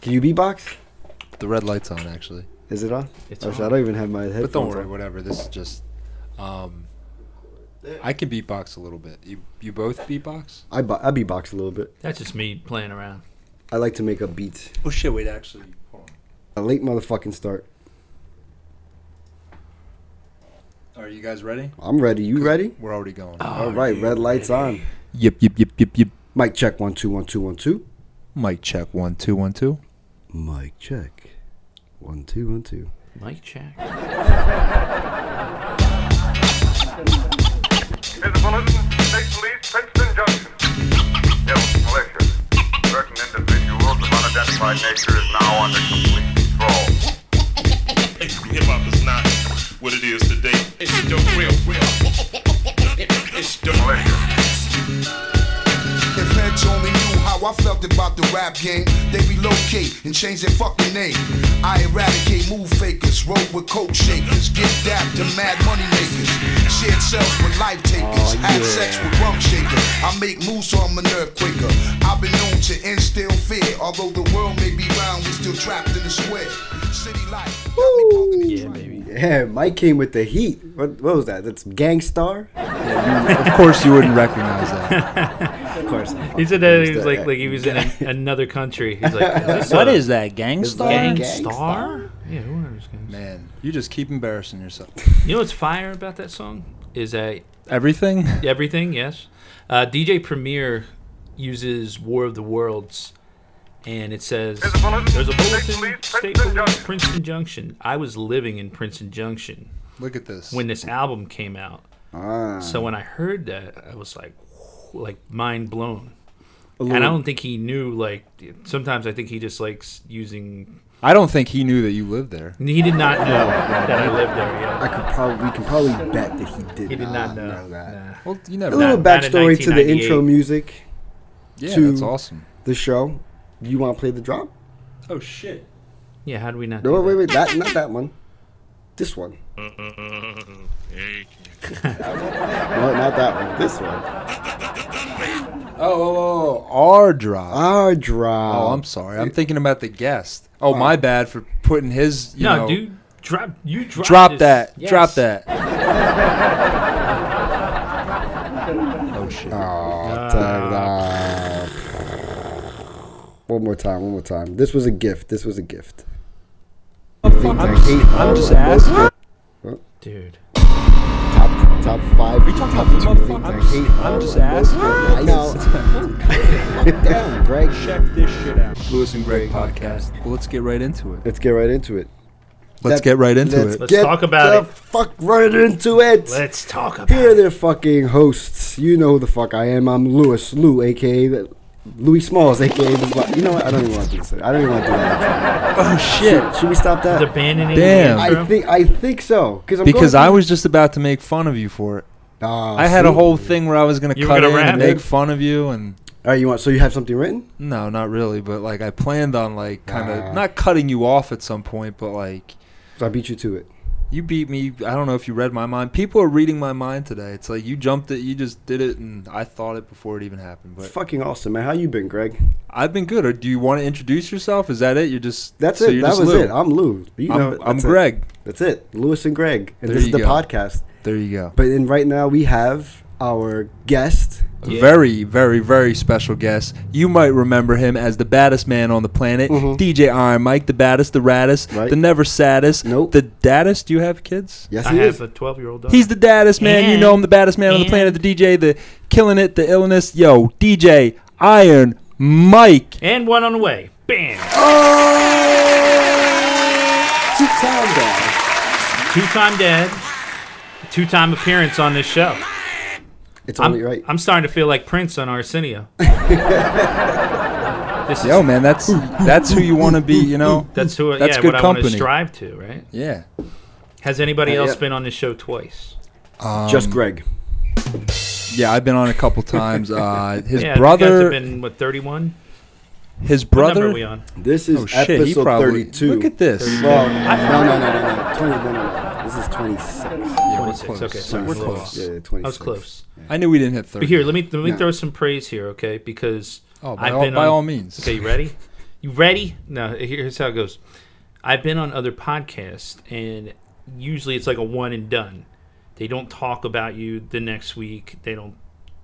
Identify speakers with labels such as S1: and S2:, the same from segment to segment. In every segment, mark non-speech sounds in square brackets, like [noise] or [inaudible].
S1: Can you beatbox?
S2: The red light's on actually,
S1: Is it on?
S3: It's
S1: Oh, shit, I
S3: on.
S1: don't even have my headphones.
S2: but don't worry.
S1: on.
S2: Whatever. This is just. Um, I can beatbox a little bit. You you both beatbox?
S1: I bo- I beatbox a little bit.
S3: That's just me playing around.
S1: I like to make up beats.
S2: Oh shit! Wait, actually, hold
S1: A late motherfucking start.
S2: on. Are you guys ready?
S1: I'm ready. You ready?
S2: We're already going.
S1: All right. Red lights on.
S2: Uh, Yep, yep, yep, yep, yep.
S1: Mic check. One two one two one two.
S2: Mic check one two one two.
S1: Mic check. One two one two.
S3: Mike check.
S4: Here's a bulletin. State police, Princeton Junction. Hills militia. Certain individuals of unidentified nature is now under complete control.
S5: Hip hop is not what it is today. It's the real, real. It's the
S4: Militia.
S6: If Hedge only knew how I felt about the rap game, they relocate and change their fucking name. I eradicate move fakers, roll with coke shakers, get dapped to mad money makers, shit sells with life
S1: Oh,
S6: takers, have sex with rum shakers. I make moves so I'm an earthquaker. I've been known to instill fear, although the world may be round, we're still trapped in the square. City life. got me talking in
S3: Yeah,
S6: traffic.
S3: baby.
S1: Yeah, Mike came with the heat. What, what was that? That's Gangstar?
S2: Of course, you wouldn't recognize [laughs] that.
S1: Of
S3: [laughs]
S1: course. I
S3: He
S1: fucking
S3: said that
S1: used
S3: he was like like he was in a, [laughs] another country. He's like, is this a
S2: that,
S1: It's
S2: gangsta?
S1: like
S3: gang
S1: Gangstar?
S3: star? Yeah, who knows? guys?
S2: Man, you just keep embarrassing yourself.
S3: You know what's fire about that song is a
S2: Everything.
S3: everything. Yes, uh, DJ Premier uses War of the Worlds, and it says
S4: There's a bulletin.
S3: there's a
S4: State
S3: bulletin.
S4: police, Princeton
S3: State police,
S4: Junction."
S3: Princeton Junction. I was living in Princeton Junction
S2: Look at this.
S3: when this album came out.
S1: Ah,
S3: So when I heard that, I was like, wh- like mind blown.
S1: a
S3: And I
S1: little-
S3: don't think he knew. Like sometimes I think he just likes using.
S2: I don't think he knew that you lived there.
S3: He did not know that I lived there.
S1: I
S3: Yeah,
S1: could probably we can probably bet that he did.
S3: he did not know.
S1: that.
S3: Nah.
S2: Well, you
S1: A
S2: never.
S1: little
S3: Not- not in
S1: backstory to the intro
S3: 1998.
S1: music,
S2: yeah,
S1: to-
S2: that's awesome.
S1: the show. You want to play the drop?
S2: Oh shit.
S3: Yeah, how do we not?
S1: No,
S3: do
S1: wait,
S3: that?
S1: wait, wait. That not that one. This
S2: [laughs]
S1: one. No, not that one. This one.
S2: Oh, oh, oh, our drop.
S1: Our drop.
S2: Oh, I'm sorry. I'm thinking about the guest. Oh, my bad for putting his. You
S3: no,
S2: know,
S3: dude, drop you drop.
S2: Drop
S3: this.
S2: that.
S3: Yes.
S2: Drop
S3: [laughs]
S2: that. oh shit.
S1: Aw, turn up. One more time. One more time. This was a gift. This was a gift. I'm just, I'm just asking.
S3: dude.
S1: Top, top five. We talking about motherfucker? I'm just, I'm just asking. I know. [laughs] Fuck down, Greg.
S2: Lewis and Greg podcast. Well, let's get right into it.
S1: Let's get right into it.
S2: Let's get right into
S1: Let's
S2: it.
S3: Let's talk about
S1: the
S3: it.
S1: Fuck right into it.
S3: Let's talk about
S1: Here are
S3: it.
S1: their fucking hosts. You know who the fuck I am. I'm Lewis Lou, aka the- Louis Smalls, aka the Black- You know what? I don't even want to do this. I don't even want to do that.
S2: Oh shit.
S1: Should we stop
S3: He's
S1: that?
S3: abandoning
S2: Damn.
S3: the
S1: I
S3: intro.
S1: think I think so. Cause I'm
S2: Because
S1: going
S2: I was just about to make fun of you for it.
S1: Ah,
S2: I had a
S1: see?
S2: whole thing where I was gonna
S3: You were
S2: cut
S3: gonna
S2: in
S3: rap?
S2: and make fun of you, and
S1: All right, you want? So you have something written?
S2: no, not really. But like, I planned on like kind of
S1: Nah.
S2: not cutting you off at some point, but like.
S1: So I beat you to it.
S2: You beat me. I don't know if you read my mind. People are reading my mind today. It's like you jumped it, you just did it, and I thought it before it even happened.
S1: It's
S2: But
S1: fucking awesome, man. How you been, Greg?
S2: I've been good. Or do you want to introduce yourself? Is that it? You're just
S1: That's
S2: so
S1: it.
S2: You're
S1: That
S2: just
S1: was
S2: Lou.
S1: it. I'm Lou. You
S2: I'm,
S1: know, it.
S2: I'm
S1: That's it.
S2: Greg.
S1: That's it. Lewis and Greg, and
S2: There
S1: this
S2: you
S1: is the
S2: go.
S1: podcast.
S2: There you go.
S1: But in right now we have our guest.
S2: A
S3: Yeah.
S2: Very, very, very special guest. You might remember him as the baddest man on the planet,
S1: Mhm.
S2: DJ Iron Mike, the baddest, the raddest,
S1: Right.
S2: the never saddest,
S1: Nope.
S2: the daddest. Do you have kids?
S1: Yes,
S3: I
S1: he
S3: have
S1: is.
S3: a 12 year old daughter.
S2: He's the daddest man. you know him, the baddest man on the
S3: and-
S2: planet, the DJ, the killing it, the illness. Yo, DJ Iron Mike.
S3: and one on the way. Bam.
S1: Oh, two-time guy.
S3: Two time dad. Two time appearance on this show.
S1: It's
S3: I'm,
S1: only right.
S3: I'm starting to feel like Prince
S2: [laughs]
S3: on Arsenio. this is
S2: Yo, man, that's that's who you want to be. You know,
S3: that's who
S2: that's
S3: yeah,
S2: good
S3: what I want
S2: company.
S3: to strive to, right?
S2: yeah.
S3: Has anybody
S1: Uh,
S3: else
S1: yeah.
S3: been on this show twice?
S1: Just Greg.
S2: Yeah, I've been on a couple times. Uh, his
S3: yeah, you guys have
S2: brother,
S3: been what 31?
S2: his
S3: What number
S2: brother.
S3: are we on?
S1: This is
S2: Oh shit, he
S1: episode
S2: probably.
S1: 32.
S2: Look at this.
S1: Well, no, no, no, no, no. 20, no, no, no. This is 26.
S2: Yeah, we're
S3: 26.
S2: close.
S3: Okay, sorry,
S2: we're
S3: we're
S2: close.
S3: close.
S1: Yeah, 26.
S3: I was close.
S2: I knew we didn't hit thirty.
S3: But here, let me let me
S1: No.
S3: throw some praise here, okay? Because
S2: Oh, by
S3: I've
S2: all-
S3: been
S2: by
S3: on-
S2: all means.
S3: Okay, you ready? You ready? No, here- here's how it goes. I've been on other podcasts, and usually it's like a one and done. They don't talk about you the next week. They don't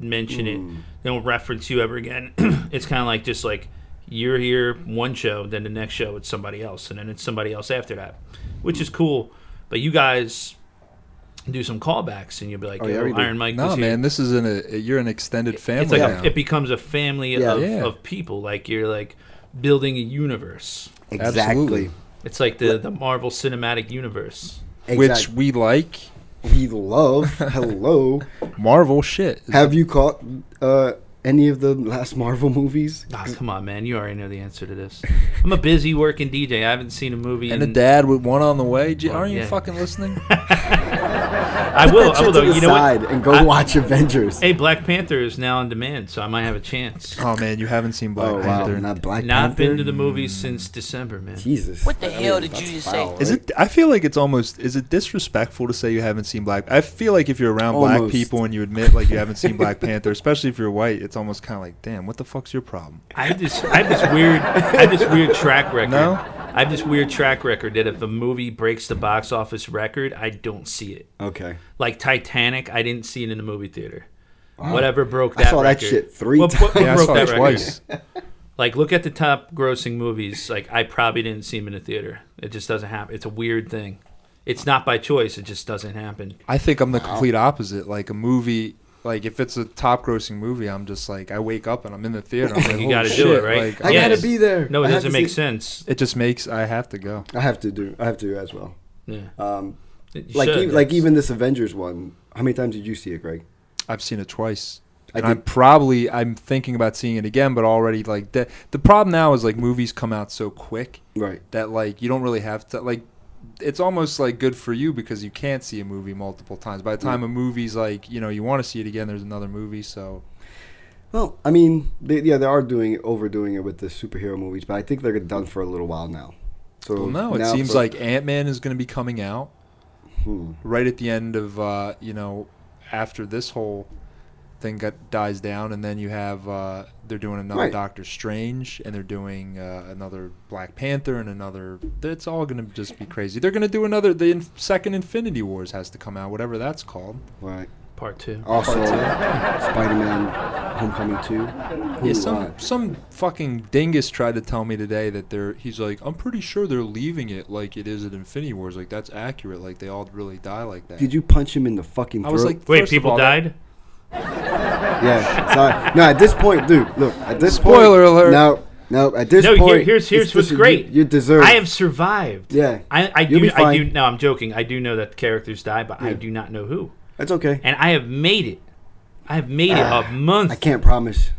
S3: mention it. They don't reference you ever again. [clears throat] it's kind of like just like you're here one show, then the next show it's somebody else, and then it's somebody else after that, which is cool. But you guys do some callbacks, and you'll be like,
S2: Oh,
S1: yeah,
S3: "Yo,
S1: we do.
S3: Iron Mike
S2: No,
S3: was here."
S2: man, this is an a, you're an extended family
S3: it's like
S2: now.
S3: a, it becomes a family
S1: Yeah.
S3: of,
S2: Yeah.
S3: of people like you're like building a universe
S1: Exactly.
S2: Absolutely.
S3: it's like the, the marvel cinematic universe
S2: which
S1: Exactly.
S2: we like.
S1: Which we love.
S3: [laughs]
S1: Hello.
S2: Marvel shit.
S1: Have you caught uh, any of the last Marvel movies?
S3: Ah, come on man you already know the answer to this i'm a busy working dj i haven't seen a movie
S2: and a
S3: in
S2: dad with one on the way. Gee, aren't you
S3: yeah.
S2: fucking
S3: [laughs]
S2: listening?
S3: i
S1: [laughs]
S3: will i will though
S1: to the
S3: you know
S1: side
S3: what
S1: and go
S3: I-
S1: watch Avengers.
S3: hey black panther is now on demand so i might have a chance
S2: oh man, you haven't seen Black
S1: oh wow,
S2: Panther.
S1: not Black
S3: not
S1: Panther.
S3: been to the movies since december man
S1: Jesus.
S7: What the
S1: I mean,
S7: hell did
S1: that's
S7: you just
S1: foul,
S7: say?
S2: Is
S1: right?
S2: it? I feel like it's almost. Is it disrespectful to say you haven't seen Black? I feel like if you're around black
S1: Almost.
S2: people and you admit like you haven't seen Black Panther, especially if you're white, it's almost kind of like, damn, what the fuck's your problem?
S3: I have this I have this weird I have this weird track record.
S2: No?
S3: I have this weird track record that if a movie breaks the box office record, I don't see it.
S1: Okay.
S3: Like Titanic, I didn't see it in the movie theater. Whatever broke that.
S1: saw that
S3: record-
S1: shit three
S3: What- what- what
S2: Yeah, I
S3: broke
S2: saw
S3: that
S2: it
S3: record?
S2: twice.
S3: Like, look at the top grossing movies. Like, I probably didn't see them in the theater. It just doesn't happen. It's a weird thing. It's not by choice. It just doesn't happen.
S2: I think I'm the complete opposite. Like a movie, like if it's a top grossing movie, I'm just like I wake up and I'm in the theater.
S3: [laughs]
S2: I'm like,
S3: You
S2: "Holy
S3: got to do
S2: shit,"
S3: it, right?
S2: Like,
S1: I
S2: I'm-
S1: gotta
S3: Yes.
S1: be there.
S3: No, it
S1: I have
S3: doesn't
S1: to
S3: make
S1: see-
S3: sense.
S2: It just makes I have to go.
S1: I have to do. I have to as well.
S3: Yeah.
S1: Um,
S3: You
S1: like
S3: should.
S1: e- like even this Avengers one. How many times did you see it, Greg?
S2: I've seen it twice.
S1: I
S2: And I'm
S1: did-
S2: probably I'm thinking about seeing it again, but already like the the problem now is like movies come out so quick
S1: Right.
S2: that like you don't really have to like it's almost like good for you because you can't see a movie multiple times. By the time a movie's like you know you want to see it again, there's another movie. So
S1: Well, I mean, they, yeah, they are doing overdoing it with the superhero movies, but I think they're done for a little while now. So
S2: well, no, it
S1: now
S2: seems
S1: for-
S2: like Ant Man is going to be coming out
S1: Hmm.
S2: right at the end of uh, you know after this whole thing got dies down, and then you have uh, they're doing another
S1: Right.
S2: Doctor Strange, and they're doing uh, another Black Panther, and another. It's all going to just be crazy. They're going to do another. The inf- second Infinity Wars has to come out, whatever that's called.
S1: right.
S3: part two.
S1: Also, Spider-Man: Homecoming two.
S2: Yeah,
S1: Ooh,
S2: some
S1: uh,
S2: some fucking dingus tried to tell me today that they're. He's like, I'm pretty sure they're leaving it like it is at Infinity Wars. Like that's accurate. Like they all really die like that.
S1: Did you punch him in the fucking
S2: I
S1: throat?
S2: was like,
S3: Wait,
S2: first of
S3: people
S2: all, that-
S3: died.
S1: yeah. Sorry. No, at this point, dude. Look, at this
S2: Spoiler
S1: point,
S2: alert.
S1: No, no. At this
S3: no, here-
S1: point,
S3: here's here's
S1: it's-
S3: what's
S1: listen, you-
S3: great.
S1: You, deserve.
S3: I have survived.
S1: Yeah.
S3: I, I
S1: You'll
S3: do
S1: be
S3: I do
S1: fine.
S3: no, I'm joking. I do know that the characters die, but I do not know who.
S1: That's okay.
S3: And I have made it. I have made it a month.
S1: Ah, I can't promise.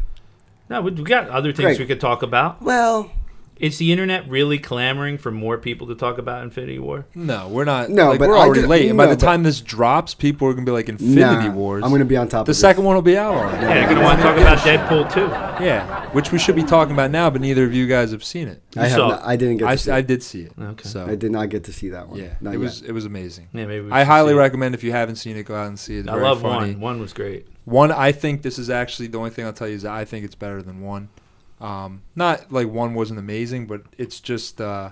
S3: No, we we got other things
S1: Great.
S3: we could talk about.
S1: Well,
S3: Is the internet really clamoring for more people to talk about Infinity War?
S2: No, we're not.
S1: No,
S2: No, like,
S1: but
S2: we're
S1: I
S2: already
S1: do-
S2: late. And by
S1: no,
S2: the
S1: but-
S2: time this drops, people are gonna be like Infinity
S1: nah,
S2: Wars.
S1: I'm gonna be on top.
S2: the
S1: of
S2: second
S1: this.
S2: one will be out already.
S3: Yeah, they're gonna want to talk about Deadpool too.
S2: Yeah, which we should be talking about now, but neither of you guys have seen it.
S1: I have.
S3: saw.
S1: Not, I didn't get. To
S2: I,
S1: see
S2: I
S1: it.
S2: did see it.
S3: Okay.
S2: So
S1: I did not get to see that one.
S2: yeah,
S1: Not yet.
S2: it was it was amazing.
S3: Yeah, maybe we
S2: I
S3: should
S2: highly
S3: see it.
S2: recommend if you haven't seen it, go out and see it. It's
S3: I
S2: very
S3: love
S2: funny.
S3: one. One was great.
S2: One, I think this is actually the only thing I'll tell you is that I think it's better than one. Um, not like one wasn't amazing, but it's just uh,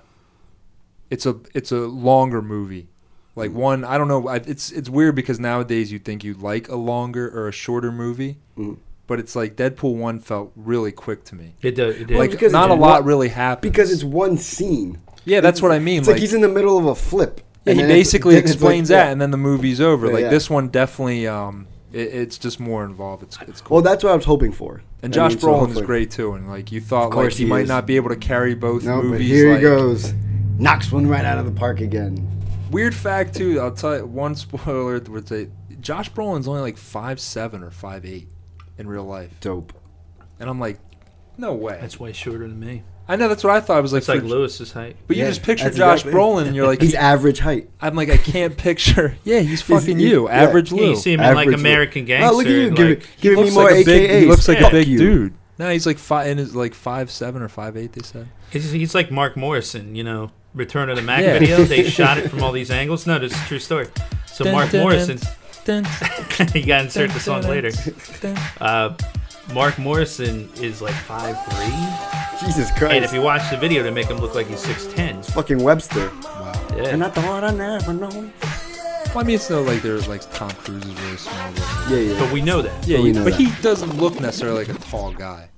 S2: it's a it's a longer movie. Like
S1: Mm-hmm.
S2: one, I don't know. I, it's it's weird because nowadays you think you'd like a longer or a shorter movie,
S1: Mm-hmm.
S2: but it's like Deadpool one felt really quick to me.
S3: It did. It did.
S2: Like
S1: because
S2: not a
S1: it's
S2: lot
S1: one-
S2: really happened
S1: because it's one scene.
S2: yeah, that's what I mean.
S1: It's
S2: like
S1: like, he's in the middle of a flip.
S2: yeah, he
S1: then it's-
S2: basically
S1: then it's like-
S2: explains
S1: yeah.
S2: that, and then the movie's over.
S1: Yeah,
S2: like
S1: yeah.
S2: this one definitely. Um, it, it's just more involved. It's, it's cool.
S1: Well, that's what I was hoping for.
S2: And
S1: I
S2: Josh
S1: mean, so
S2: Brolin is
S1: hopefully-
S2: great too, and like you thought, like
S1: course
S2: he,
S1: he
S2: might
S1: is.
S2: not be able to carry both
S1: No,
S2: movies.
S1: but here
S2: like-
S1: he goes, knocks one right out of the park again.
S2: Weird fact too. I'll tell you one spoiler. [laughs] Would say Josh Brolin's only like five seven or five eight in real life,
S1: Dope.
S2: and I'm like, no way.
S3: That's way shorter than me.
S2: I know that's what I thought. I was like,
S3: It's like
S2: for-
S3: Lewis's height.
S2: but you
S1: Yeah,
S2: just picture
S1: that's
S2: Josh
S1: exactly it.
S2: Brolin, and you're
S1: [laughs]
S2: like,
S1: He's
S2: he-
S1: average height.
S2: I'm like, I can't picture. [laughs] Yeah, he's fucking
S1: he-
S2: you,
S1: yeah.
S2: average
S3: Yeah,
S2: Lou.
S3: you see him in like
S1: Average-
S3: American Gangster.
S1: Oh, look at you
S3: and,
S1: giving,
S3: like,
S1: giving me
S2: looks
S1: more
S2: like a
S1: AKAs.
S2: big- he looks like
S3: Yeah.
S2: a big
S1: you.
S2: dude. No, he's like five and is like five seven or five eight. They
S3: [laughs]
S2: said.
S3: He's, he's like Mark Morrison, you know, Return of the Mac
S2: Yeah.
S3: video. They shot it from all these angles. No, this is a true story. So Mark Morrison, [laughs]
S2: Dun,
S3: you got to insert the song later.
S2: dun, dun.
S3: Uh, Mark Morrison is like five three,
S1: Jesus
S3: and
S1: Christ.
S3: if you watch the video, they make him look like he's six ten.
S1: Fucking Webster. And
S3: Yeah.
S1: not the hard I never know.
S2: Well, I mean, it's not like there's like Tom Cruise is really small. But,
S1: Yeah, yeah.
S3: But we know that.
S2: yeah,
S1: we
S2: you-
S1: know
S2: but
S1: that.
S2: he doesn't look necessarily like a tall guy.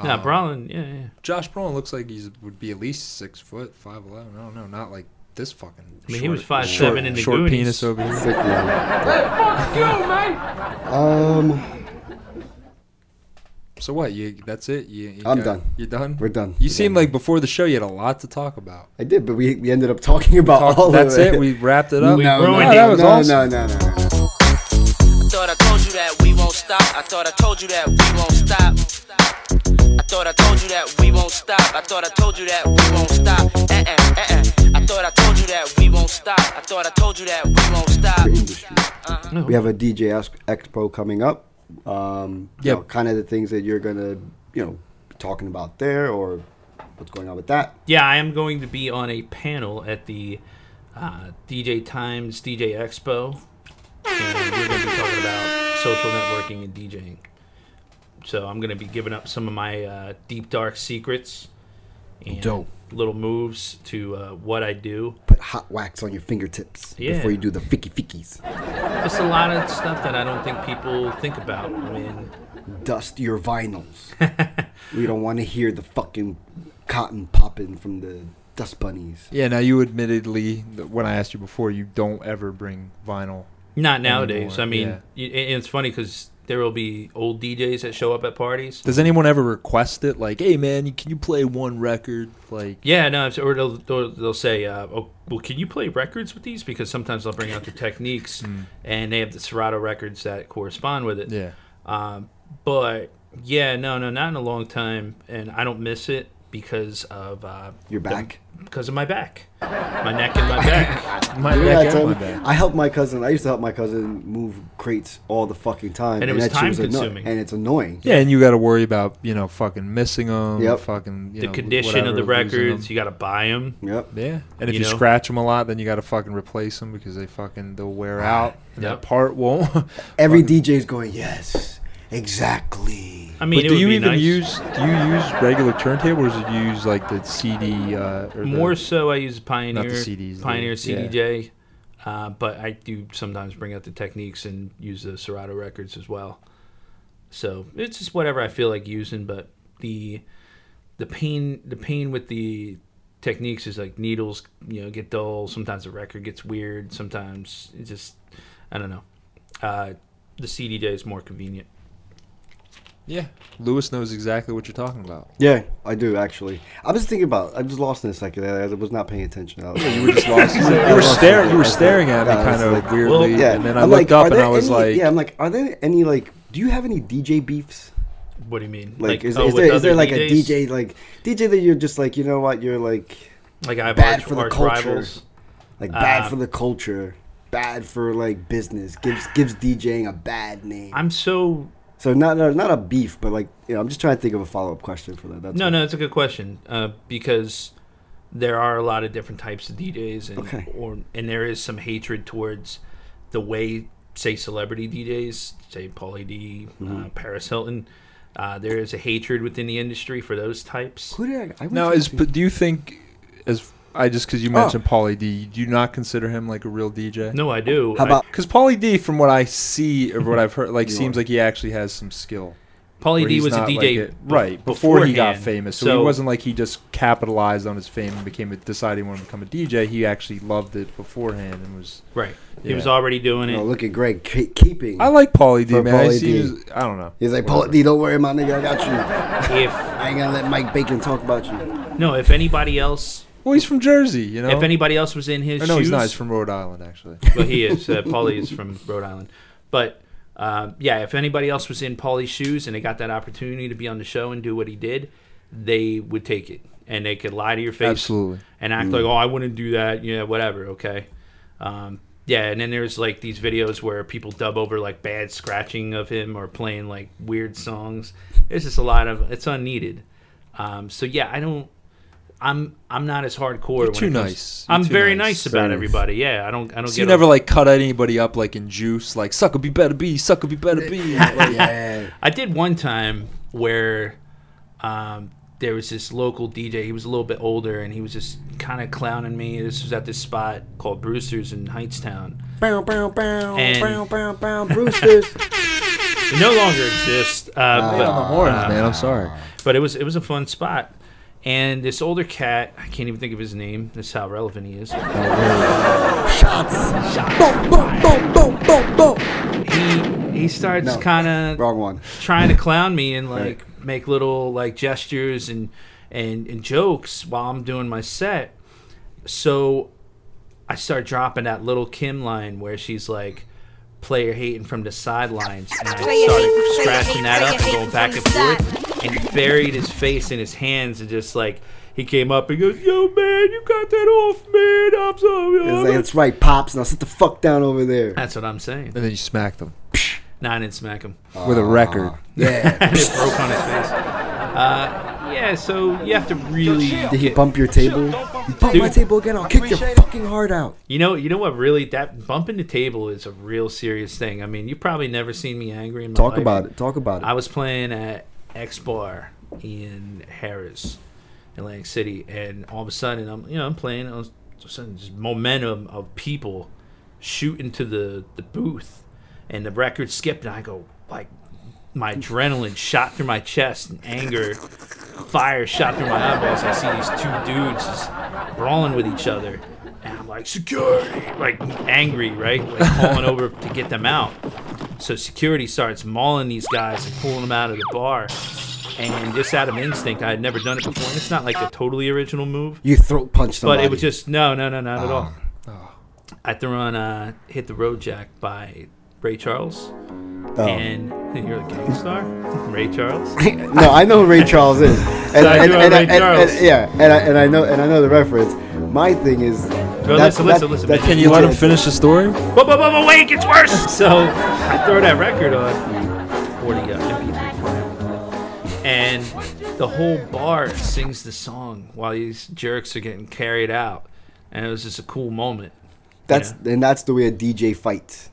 S3: Nah, Brolin. Yeah, yeah.
S2: Josh Brolin looks like he would be at least six foot, five eleven. I don't know, not like this fucking.
S3: I mean, he
S2: short-
S3: was five
S2: short-
S3: seven in the
S2: short
S3: Goonies.
S2: penis over here.
S1: Sick man. Um,
S2: So what? You that's it? You, you
S1: I'm done.
S2: You're done.
S1: We're done.
S2: You
S1: We're
S2: seemed
S1: done.
S2: like before the show you had a lot to talk about.
S1: I did, but we, we ended up talking about [laughs]
S2: Talk-
S1: all
S2: that's
S1: of it. Oh,
S2: it. We wrapped it up.
S3: We
S1: no, no,
S3: ruined it.
S2: That was
S1: no,
S2: awesome.
S1: no, no, no, no.
S7: Thought I told you that we won't stop. I thought I told you that we won't stop. I thought I told you that we won't stop. I thought I told you that we won't stop. Uh-uh, uh-uh. I thought I told you that we won't stop. I thought I told you that we won't stop.
S1: industry. We have a DJ Ex- Expo coming up. Um, you
S2: Yep.
S1: know, kind of the things that you're gonna, you know, be talking about there, or what's going on with that.
S3: Yeah, I am going to be on a panel at the uh, DJ Times DJ Expo. And we're going to be talking about social networking and DJing. So I'm going to be giving up some of my uh, deep dark secrets and
S1: Dope.
S3: little moves to uh, what I do.
S1: Put hot wax on your fingertips
S3: Yeah.
S1: before you do the ficky fickies.
S3: Just a lot of stuff that I don't think people think about. I mean,
S1: Dust your vinyls. we don't want to hear the fucking cotton popping from the dust bunnies.
S2: Yeah. Now you admittedly, th- when I asked you before, you don't ever bring vinyl.
S3: not nowadays.
S2: Anymore,
S3: I mean,
S2: yeah.
S3: y- and it's funny because there will be old DJs that show up at parties.
S2: Does anyone ever request it? Like, hey man, can you play one record? Like,
S3: Yeah, no, it's- or they'll, they'll, they'll say, uh, oh, well, can you play records with these? Because sometimes they'll bring out
S2: [laughs]
S3: the techniques and they have the Serato records that correspond with it.
S2: Hmm. yeah.
S3: Um, but yeah, no, no, not in a long time. And I don't miss it because of, uh,
S1: Your back.
S3: because of my back, my
S2: [laughs]
S3: neck and my back.
S2: My
S1: Yeah,
S2: back
S1: I,
S2: and
S1: tell
S2: my
S1: you,
S2: back.
S1: I helped my cousin. I used to help my cousin move crates all the fucking time,
S3: And it was
S1: that shit anno-
S3: time-consuming.
S1: and it's annoying.
S2: Yeah, and you got to worry about you know fucking missing them.
S1: Yep.
S2: Fucking you
S3: the
S2: know,
S3: condition of
S2: whatever, um,
S3: the
S2: losing 'em.
S3: records, you got to buy them.
S1: Yep.
S2: Yeah, and if
S3: You
S2: you,
S3: know?
S2: scratch them a lot, then you got to fucking replace them because they fucking they'll wear out. And
S3: Yep.
S2: That part won't. [laughs]
S1: Every DJ's going, yes, exactly.
S3: I mean,
S2: but
S3: it
S2: do
S3: would
S2: you
S3: be
S2: even
S3: nice.
S2: use do you use regular turntables or do you use like the CD uh, or the-
S3: More so, I use Pioneer,
S2: CDs, the-
S3: Pioneer
S2: yeah.
S3: CDJ, uh, but I do sometimes bring out the techniques and use the Serato records as well. So it's just whatever I feel like using, but the the pain the pain with the techniques is like needles, you know, get dull. Sometimes the record gets weird. Sometimes it just I don't know. Uh, the CDJ is more convenient.
S2: Yeah, Lewis knows exactly what you're talking about.
S1: Yeah, I do actually. I was thinking about. I was lost in a second. I I was not paying attention. I was,
S2: You were just lost. you
S1: I
S2: were
S1: was lost in it.
S2: staring. You
S1: I
S2: were
S1: was
S2: staring at me
S1: yeah, I was
S2: kind of
S1: like,
S2: weirdly,
S3: well,
S1: [laughs] Yeah,
S2: and then I
S1: I'm
S2: looked
S1: like,
S2: up
S1: are
S2: and
S1: there
S2: I was
S1: any-
S2: like,
S1: yeah, I'm like, are there any like? Do you have any DJ beefs?
S3: What do you mean?
S1: Like, is,
S3: oh,
S1: is
S3: with
S1: there is there
S3: other
S1: like
S3: DJs?
S1: a DJ like DJ that you're just like you know what you're like
S3: Like I have
S1: bad
S3: arch,
S1: for the
S3: arch
S1: culture.
S3: rivals.
S1: like bad
S3: Uh,
S1: for the culture, bad for like business, gives gives DJing a bad name.
S3: I'm so
S1: so not not a beef, but like you know, I'm just trying to think of a follow up question for that. That's
S3: No,
S1: all.
S3: no, that's a good question uh, because there are a lot of different types of DJs, and
S1: Okay.
S3: or and there is some hatred towards the way, say, celebrity DJs, say Paulie D,
S2: Mm-hmm.
S3: uh, Paris Hilton. Uh, there is a hatred within the industry for those types.
S1: Who did I? I went
S2: now
S1: to-
S2: is but do you Oh. think as I just because you mentioned Paulie D, do you not consider him like a real DJ?
S3: No, I do.
S1: How about-
S2: Because Paulie D, from what I see or what I've heard, like
S1: You
S2: seems
S1: are.
S2: like he actually has some skill.
S3: I, Paulie
S2: where
S3: D
S2: he's
S3: was a
S2: not,
S3: DJ
S2: like, a-
S3: bef-
S2: right before he got
S3: beforehand,
S2: famous. So, he wasn't like he just capitalized on his fame and became a, decided he wanted to become a DJ. He actually loved it beforehand and was.
S3: right. He
S2: Yeah.
S3: was already doing it.
S1: No, look at Greg ke- keeping.
S2: I like Paulie D,
S1: For
S2: man. I
S1: Pauly
S2: see.
S1: D.
S2: his- I don't know.
S1: He's like, Paul D, don't worry, my nigga, I got you.
S3: if
S1: I ain't gonna let Mike Bacon talk about [laughs] you.
S3: no, if anybody else,
S2: Well, he's from Jersey, you know.
S3: if anybody else was in his
S2: or no,
S3: shoes,
S2: he's not. He's from Rhode Island, actually.
S3: Well, he is. Uh, Paulie is from Rhode Island. But uh, yeah, if anybody else was in Paulie's shoes and they got that opportunity to be on the show and do what he did, they would take it. And they could lie to your face
S2: Absolutely.
S3: and act like, oh, I wouldn't do that. Yeah, whatever. Okay. Um, yeah, and then there's like these videos where people dub over like bad scratching of him or playing like weird songs. There's just a lot of it's unneeded. Um, so yeah, I don't. I'm I'm not as hardcore. when
S2: too
S3: it comes-
S2: nice. You're
S3: I'm
S2: too
S3: very
S2: nice.
S3: nice, about
S1: Very nice.
S3: everybody. Yeah, I don't I don't
S2: So
S3: get.
S2: you never like cut anybody up like in juice, like sucker be better be, sucker be better
S1: [laughs]
S2: be. Like,
S1: Yeah.
S3: I did one time where um, there was this local DJ. He was a little bit older, and he was just kind of clowning me. This was at this spot called Brewster's in Heightstown.
S1: Bow, bow, bow,
S3: And-
S1: bow, bow, bow, Brewsters.
S3: It no longer exists, uh, but,
S2: the horns, man. I'm sorry.
S3: but it was it was a fun spot. And this older cat, I can't even think of his name. That's how relevant he is.
S1: boom, boom, boom, boom, boom, boom.
S3: He he starts
S1: No.
S3: kind
S1: [laughs]
S3: of
S1: Wrong one.
S3: trying to clown me and like
S1: Right.
S3: make little like gestures and, and and jokes while I'm doing my set. So I start dropping that little Kim line where she's like player hating from the sidelines and I
S8: Player hating,
S3: started
S8: player hating,
S3: scratching that up
S8: player hating
S3: and going back
S8: from
S3: and
S8: the
S3: forth and he buried his face in his hands and just like he came up and goes, Yo man, you got that off man, I'm sorry.
S1: It's
S3: I'm
S1: like,
S3: not-"
S1: that's right, pops. Now sit the fuck down over there.
S3: [laughs] That's what I'm saying.
S2: And then you smack them
S3: Nah, I didn't smack him.
S2: with a record.
S1: Yeah.
S3: and it broke on his face. Uh, yeah, so you have to really,
S1: Did he bump your table? You bump my
S3: Dude.
S1: table again, I'll kick your fucking heart out.
S3: you know, you know what really that bumping the table is a real serious thing. I mean, you probably never seen me angry in my
S1: Talk
S3: life.
S1: about it. Talk about
S3: I
S1: it.
S3: was playing at X Bar in Harris, Atlantic City, and all of a sudden, I'm you know I'm playing, all of a sudden, just momentum of people shooting to the the booth, and the record skipped, and I go like my adrenaline shot through my chest, and anger, fire shot through my eyeballs. I see these two dudes just brawling with each other. And I'm like, security! Like, angry, right? Like, calling over to get them out. So security starts mauling these guys and pulling them out of the bar. And just out of instinct, I had never done it before. And it's not like a totally original move,
S1: You throat punch somebody.
S3: but it was just no, no, no, not at all. I threw on uh, "Hit the Road Jack" by Ray Charles,
S1: Oh.
S3: and [laughs] you're a gang star, Ray Charles.
S1: [laughs] no, I know who Ray Charles
S3: [laughs]
S1: is. And,
S3: I
S1: and,
S3: do know
S1: and,
S3: Ray
S1: and- and-
S3: Charles.
S1: yeah, and I, and I know and I know the reference. My thing is.
S3: listen, listen, listen, man.
S2: Can you let him finish the story?
S3: But but but but wait, it gets worse. [laughs] So I throw that record on. Forty uh, MP3. And the whole bar sings the song while these jerks are getting carried out, and it was just a cool moment.
S1: That's and that's the way a DJ fights.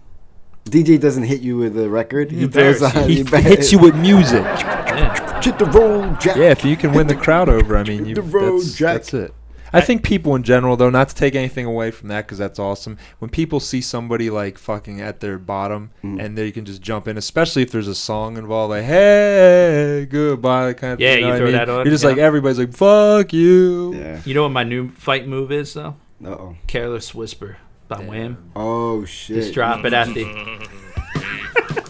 S1: DJ doesn't hit you with a record. He,
S3: embarrass
S1: throws on.
S3: you.
S2: He
S1: embar-
S2: hits you with music.
S3: Yeah.
S1: Hit the road, Jack.
S2: Yeah, if you can win [laughs] the crowd over, I mean, you,
S1: The road
S2: that's,
S1: jack.
S2: that's it. I think people in general, though, not to take anything away from that because that's awesome. When people see somebody like fucking at their bottom and they can just jump in, especially if there's a song involved, like "Hey, goodbye" kind of
S3: Yeah,
S2: thing.
S3: you
S2: know
S3: throw
S2: what I mean?
S3: that on,
S2: You're just like
S3: yeah.
S2: everybody's like "Fuck you."
S1: Yeah.
S3: You know what my new fight move is though?
S1: Uh-oh.
S3: Careless Whisper by Wham.
S1: Oh
S3: Just
S1: shit.
S3: drop it at [laughs] the.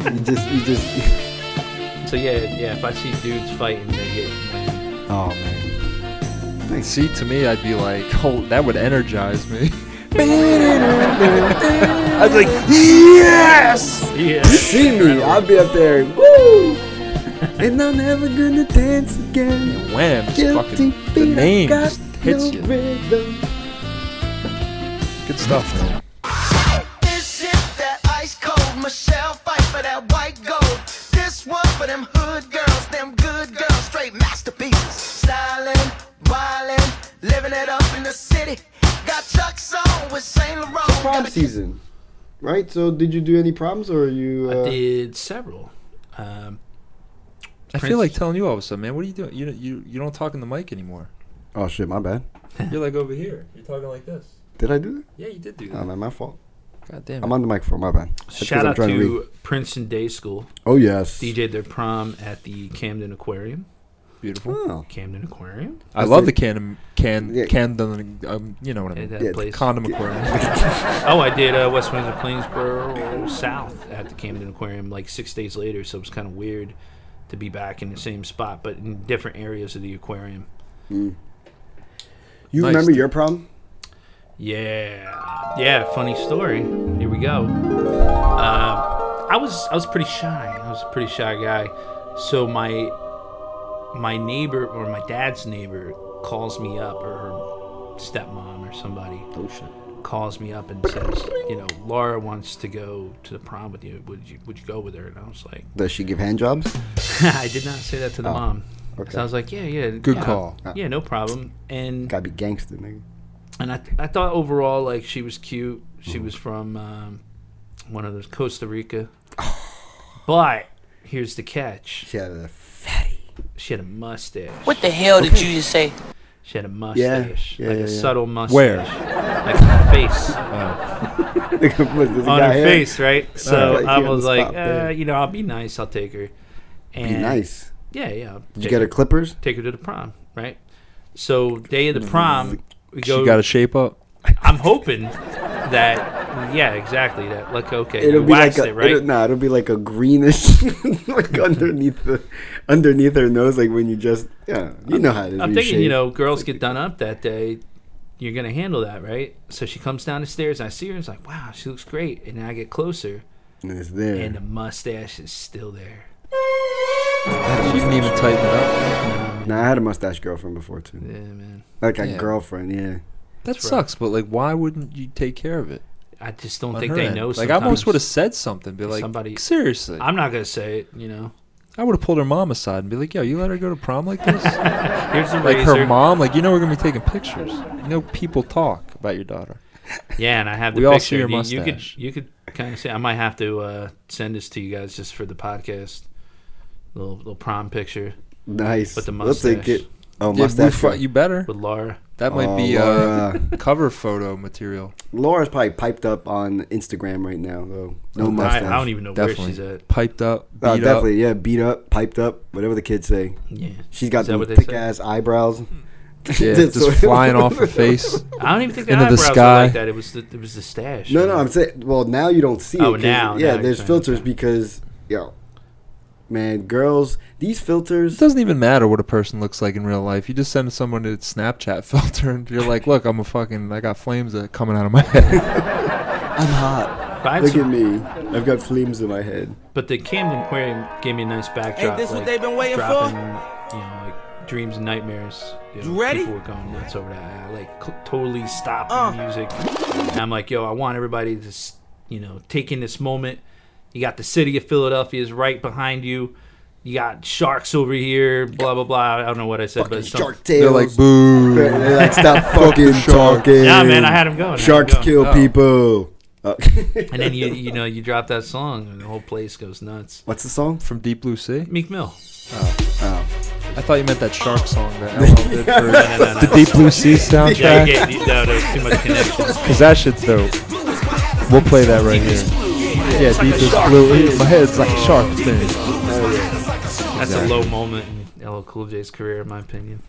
S1: You just [laughs] you just
S3: So yeah, yeah. If I see dudes fighting, they hit Wham.
S1: Oh man.
S2: See, to me, I'd be like, [laughs] "Oh, that would energize me." [laughs] I'd be like,
S1: Yes! You
S3: Yeah.
S1: see me, I'll be up there.
S2: [laughs]
S1: Woo! and I'm never gonna dance again.
S2: "Wham!" Just
S1: Guilty
S2: fucking the
S1: feet, I
S2: name
S1: got
S2: just
S1: no
S2: hits you.
S1: rhythm.
S2: Good stuff. Man.
S9: This is that ice cold Michelle fight for that white gold. This one for them hood girls, them good girls, straight masterpieces. Stylin', wildin', living it up in the city. Got Chuck's on with Saint Laurent.
S1: Prom season. Right? So did you do any proms or are you uh,
S3: I did several. Um,
S2: I
S3: Prince-
S2: feel like telling you all of a sudden, man. What are you doing? You you you don't talk in the mic anymore.
S1: Oh shit, my bad.
S2: You're like over here. You're talking like this.
S1: Did I do that?
S2: Yeah, you did do
S1: Oh man, my fault.
S2: God damn
S1: I'm on the microphone, my bad. That's 'cause
S3: shout
S1: I'm
S3: out
S1: trying read.
S3: to Princeton Day School.
S1: Oh yes.
S3: DJ their prom at the Camden Aquarium.
S2: Beautiful.
S1: Oh.
S3: Camden Aquarium.
S2: I
S1: That's
S2: love
S1: it.
S2: the can can
S1: Yeah.
S2: can um, you know what I
S3: At
S2: mean.
S3: that
S1: Yeah,
S3: place.
S2: Condom [laughs] aquarium.
S3: oh, I did uh, West Windsor Plainsboro South at the Camden Aquarium like six days later, so it was kind of weird to be back in the same spot, but in different areas of the aquarium.
S1: You
S2: Nice,
S1: remember
S2: dude.
S1: your prom?
S3: Yeah, yeah. Funny story. Here we go. Uh, I was I was pretty shy. I was a pretty shy guy. So my my neighbor or my dad's neighbor calls me up, or her stepmom or somebody
S1: Oh shit.
S3: calls me up and says, you know, Laura wants to go to the prom with you. Would you would you go with her? And I was like,
S1: Does she give hand jobs?
S3: I did not say that to the mom.
S1: Okay.
S3: So I was like, yeah, yeah.
S2: Good
S3: yeah,
S2: call.
S3: Yeah, no problem. And
S1: Gotta be gangster, nigga.
S3: and I, I thought overall like she was cute. She was from um, one of those Costa Rica, but here's the catch:
S1: She had a [laughs] fatty.
S3: she had a mustache.
S7: What the hell did you just say?
S3: She had a mustache,
S1: yeah,
S3: like
S1: yeah,
S3: a
S1: yeah.
S3: subtle mustache,
S2: Where?
S3: like on her face,
S1: Nigga, what, does it
S3: on
S1: got
S3: her
S1: hair?
S3: face, right? So
S1: Right,
S3: I
S1: yeah,
S3: was
S1: the
S3: like,
S1: spot there.
S3: uh, you know, I'll be nice. I'll take her. And
S1: Be nice.
S3: Yeah, yeah. I'll
S1: Did you
S3: take
S1: get her clippers?
S3: take her to the prom, right? So day of the
S1: Mm.
S3: prom, we
S2: She
S3: go.
S2: got a shape up.
S3: [laughs] I'm hoping that yeah, exactly that. Like okay,
S1: It'll
S3: you
S1: be like
S3: waxed
S1: a,
S3: it, right?
S1: it'll, nah, it'll be like a greenish, [laughs] like underneath the, underneath her nose, like when you just, yeah, you know how to.
S3: I'm thinking, you know, girls get done up that day. You're gonna handle that, right? So she comes down the stairs. And I see her. And it's like, wow, she looks great. And then I get closer,
S1: and it's there.
S3: and the mustache is still there.
S2: She didn't even tighten it up.
S1: nah, I had a mustache girlfriend before too.
S3: Yeah, man.
S1: Like a
S2: Yeah.
S1: girlfriend, yeah.
S2: That sucks, but like, why wouldn't you take care of it?
S3: I just don't
S2: on
S3: think
S2: her
S3: they
S2: end?
S3: know.
S2: Like, I almost
S3: sometimes.
S2: would have said something. Be like,
S3: Somebody-
S2: seriously, i
S3: I'm not gonna say it. You know,
S2: would have pulled her mom aside and be like, yo, you let her go to prom like
S3: [laughs]
S2: this?
S3: here's the
S2: like
S3: razor.
S2: her mom, like you know, we're gonna be taking pictures. You know, people talk about your daughter.
S3: Yeah, and I have the
S2: We
S3: picture.
S2: all see your
S3: and you-
S2: mustache.
S3: You could, you could kind of say I might have to uh, send this to you guys just for the podcast. Little little prom picture
S1: Nice.
S3: With the
S1: Let's take
S3: mustache.
S1: it. Oh,
S2: Yeah,
S1: mustache.
S2: Wu Fi- you better.
S3: with Laura.
S2: That might
S1: Oh,
S2: be uh,
S1: Laura.
S2: [laughs] cover photo material.
S1: Laura's probably piped up on Instagram right now, though. No
S3: I, I
S1: mustache.
S3: don't even know where she's
S2: Definitely
S3: at.
S2: piped up, beat
S1: Uh,
S2: up.
S1: definitely, yeah. Beat up, piped up, whatever the kids say.
S3: Yeah,
S1: She's got
S3: Is that
S1: those
S3: what they
S1: thick
S3: say? Hmm.
S1: ass eyebrows. [laughs]
S2: Yeah,
S1: That's
S2: just
S1: what-
S2: flying off
S1: [laughs]
S2: her face.
S3: I don't even think the
S2: Into the
S3: eyebrows were
S2: sky.
S3: like that. It was the it was the stash.
S1: No,
S3: man.
S1: no, I'm saying. Well, now you don't see it.
S3: Oh,
S1: 'cause-
S3: now,
S1: Yeah,
S3: now
S1: there's
S3: you're saying,
S1: filters
S3: okay.
S1: because, yo, man, girls, these filters.
S2: It doesn't even matter what a person looks like in real life. You just send someone a Snapchat [laughs] filter, and you're like, "Look, I'm a fucking. I got flames that coming out of my [laughs] head."
S1: I'm hot.
S3: But, I had
S1: Look
S3: some-
S1: at me. I've got flames in my head.
S3: but the Camden Aquarium gave me a nice backdrop.
S7: Ain't this what
S3: like,
S7: they been waiting for?
S3: dropping, You know, like dreams and nightmares. You, know,
S7: You ready? Uh.
S3: People were going nuts over that. I like c- totally stopped the music. And I'm like, yo, I want everybody to, s- you know, take in this moment. You got the city of Philadelphia is right behind you. You got sharks over here. Blah blah blah. I don't know what I said, but it's
S1: Shark
S3: something-
S1: tails.
S2: They're like,
S1: [laughs]
S2: "Boo!"
S1: They're
S2: [laughs]
S1: like, stop fucking talking.
S3: Nah, man, I had him going. I had him
S1: Sharks
S3: going.
S1: kill
S2: Oh.
S1: people. Oh.
S3: And then you you know you drop that song and the whole place goes nuts.
S1: [laughs] What's the song?
S2: From Deep Blue Sea.
S3: Meek Mill.
S2: I thought you meant that shark song that
S3: [laughs]
S2: LL did for
S3: No, no, no.
S2: the Deep Blue Sea
S3: Yeah,
S2: soundtrack.
S3: you get, you, no, there's too [laughs] much connection.
S2: Cause that shit's dope. We'll play that right here. Yeah, deep is blue. My head's like a shark thing.
S3: That's a low moment in LL Cool J's career, in my opinion.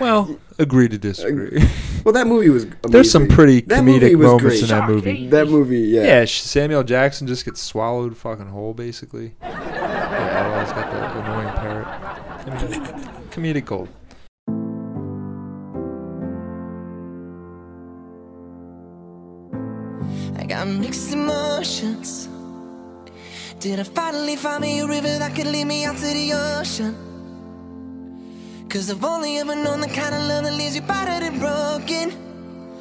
S2: Well, agree to disagree.
S1: Well, that movie was. Amazing.
S2: There's some pretty
S1: That
S2: comedic
S1: movie was
S2: moments
S1: great.
S2: in that movie.
S1: That movie, yeah.
S2: Yeah, sh- Samuel Jackson just gets swallowed fucking whole, basically. Yeah, LL's got the annoying parrot. I mean, comedic gold.
S9: I got mixed emotions. Did I finally find me a river that could lead me out to the ocean? Cause I've only ever known the kind of love that leaves you battered and broken.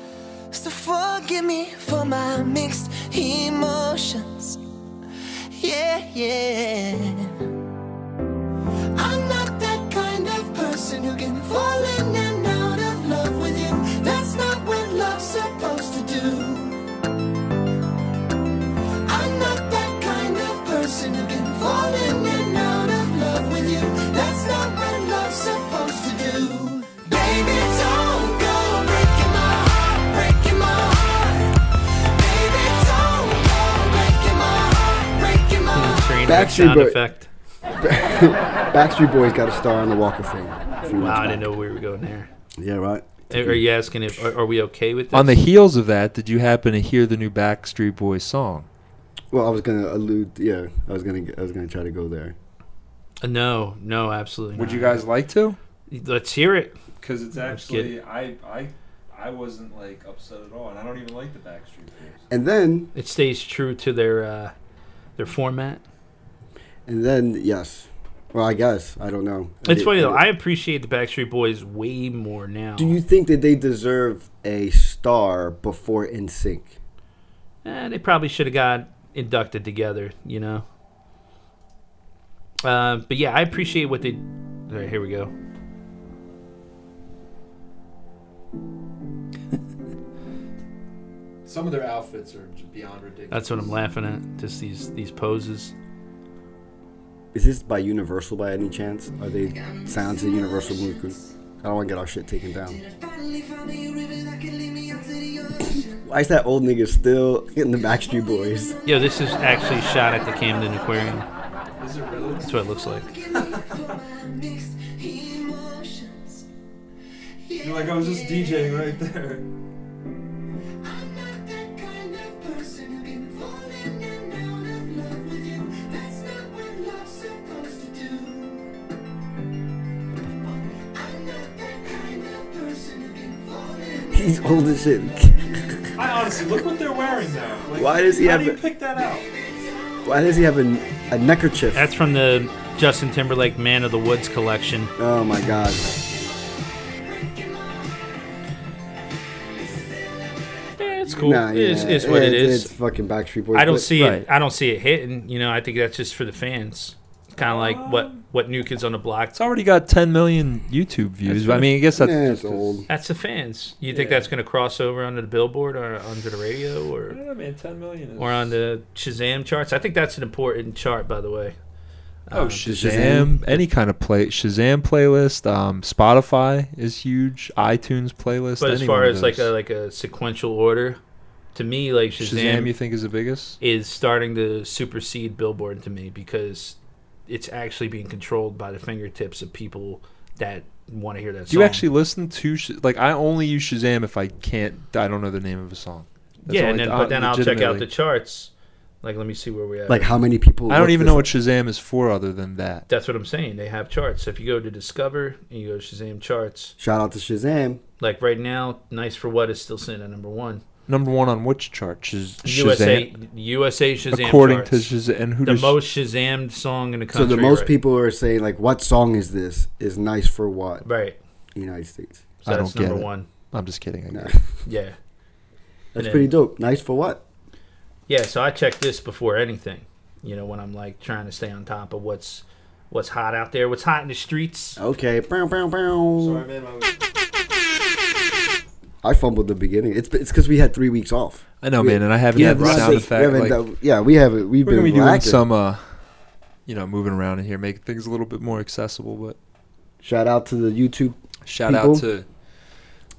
S9: So forgive me for my mixed emotions. Yeah, yeah. I'm not that kind of person who can fall in and out of love with you. That's not what love's supposed to do. I'm not that kind of person who can fall in and out of love with you. That's not what love's supposed to do. Baby, don't go breaking my heart, breaking my heart. Baby, don't go breaking my heart, breaking my heart.
S3: Train wreck
S1: Backstreet
S3: sound
S1: Boy-
S3: effect.
S1: Backstreet Boys got a star on the Walk of Fame. a few
S3: Wow,
S1: months
S3: I didn't
S1: back.
S3: know we were going there.
S1: Yeah, right.
S3: Are are you asking if are, are we okay with this?
S2: On the heels of that, did you happen to hear the new Backstreet Boys song?
S1: Well, I was gonna allude. Yeah, I was gonna. I was gonna try to go there.
S3: Uh, no, no, absolutely.
S2: Would
S3: not.
S2: you guys like to?
S3: Let's hear it.
S2: Because it's
S3: actually-
S2: I I I wasn't like upset at all, and I don't even like the Backstreet Boys.
S1: And then,
S3: It stays true to their uh, their format.
S1: and then, yes. Well, I guess I don't know. I
S3: It's
S1: did-
S3: funny though. I appreciate the Backstreet Boys way more now.
S1: Do you think that they deserve a star before NSYNC?
S3: Eh, they probably should have got inducted together, you know. Uh, but yeah, I appreciate what they All right, here we go.
S2: Some of their outfits are just beyond ridiculous.
S3: That's what I'm laughing at. Just these these poses.
S1: Is this by Universal by any chance? Are they sounds of Universal movie crew? I don't want to get our shit taken down. Why is that old nigga still in the Backstreet Boys? [laughs]
S3: Yeah, this is actually shot at the Camden Aquarium.
S2: Is it really?
S3: That's what it looks like.
S2: You're like, I was just DJing right there.
S1: He's old as shit.
S2: I honestly, look what they're wearing now.
S1: [laughs]
S2: Like,
S1: Why does he
S2: how
S1: have
S2: do you
S1: a-
S2: pick that out?
S1: Why does he have a, a neckerchief?
S3: That's from the Justin Timberlake Man of the Woods collection.
S1: oh my god.
S3: Yeah, Eh, it's cool.
S1: Nah,
S3: it's,
S1: yeah,
S3: it's what it is.
S1: It's fucking Backstreet Boys.
S3: I don't
S1: but-
S3: see
S2: right.
S3: it. I don't see it hitting. You know, I think that's just for the fans. Kind of like what what New Kids on the Block.
S2: It's already got 10 million YouTube views. I mean, I guess that's
S1: Yeah, eh, it's old.
S3: That's the fans. You think
S2: Yeah.
S3: that's going to cross over onto the Billboard or onto the radio or
S2: Yeah, man, 10 million. Is...
S3: or on the Shazam charts? I think that's an important chart, by the way.
S2: oh,
S1: Shazam.
S2: Shazam, any kind of play, Shazam playlist. Um, Spotify is huge. iTunes playlist.
S3: But as
S2: any
S3: far
S2: one of
S3: as like a
S2: those.
S3: like a sequential order, to me, like
S2: Shazam,
S3: Shazam,
S2: you think is the biggest?
S3: is starting to supersede Billboard to me because it's actually being controlled by the fingertips of people that want to hear that song.
S2: Do you actually listen to Sh- like I only use Shazam if I can't I don't know the name of a song. That's
S3: yeah,
S2: all
S3: and
S2: I- uh,
S3: then,
S2: I-
S3: but then I'll check out
S2: legitimately.
S3: the charts. Like, let me see where we at.
S1: Like how many people?
S2: I don't
S1: look
S2: even
S1: this
S2: know what Shazam is for other than that.
S3: that's what I'm saying. They have charts. So if you go to Discover and you go to Shazam charts,
S1: Shout out to Shazam.
S3: like right now, Nice for What is still sitting at number one.
S2: Number one on which chart? Shaz- Shazam.
S3: USA USA Shazam
S2: According
S3: charts.
S2: to Shazam, and who
S3: the
S2: does
S3: most Shazammed song in the
S1: So
S3: country.
S1: the most
S3: right?
S1: people are saying like, "What song is this? Is nice for what?"
S3: Right.
S1: United States.
S3: So
S2: I
S3: that's
S2: don't get
S3: number
S2: it.
S3: one.
S2: I'm just kidding. I
S1: Nah.
S2: guess.
S3: Yeah.
S1: That's
S3: then-
S1: pretty dope. Nice for what?
S3: Yeah, so I check this before anything. You know, when I'm like trying to stay on top of what's what's hot out there, what's hot in the streets.
S2: Oh,
S1: Okay. Bow, bow, bow.
S2: man.
S1: I fumbled the beginning. It's it's because we had three weeks off.
S2: I know,
S1: We-
S2: man, and I haven't
S1: we
S2: had
S1: haven't
S2: sound
S1: done-
S2: effect,
S1: we haven't
S2: like-
S1: done- yeah, we haven't. We've
S2: We're gonna
S1: been
S2: be doing
S1: lacking.
S2: some, uh, you know, moving around in here, making things a little bit more accessible. But
S1: Shout out to the YouTube
S2: shout
S1: People? Uh,
S2: out to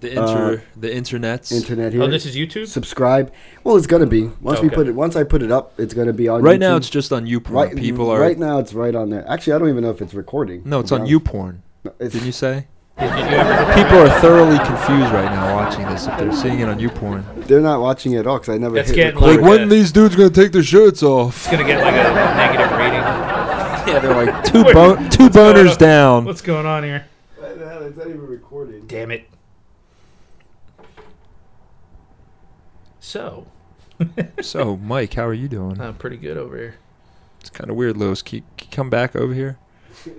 S2: the inter, the internets.
S1: internet here.
S3: Oh, this is YouTube.
S1: Subscribe. Well, it's gonna be once we
S3: Okay.
S1: put it. Once I put it up, it's gonna be on.
S2: right now,
S1: YouTube.
S2: it's just on YouPorn.
S1: right.
S2: People are
S1: right now. It's right on there. Actually, I don't even know if it's recording.
S2: no, it's
S1: to
S2: on
S1: be honest.
S2: YouPorn.
S1: No, it's-
S2: Didn't you say? People are thoroughly confused right now watching this if they're seeing it on YouPorn.
S1: They're not watching it at all because I never.
S3: That's
S1: hit
S3: getting
S1: record.
S3: like
S2: when
S3: that.
S2: these dudes gonna take their shirts off?
S3: It's gonna get like a negative rating.
S2: Yeah, they're like two
S3: Wait,
S2: bo- two
S3: going
S2: boners
S3: on?
S2: down.
S3: What's going on here?
S1: Why the hell? It's not even recording.
S3: Damn it. So
S2: So, Mike, how are you doing?
S3: I'm pretty good over here.
S2: It's kind of weird, Lewis. Can you can you come back over here?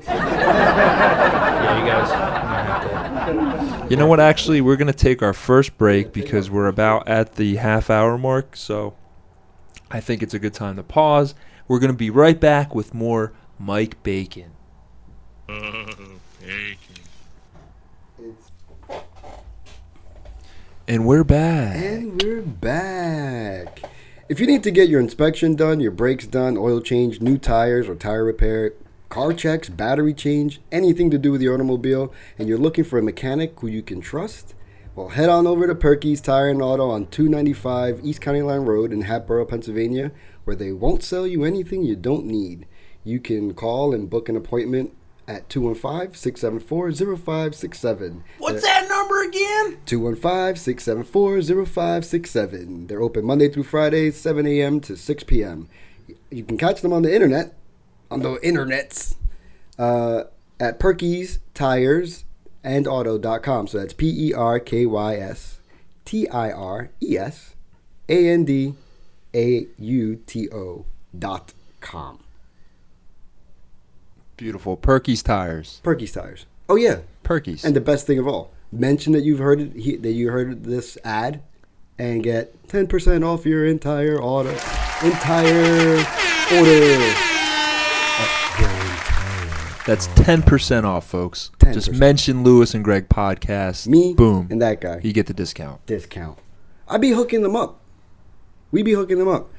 S3: Yeah, you guys. you have to-
S2: You know what? Actually, we're gonna take our first break because we're about at the half hour mark. So, I think it's a good time to pause. We're gonna be right back with more Mike Bacon. And we're back.
S1: And we're back. If you need to get your inspection done, your brakes done, oil change, new tires or tire repair, car checks, battery change, anything to do with your automobile, and you're looking for a mechanic who you can trust, well, head on over to Perky's Tire and Auto on 295 East County Line Road in Hatboro, Pennsylvania, where they won't sell you anything you don't need. You can call and book an appointment at 215 674 0567. What's 215-674-0567. They're open Monday through Friday, 7 a.m. to 6 p.m. You can catch them on the internet, on the internets, uh, at Perky's Tires and Auto.com. So that's E P-E-R-K-Y-S T-I-R-E-S A-N-D-A-U-T-O dot com.
S2: Beautiful. Perky's tires.
S1: Perky's Tires. Oh, yeah.
S2: Perky's.
S1: And the best thing of all, mention that you've heard it, he, that you heard this ad, and get ten percent off your entire order. Entire order. Of your entire
S2: That's ten percent off, folks.
S1: 10%.
S2: Just mention Lewis and Greg podcast.
S1: Me,
S2: boom,
S1: and that guy.
S2: you get the discount.
S1: discount. I be hooking them up. We be hooking them up.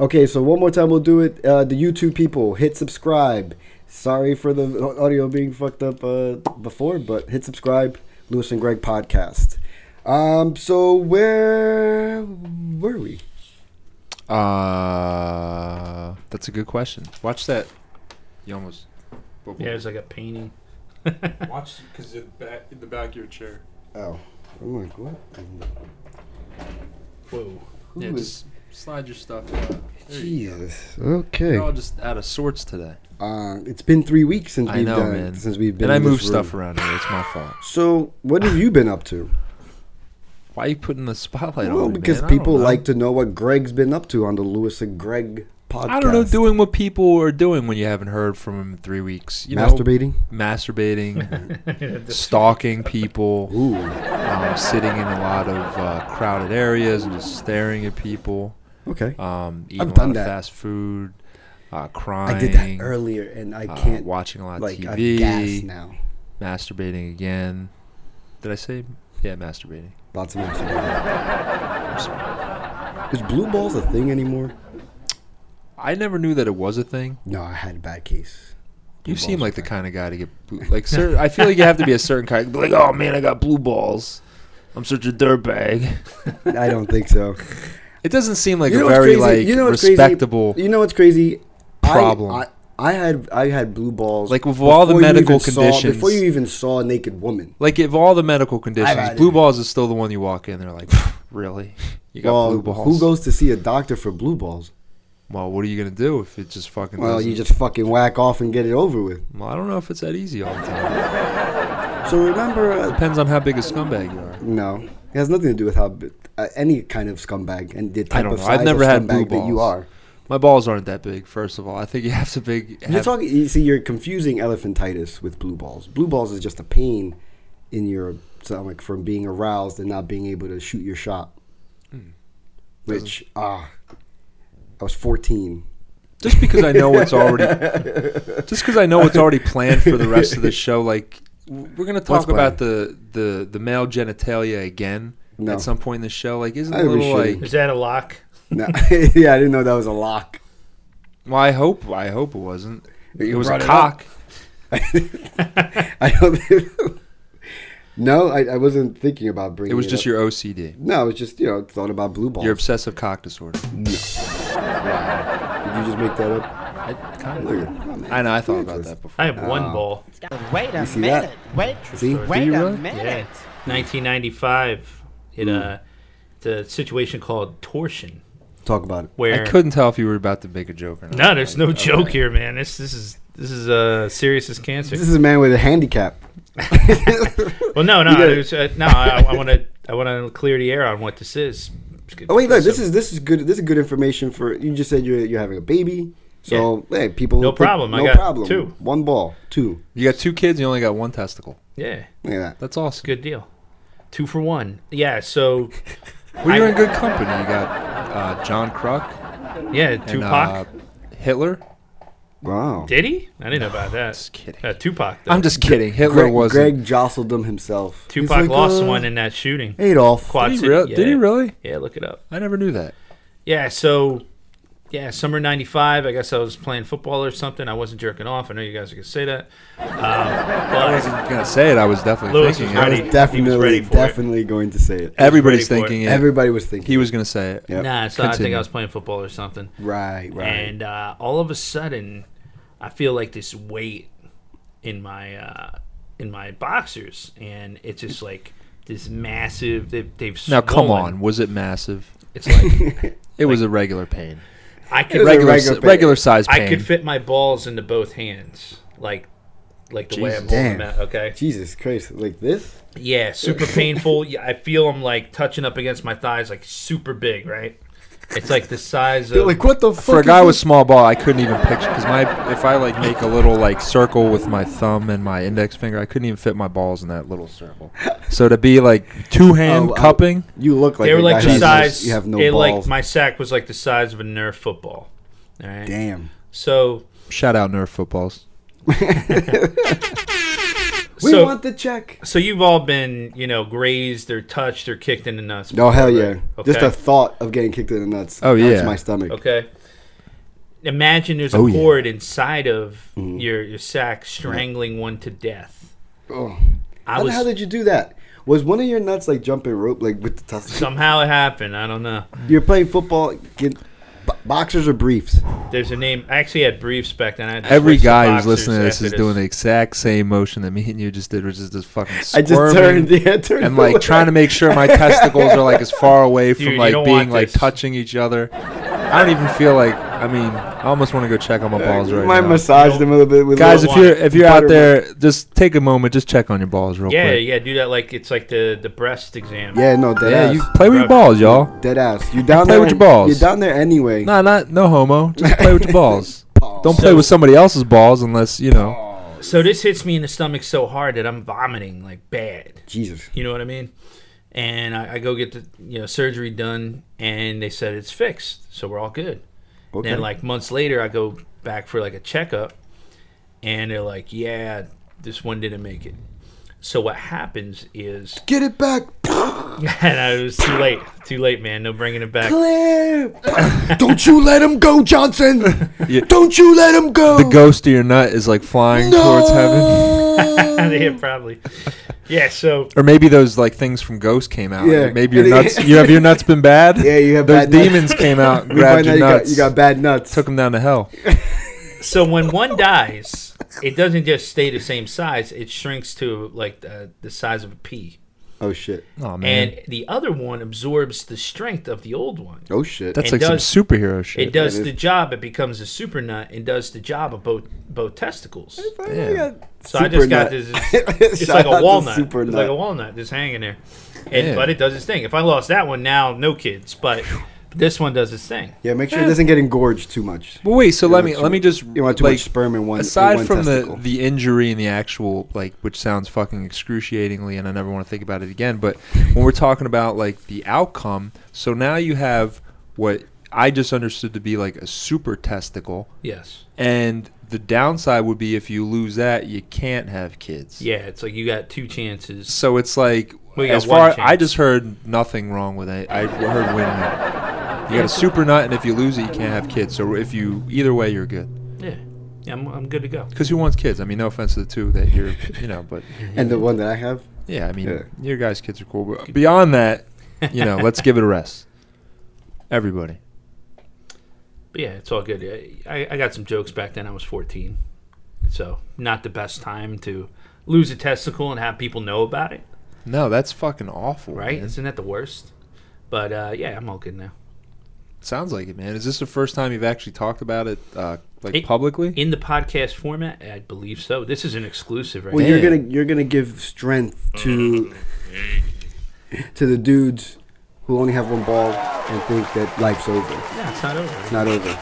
S1: Okay, so one more time we'll do it. Uh, the YouTube people, hit subscribe. Sorry for the audio being fucked up uh, before, but hit subscribe. Lewis and Greg podcast. Um, so where were we?
S2: Uh, that's a good question. Watch that. You almost.
S3: Yeah, it's like a painting.
S2: Watch because the back in the back of your chair.
S1: Oh, I'm like what?
S3: Whoa.
S1: Who
S2: yeah,
S1: is-
S2: just slide your stuff. Uh,
S1: Jesus. Okay.
S2: We're all just out of sorts today.
S1: Uh, it's been three weeks since
S2: I
S1: we've
S2: know,
S1: done
S2: man.
S1: since we've been.
S2: and I
S1: in this
S2: move
S1: room.
S2: stuff around here. It's my fault.
S1: So what have you been up to?
S2: Why are you putting the spotlight on
S1: Well,
S2: me, man?
S1: because
S2: I don't
S1: people
S2: know.
S1: like to know what Greg's been up to on the Lewis and Greg podcast.
S2: I don't know, doing what people are doing when you haven't heard from them in three weeks. You
S1: masturbating. [laughs]
S2: know, masturbating, stalking people,
S1: Ooh,
S2: um, sitting in a lot of uh, crowded areas and just staring at people,
S1: okay.
S2: um, eating
S1: I've
S2: a lot
S1: done
S2: of
S1: that.
S2: fast food, uh, crying.
S1: I did that earlier, and I
S2: uh,
S1: can't
S2: watching a lot of
S1: like
S2: TV,
S1: I gas now.
S2: masturbating again. Did I say? Yeah, masturbating.
S1: Lots of masturbating. Is blue balls a thing anymore?
S2: I never knew that it was a thing.
S1: No, I had a bad case.
S2: You
S1: Blue
S2: seem
S1: balls
S2: like the
S1: are
S2: kind of guy to get blue. Like, certain, I feel like you have to be a certain kind. Like, oh man, I got blue balls. I'm such a dirtbag.
S1: bad. I don't think so.
S2: It doesn't seem like
S1: You know
S2: a
S1: what's
S2: very
S1: crazy?
S2: like
S1: You know what's crazy?
S2: respectable.
S1: You know what's crazy? I-
S2: Problem.
S1: I, I had I had blue balls.
S2: Like, with all the
S1: before you
S2: medical
S1: even saw-
S2: conditions-
S1: before you even saw a naked woman.
S2: Like if all the medical
S1: had
S2: conditions,
S1: it.
S2: blue balls is still the one you walk in. They're like, really? You got
S1: Well,
S2: blue balls?
S1: who goes to see a doctor for blue balls?
S2: Well, what are you gonna do if it just fucking?
S1: Well,
S2: doesn't-
S1: you just fucking whack off and get it over with.
S2: Well, I don't know if it's that easy all the time.
S1: So remember, uh,
S2: Depends on how big a scumbag you are.
S1: no, it has nothing to do with how b- uh, any kind of scumbag and the type
S2: don't
S1: of
S2: know.
S1: size
S2: I've never
S1: of
S2: had
S1: scumbag
S2: blue
S1: that you
S2: balls.
S1: are.
S2: My balls aren't that big. First of all, I think you have to big.
S1: You're
S2: have-
S1: talking. You see, you're confusing elephantitis with blue balls. Blue balls is just a pain in your stomach from being aroused and not being able to shoot your shot.
S2: Hmm.
S1: Which ah, I was 14.
S2: just because I know
S1: [laughs]
S2: what's already just because I know what's already planned for the rest of the show. Like w- we're gonna talk
S1: What's
S2: about the, the the male genitalia again
S1: No.
S2: at some point in the show. Like isn't it a
S1: That'd be
S2: little
S1: shitty.
S2: like?
S3: Is that a lock?
S1: No, [laughs] yeah, I didn't know that was a lock. [laughs]
S2: Well, I hope I hope it wasn't. It
S1: You
S2: was a
S1: brought it
S2: cock.
S1: I don't. no, I, I wasn't thinking about bringing.
S2: It was
S1: it
S2: just
S1: up.
S2: your OCD,
S1: No, it was just you know thought about blue balls.
S2: your obsessive cock disorder.
S1: Did you just make that up?
S2: I kind
S1: Look at
S2: of. I know. I thought about
S1: Jesus.
S2: that before.
S3: I have one
S1: Oh.
S3: ball.
S8: Wait a
S1: see that?
S8: minute. Wait.
S1: See?
S8: Wait
S2: you
S8: a
S2: really?
S8: minute.
S3: 1995 in uh, a the situation called torsion
S1: Talk about it.
S2: I
S3: where
S2: couldn't tell if you were about to make a joke or not.
S3: no there's no
S2: Like,
S3: joke
S2: okay.
S3: here man this this is this is uh serious as cancer
S1: This is a man with a
S3: [laughs]
S1: handicap.
S3: well no no
S1: gotta-
S3: there's, uh, no i want to i want to clear the air on what this is
S1: Oh wait, look, this is this is good. This is good information for you. Just said you're you're having a baby, so hey, people.
S3: No
S1: think-
S3: problem, I
S1: No
S3: got
S1: problem.
S3: two.
S1: One ball. Two.
S2: You got two kids. You only got one testicle.
S3: yeah
S1: Look at that.
S2: That's awesome.
S3: good deal two for one yeah so
S2: Well, you're
S3: I-
S2: in good company. You got uh, John Kruk.
S3: yeah
S2: and,
S3: tupac
S2: uh, Hitler.
S1: Wow.
S3: did he i didn't know about that
S2: Just kidding.
S3: uh, tupac though.
S2: I'm just kidding. Hitler
S1: Greg,
S2: was
S1: Greg jostled him himself. He's
S3: tupac
S1: like,
S3: lost
S1: uh,
S3: one in that shooting
S1: Adolf.
S3: Quad
S2: Did he,
S3: City,
S2: real- did he
S3: yeah.
S2: really?
S3: yeah look it up
S2: I never knew that.
S3: Yeah, so yeah, summer '95. I guess I was playing football or something. I wasn't jerking off. I know you guys are gonna say that,
S2: [laughs] I
S3: um,
S2: wasn't gonna say it. I was definitely
S3: Lewis
S2: thinking.
S3: was
S2: it.
S3: ready. He was
S1: Definitely,
S3: ready for it.
S1: definitely going to say it.
S2: Everybody's
S3: ready for it.
S2: thinking it.
S1: Everybody was thinking.
S2: he was gonna say it.
S1: Yeah.
S3: but nah. So I think
S2: Continue.
S3: I was playing football or something,
S1: Right. Right.
S3: and uh, all of a sudden, I feel like this weight in my uh, in my boxers, and it's just like this massive. They, they've
S2: Now come
S3: swollen.
S2: on, was it massive?
S3: It's like
S2: It was a regular pain,
S3: I
S2: [laughs]
S1: It
S3: could
S1: was a
S2: regular
S1: regular
S2: si-
S1: pain.
S2: regular size pain.
S3: I could fit my balls into both hands, like like the way I'm
S2: Jesus.
S3: holding them
S1: Damn.
S3: out. Okay.
S1: Jesus Christ! Like this?
S2: [laughs]
S3: Yeah, super painful. Yeah, I feel them like touching up against my thighs, like super big, right? It's like the size of.
S1: Like what the fuck?
S2: For a
S1: is
S2: guy
S1: this?
S2: with small ball, I couldn't even picture because my if I like make a little like circle with my thumb and my index finger, I couldn't even fit my balls in that little circle. So to be like two hand
S1: Oh, I-
S2: cupping,
S1: You look like
S3: they were
S1: a guy
S3: like the
S1: who has-
S3: size.
S1: You have no
S3: it,
S1: balls.
S3: Like my sack was like the size of a Nerf football. All right.
S1: Damn.
S3: So
S2: shout out Nerf footballs.
S1: We
S3: so,
S1: want the check.
S3: so you've all been, you know, grazed or touched or kicked in the nuts.
S1: Oh hell yeah!
S3: before, right?
S1: Just
S3: Okay.
S1: the thought of getting kicked in the nuts.
S2: Oh,
S1: hurts
S2: yeah.
S1: my stomach.
S3: Okay. Imagine there's a
S2: Oh, yeah. Mm-hmm.
S3: cord inside of your your sack strangling one to death.
S1: Oh.
S3: I
S1: How the
S3: was
S1: hell did you do that? Was one of your nuts like jumping rope, like with the tussle?
S3: [laughs] somehow it happened. I don't know.
S1: [laughs] You're playing football, get bo- boxers or briefs.
S3: There's a name. I actually had briefs back then. I had to
S2: Every
S3: switch to
S2: guy who's
S3: boxers
S2: listening to this
S3: after
S2: is doing the exact same motion that me and you just did, which is just fucking
S1: I just
S2: squirming
S1: turned, [laughs] yeah, turned
S2: and like
S1: away.
S2: trying to make
S1: [laughs]
S2: sure my testicles are like as far away
S3: Dude,
S2: from
S3: you
S2: like
S3: don't
S2: being
S3: want
S2: like
S3: this.
S2: touching each other. I don't even feel like. I mean, I almost want to go check on my
S1: Uh,
S2: balls right
S1: might
S2: now.
S1: massage
S3: You
S1: them a little bit with
S2: Guys,
S1: a
S2: if
S1: little
S2: you're if you're out
S1: Buttermilk.
S2: there, just take a moment, just check on your balls real
S3: Yeah,
S2: quick.
S3: yeah, do that like it's like the the breast exam.
S1: yeah, no, dead
S2: Yeah,
S1: ass.
S2: you play with your balls, y'all.
S1: dead ass. You down
S2: Play
S1: there
S2: with your
S1: an-
S2: balls.
S1: You're down there anyway.
S2: Nah, not no homo. Just play with
S1: [laughs]
S2: your balls.
S1: Balls.
S2: Don't play
S3: So-
S2: with somebody else's balls unless you know.
S3: So this hits me in the stomach so hard that I'm vomiting like bad.
S1: Jesus.
S3: You know what I mean? And I, I go get the you know surgery done, and they said it's fixed, so we're all good.
S1: Okay.
S3: Then like months later, I go back for like a checkup, and they're like, "Yeah, this one didn't make it." So what happens is,
S1: [laughs] Get it back.
S3: [laughs] and I was too late, too late, man. No bringing it back. [laughs]
S1: Clip. Don't you let him go, Johnson.
S2: Yeah.
S1: Don't you let him go.
S2: The ghost of your nut is like flying towards heaven,
S3: they hit probably. Yeah. So
S2: or maybe those like things from Ghost came out.
S1: Yeah. [laughs]
S2: Maybe your nuts. You have your nuts been bad.
S1: Yeah, you have
S2: those
S1: bad nuts.
S2: demons came out, and
S1: [laughs] We find out
S2: grabbed your
S1: you got,
S2: nuts,
S1: you got bad nuts.
S2: took them down to hell.
S3: so when one dies, it doesn't just stay the same size; it shrinks to like the, the size of a pea.
S1: oh shit.
S2: Oh man,
S3: and the other one absorbs the strength of the old one.
S1: Oh shit.
S2: that's
S3: it
S2: like
S3: does-
S2: some superhero shit.
S3: It does
S1: it is.
S3: the job. It becomes a super nut and does the job of both both testicles.
S2: Yeah.
S3: So I just
S1: [laughs]
S3: got this. It's, it's like a walnut.
S1: Super
S3: It's
S1: nut.
S3: like a walnut just hanging there. And
S2: Yeah.
S3: but it does its thing. If I lost that one, now no kids. But this one does its thing.
S1: yeah, make sure it doesn't get engorged too much.
S2: Well, wait. So
S1: You
S2: let
S1: want
S2: me
S1: too
S2: let me
S1: much-
S2: just
S1: you want too
S2: like,
S1: much sperm in one- in
S2: Aside
S1: one
S2: from
S1: testicle.
S2: the the injury and the actual like, which sounds fucking excruciatingly, and I never want to think about it again. But when we're talking about like the outcome, so now you have what I just understood to be like a super testicle,
S3: Yes.
S2: and the downside would be if you lose that, you can't have kids.
S3: Yeah. It's like you got two chances.
S2: So it's like
S3: Well, you got
S2: as
S3: one
S2: far
S3: chance.
S2: I just heard nothing wrong with it. I heard winning. You got a super nut, and if you lose it, you can't have kids. So if you either way, you're good.
S3: Yeah. I'm, I'm good to go.
S2: Because who wants kids? I mean, no offense to the two
S1: [laughs]
S2: that you're, you know, but
S1: And the one that I have.
S2: yeah, I mean,
S1: Yeah.
S2: your guys' kids are cool. But beyond that, you know, let's give it
S1: [laughs]
S2: a rest. Everybody.
S3: But yeah, it's all good. I, I got some jokes back then. I was 14. So, not the best time to lose a testicle and have people know about it,
S2: No, that's fucking awful,
S3: right?
S2: man.
S3: Isn't that the worst? But uh, yeah, I'm all good now.
S2: Sounds like it, man. Is this the first time you've actually talked about it, uh, like
S3: It-
S2: publicly?
S3: In the podcast format, I believe so. This is an exclusive, right?
S1: Well,
S3: now.
S1: you're
S2: Yeah.
S1: gonna you're gonna give strength to to the dudes who only have one ball and think that life's over.
S3: Yeah, it's not over.
S1: It's not over.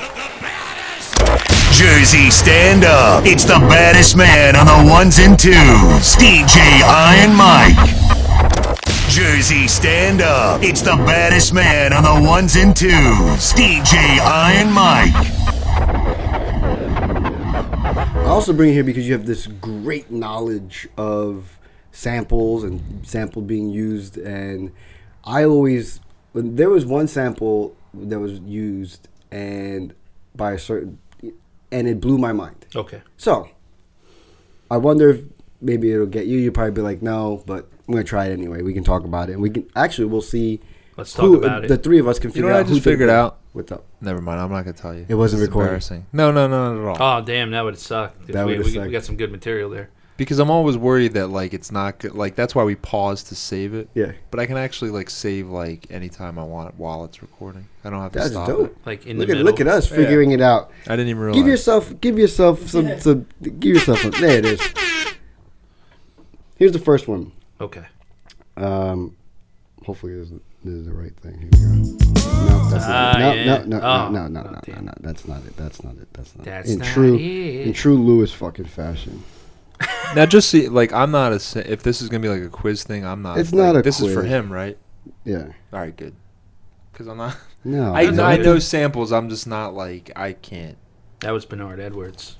S8: Jersey stand up. It's the baddest man on the ones and twos. DJ Iron Mike. Jersey stand up. It's the baddest man on the ones and twos. DJ Iron Mike.
S1: I also bring you here because you have this great knowledge of samples and sample being used. And I always, when there was one sample that was used and by a certain, and it blew my mind.
S3: Okay.
S1: So I wonder if maybe it'll get you. You'll probably be like, no, but I'm going to try it anyway. We can talk about it. And we can, actually, we'll see. uh,
S3: Let's talk about it.
S1: The three of us can figure
S2: what I
S1: out who
S2: just
S1: did
S2: figured
S1: what.
S2: out?
S1: What's up?
S2: Never mind. I'm not gonna tell you.
S1: It wasn't
S2: This is
S1: recorded. Uh,
S2: Embarrassing. No, no, no, not at all.
S3: Oh, damn, that would suck. 'cause
S1: That
S3: we,
S1: would've
S3: we,
S1: sucked.
S3: we got some good material there.
S2: because I'm always worried that like it's not good. Like that's why we pause to save it.
S1: Yeah.
S2: But I can actually like save like anytime I want while it's recording. I don't have to
S1: That's
S2: stop. it.
S1: dope.
S3: Like in
S1: Look
S3: the
S1: at,
S3: middle.
S1: look at us figuring it out.
S2: I didn't even realize.
S1: Give yourself, give yourself some, some, give yourself some. There it is. Here's the first one.
S3: Okay.
S1: Um, hopefully this, this is the right thing. Here we go. No, that's not
S3: Ah,
S1: it. No,
S3: yeah.
S1: no, no, no,
S3: Oh,
S1: no, no, no, no,
S3: damn.
S1: no, That's not it. That's not it. That's not
S3: That's
S1: it. In
S3: not
S1: true,
S3: it.
S1: in true Lewis fucking fashion.
S2: now just see like I'm not a sa- if this is gonna be like a quiz thing I'm not.
S1: It's
S2: like,
S1: not a
S2: This is for
S1: quiz.
S2: him, right?
S1: Yeah.
S2: All right, good. Because I'm not.
S1: No.
S2: I,
S1: no.
S2: I know samples. I'm just not like I can't.
S3: That was Bernard Edwards.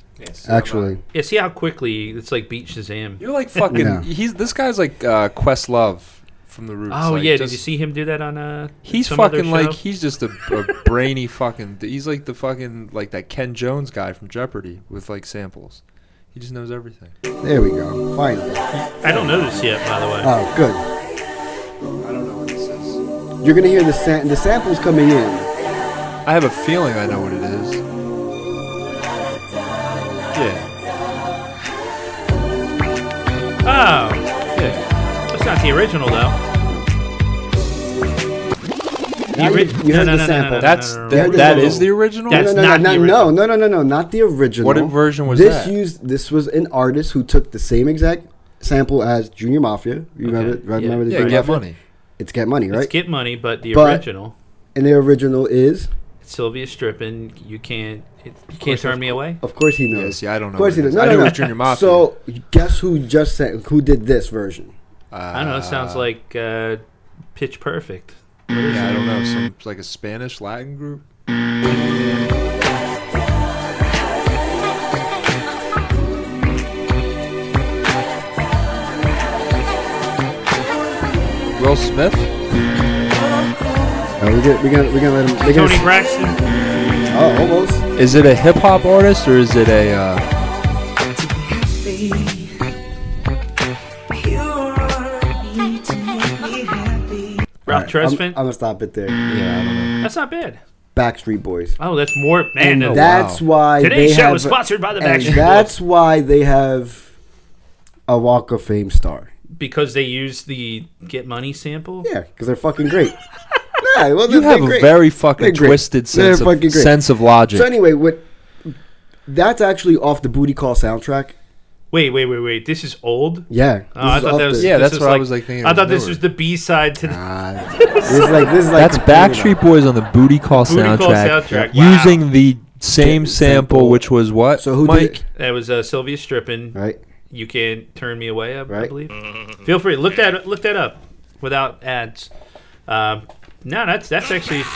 S1: Actually,
S3: Yeah, see how quickly it's like beat Shazam.
S2: You're like fucking.
S1: Yeah.
S2: He's this guy's like uh, Questlove from the Roots.
S3: Oh
S2: like,
S3: yeah, did
S2: just-
S3: you see him do that on uh?
S2: He's
S3: some other
S2: fucking like
S3: show?
S2: he's just a, a brainy fucking. He's like the fucking like that Ken Jones guy from Jeopardy with like samples. He just knows everything.
S1: there we go. Finally.
S3: I don't know this yet, by the way.
S1: Oh, good.
S2: I don't know what this is.
S1: You're gonna hear the sa- the samples coming in.
S2: I have a feeling I know what it is. Yeah,
S3: oh,
S2: yeah.
S3: that's not the original though.
S1: Now
S3: ori-
S1: you, you
S3: no,
S1: heard the
S3: no, no, no,
S1: sample.
S3: no, no.
S2: That's
S1: Yeah,
S2: that, that is the
S1: no.
S2: original.
S3: That's
S1: no, no,
S3: not
S1: no,
S3: the
S1: no, no, no, no, no, not the original.
S2: What version was
S1: this
S2: that?
S1: Used this was an artist who took the same exact sample as Junior Mafia. You remember?
S3: Okay,
S1: it? Remember
S3: yeah.
S1: the
S2: yeah,
S1: Junior
S2: get
S1: Mafia?
S2: money.
S1: It's Get Money, right?
S3: It's Get Money, but the
S1: But-
S3: original.
S1: and the original is,
S3: Sylvia stripping. You can't. It, you can't turn me away.
S1: of course, he knows.
S2: Yeah, see, I don't
S1: Of
S2: know.
S1: course,
S2: what
S1: he knows.
S2: it is.
S1: No,
S2: I
S1: no,
S2: knew
S1: no.
S2: it was Junior Mafia.
S1: So guess who just sang, who did this version?
S3: I don't know. It sounds like uh, Pitch Perfect.
S2: Yeah, I don't know. Some like a Spanish Latin group. Will Smith?
S1: Uh, we get, we're gonna we're gonna let him. We're
S3: Tony
S1: gonna,
S3: Braxton.
S1: oh, almost.
S2: Is it a hip hop artist or is it a? Uh,
S3: Ralph
S1: I'm, I'm
S3: Tresvant.
S1: gonna stop it there.
S2: yeah, I don't know.
S3: That's not bad.
S1: Backstreet Boys.
S3: Oh, that's more
S1: And
S3: man. that-
S1: that's why
S3: Today's
S1: they
S3: show
S1: have,
S3: is sponsored by the
S1: and
S3: Backstreet
S1: that's why they have a Walk of Fame star.
S3: Boys because they used the Get Money sample.
S1: Yeah, because they're fucking
S3: [laughs]
S1: great. yeah, well,
S2: You
S1: they're
S2: have a
S1: great.
S2: very fucking
S1: They're great.
S2: twisted
S1: They're
S2: sense of,
S1: fucking great.
S2: sense of logic.
S1: So anyway, what? That's actually off the Booty Call soundtrack.
S3: Wait, wait, wait, wait. This is old.
S1: Yeah,
S3: Oh, I
S1: is
S3: thought
S1: off
S3: that was
S1: the-
S2: Yeah,
S3: this
S2: that's what I was, like, thinking it
S3: I
S2: was
S3: thought this
S2: newer.
S3: was the B side to the.
S1: Ah, this is like this is like
S2: That's
S1: completely-
S2: Backstreet Boys on the Booty Call
S3: Booty Call
S2: soundtrack,
S3: soundtrack, wow.
S2: using the same
S1: Yeah,
S2: sample,
S1: sample.
S2: which was what?
S1: So who did
S2: Mike?
S1: it?
S3: That was uh, Sylvia Strippin.
S1: Right.
S3: You can't turn me away. I, I
S1: Right.
S3: believe. Feel free. Look that. Look that up, without ads. Um, no, that's that's actually.
S1: So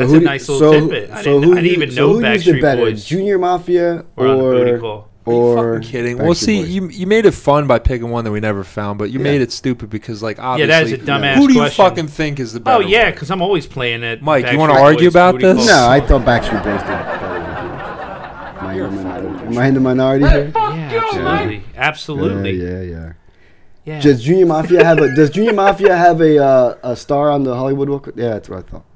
S3: That's
S1: who
S3: a
S1: did-
S3: nice little tidbit. I didn't- I didn't
S1: u-
S3: even know
S1: who used it
S3: Backstreet
S1: better,
S3: Boys
S1: Junior Mafia
S3: were
S1: or
S3: on the booty call.
S1: or
S2: fucking kidding. Well,
S1: Backstreet
S2: see,
S1: Boys?
S2: you you made it fun by picking one that we never found, but you made it stupid because, like, obviously,
S3: that is a dumbass
S2: Who do you
S3: question.
S2: fucking think is the
S3: Oh
S2: better?
S3: yeah,
S2: one?
S3: because I'm always playing it.
S2: Mike, you
S3: want
S2: wanna
S3: to
S2: argue about this?
S1: no, I thought Backstreet Boys did better. Than Booty Call. Am I in the minority- Am I in the minority here?
S3: yeah, absolutely, absolutely. Yeah,
S1: Yeah, yeah, yeah. Does Junior Mafia have a Does Junior Mafia have a uh, a star on the Hollywood Walk? of- Yeah, that's what I thought.
S3: That-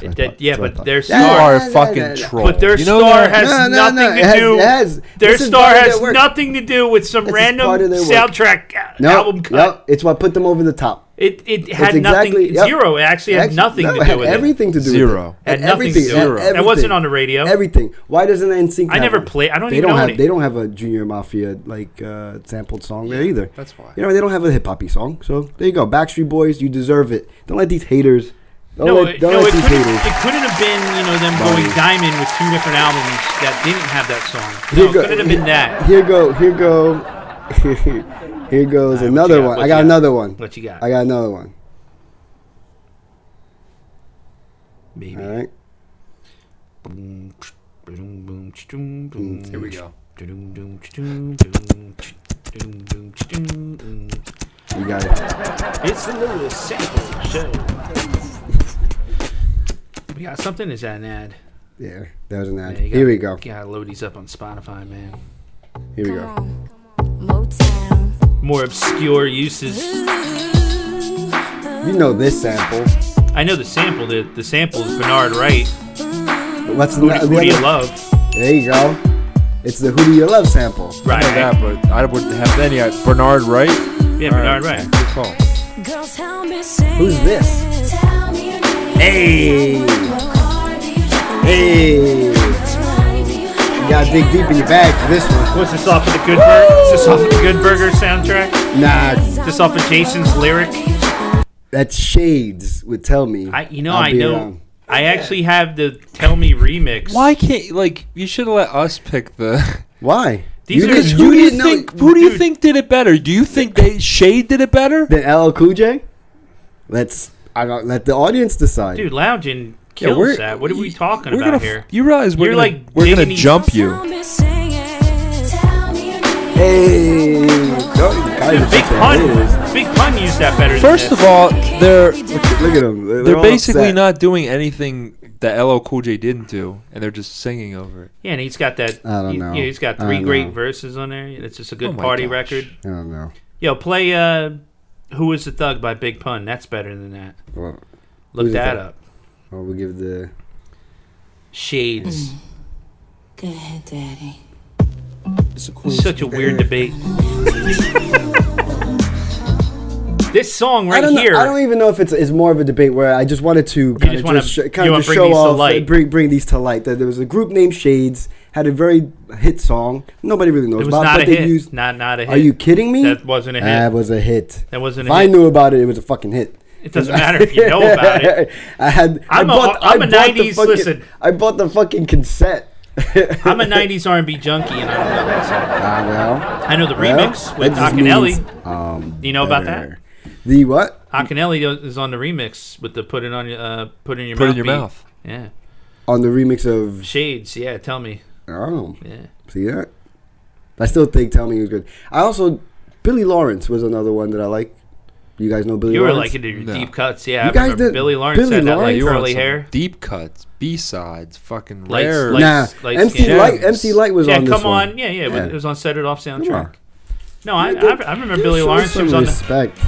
S1: That's what I
S3: yeah,
S1: thought.
S3: but their
S2: You
S3: star,
S2: are a
S1: Yeah, yeah,
S2: fucking
S1: yeah, yeah.
S2: troll.
S3: but their
S2: You know
S3: star
S2: that?
S3: has
S1: No, no,
S3: nothing
S1: no,
S3: to
S1: it has-
S3: do.
S1: it has-
S3: their
S1: this is
S3: star
S1: part of
S3: has
S1: their work.
S3: nothing to do with some
S1: This is
S3: random
S1: part of their work.
S3: soundtrack uh,
S1: No,
S3: album cut.
S1: yep, it's what put them over the top.
S3: It it had
S1: exactly-
S3: nothing
S1: yep.
S3: zero. It actually had
S1: Actu-
S3: nothing
S1: no,
S3: to
S1: it [laughs]
S3: do
S1: had
S3: with it.
S1: everything to do
S2: Zero.
S1: with it.
S3: Had nothing to do
S1: had
S3: with it. That wasn't on the radio.
S1: Everything. Why doesn't NSYNC?
S3: I
S1: have
S3: never
S1: it?
S3: play- I don't
S1: they
S3: even
S1: don't
S3: know
S1: have.
S3: any.
S1: They don't have a Junior Mafia like uh, sampled song there either.
S2: that's why.
S1: You know they don't have a hip hoppy song. So there you go, Backstreet Boys. You deserve it. Don't let these haters. Don't
S3: No,
S1: let,
S3: it,
S1: don't
S3: no,
S1: let
S3: it
S1: these
S3: couldn't,
S1: haters.
S3: it couldn't have been you know them going diamond with two different albums that didn't have that song.
S1: Here
S3: No, it
S1: go-
S3: couldn't have been that.
S1: Here go, [laughs] here go, here goes another
S3: got?
S1: one.
S3: What
S1: I
S3: you
S1: got
S3: got?
S1: another one.
S3: What you got?
S1: I got another one.
S3: Maybe.
S1: All right.
S3: Here
S2: Here we go.
S3: It's
S1: You got it.
S3: the Lewis Sample Show. We got something. Is that an ad?
S1: Yeah, that was an ad.
S3: Yeah, you
S1: here we
S3: gotta-
S1: go.
S3: Gotta load these up on Spotify, man.
S1: Here we go.
S3: More obscure uses.
S1: You know this sample.
S3: I know the sample. The, the sample is Bernard Wright.
S1: What's the,
S3: Who, do-
S1: the
S3: who do you
S1: other-
S3: love?
S1: There you go. It's the Who Do You Love sample.
S3: Right.
S2: I know that, but I wouldn't have any. I- Bernard Wright.
S3: Yeah,
S2: All
S3: Bernard Wright.
S2: Good call.
S1: Who's this? Hey. Hey. You gotta dig deep in your bag for this one.
S3: Was this off of the Good Burger? Is this off of the Good Burger soundtrack?
S1: Nah,
S3: Is this off of Jason's lyric?
S1: that's Shades would tell me.
S3: I, you know,
S1: I'll
S3: i
S1: be
S3: know.
S1: wrong.
S3: I actually have the Tell Me remix.
S2: Why can't like you should have let us pick the? [laughs]
S1: Why?
S3: These are-
S1: didn't-
S3: Because
S2: who do you
S1: didn't know-
S2: think? Who do you
S3: Dude.
S2: think did it better? Do you think they Shade did it better?
S1: than LL Cool J? Let's I don't, let the audience decide.
S3: Dude, Loungin kills
S2: we're-
S3: that. What are we talking
S2: we're
S3: about
S2: gonna,
S3: here?
S2: You realize we're
S3: You're
S2: gonna,
S3: like
S2: we're
S3: digging
S2: gonna
S3: these-
S2: jump you.
S1: Hey, oh, guys,
S3: Dude, big pun. Big pun used that better.
S2: First
S3: than
S2: of all, they're
S1: Look at them. They're,
S2: they're
S1: all
S2: basically
S1: upset.
S2: not doing anything that LL Cool J didn't do, and they're just singing over it.
S3: yeah, and he's got that.
S1: I don't
S3: you- you
S1: know.
S3: he's got
S1: I
S3: three
S1: don't
S3: great
S1: know.
S3: verses on there. It's just a
S2: Oh
S3: good
S2: my
S3: party
S2: gosh.
S3: record.
S1: I don't know.
S3: Yo, play uh, "Who Is the Thug" by Big Pun. That's better than that.
S1: Well,
S3: Look
S1: Who's the
S3: that
S1: Thug?
S3: up.
S1: well, we give the.
S2: Mm.
S3: Shades.
S10: Go ahead, Daddy.
S3: Such a weird debate. [laughs] this song
S1: I
S3: right
S1: don't know.
S3: here.
S1: I don't even know if it's, it's more of a debate where I just wanted to kind
S3: just
S1: of
S3: wanna-
S1: just, sh-
S3: you
S1: kind
S3: wanna
S1: of just
S3: bring
S1: show
S3: these to
S1: off,
S3: light.
S1: bring bring these to light. That there was a group named Shades had a very hit song. Nobody really knows
S3: it was
S1: about,
S3: not
S1: but
S3: a
S1: they
S3: hit.
S1: used.
S3: not not a hit.
S1: Are you kidding me?
S3: That wasn't a hit.
S1: That was a hit.
S3: That wasn't a
S1: If I
S3: hit.
S1: knew about it, it was a fucking hit. [laughs]
S3: It doesn't matter if you know about it.
S1: I had. I
S3: I'm a-
S1: bought, I
S3: I'm a
S1: bought the
S3: 90s
S1: fucking-
S3: listen.
S1: I bought the fucking cassette. [laughs]
S3: I'm a '90s R&B junkie, and I don't know that song.
S1: Ah, well,
S3: I know the
S1: well,
S3: remix with
S1: that just
S3: Akinelli.
S1: means, Um,
S3: Do you know about that?
S1: better. The what?
S3: Akinelli is on the remix with the "Put It on Your uh, Put It in Your
S2: Put it
S3: Mouth."
S2: in your
S3: beat.
S2: mouth.
S3: Yeah.
S1: On the remix of
S3: Shades. Yeah. Tell me.
S1: Oh,
S3: Yeah.
S1: see that? I still think Tell Me was good. I also Billy Lawrence was another one that I like. You guys know Billy
S3: You were
S1: Lawrence?
S3: like into your
S2: No.
S3: deep cuts. Yeah.
S1: You
S3: I
S1: guys
S3: remember
S1: did-
S3: Billy Lawrence
S1: Billy
S3: had that
S1: Lawrence-
S3: like
S2: You want
S3: curly
S2: some
S3: hair.
S2: deep cuts, B sides, fucking
S3: Lights-
S2: rare.
S3: lights-
S1: nah,
S3: light
S1: MC
S3: skin.
S1: Light, MC Light was
S3: yeah,
S1: on this
S3: come
S1: one.
S3: on. Yeah, yeah, it was-
S1: Yeah.
S3: It was on Set It Off
S1: Come on.
S3: soundtrack. No, I,
S1: Yeah, dude,
S3: I, I remember
S1: dude,
S3: Billy
S1: show
S3: Lawrence. She
S1: Some
S3: was on the
S1: respect.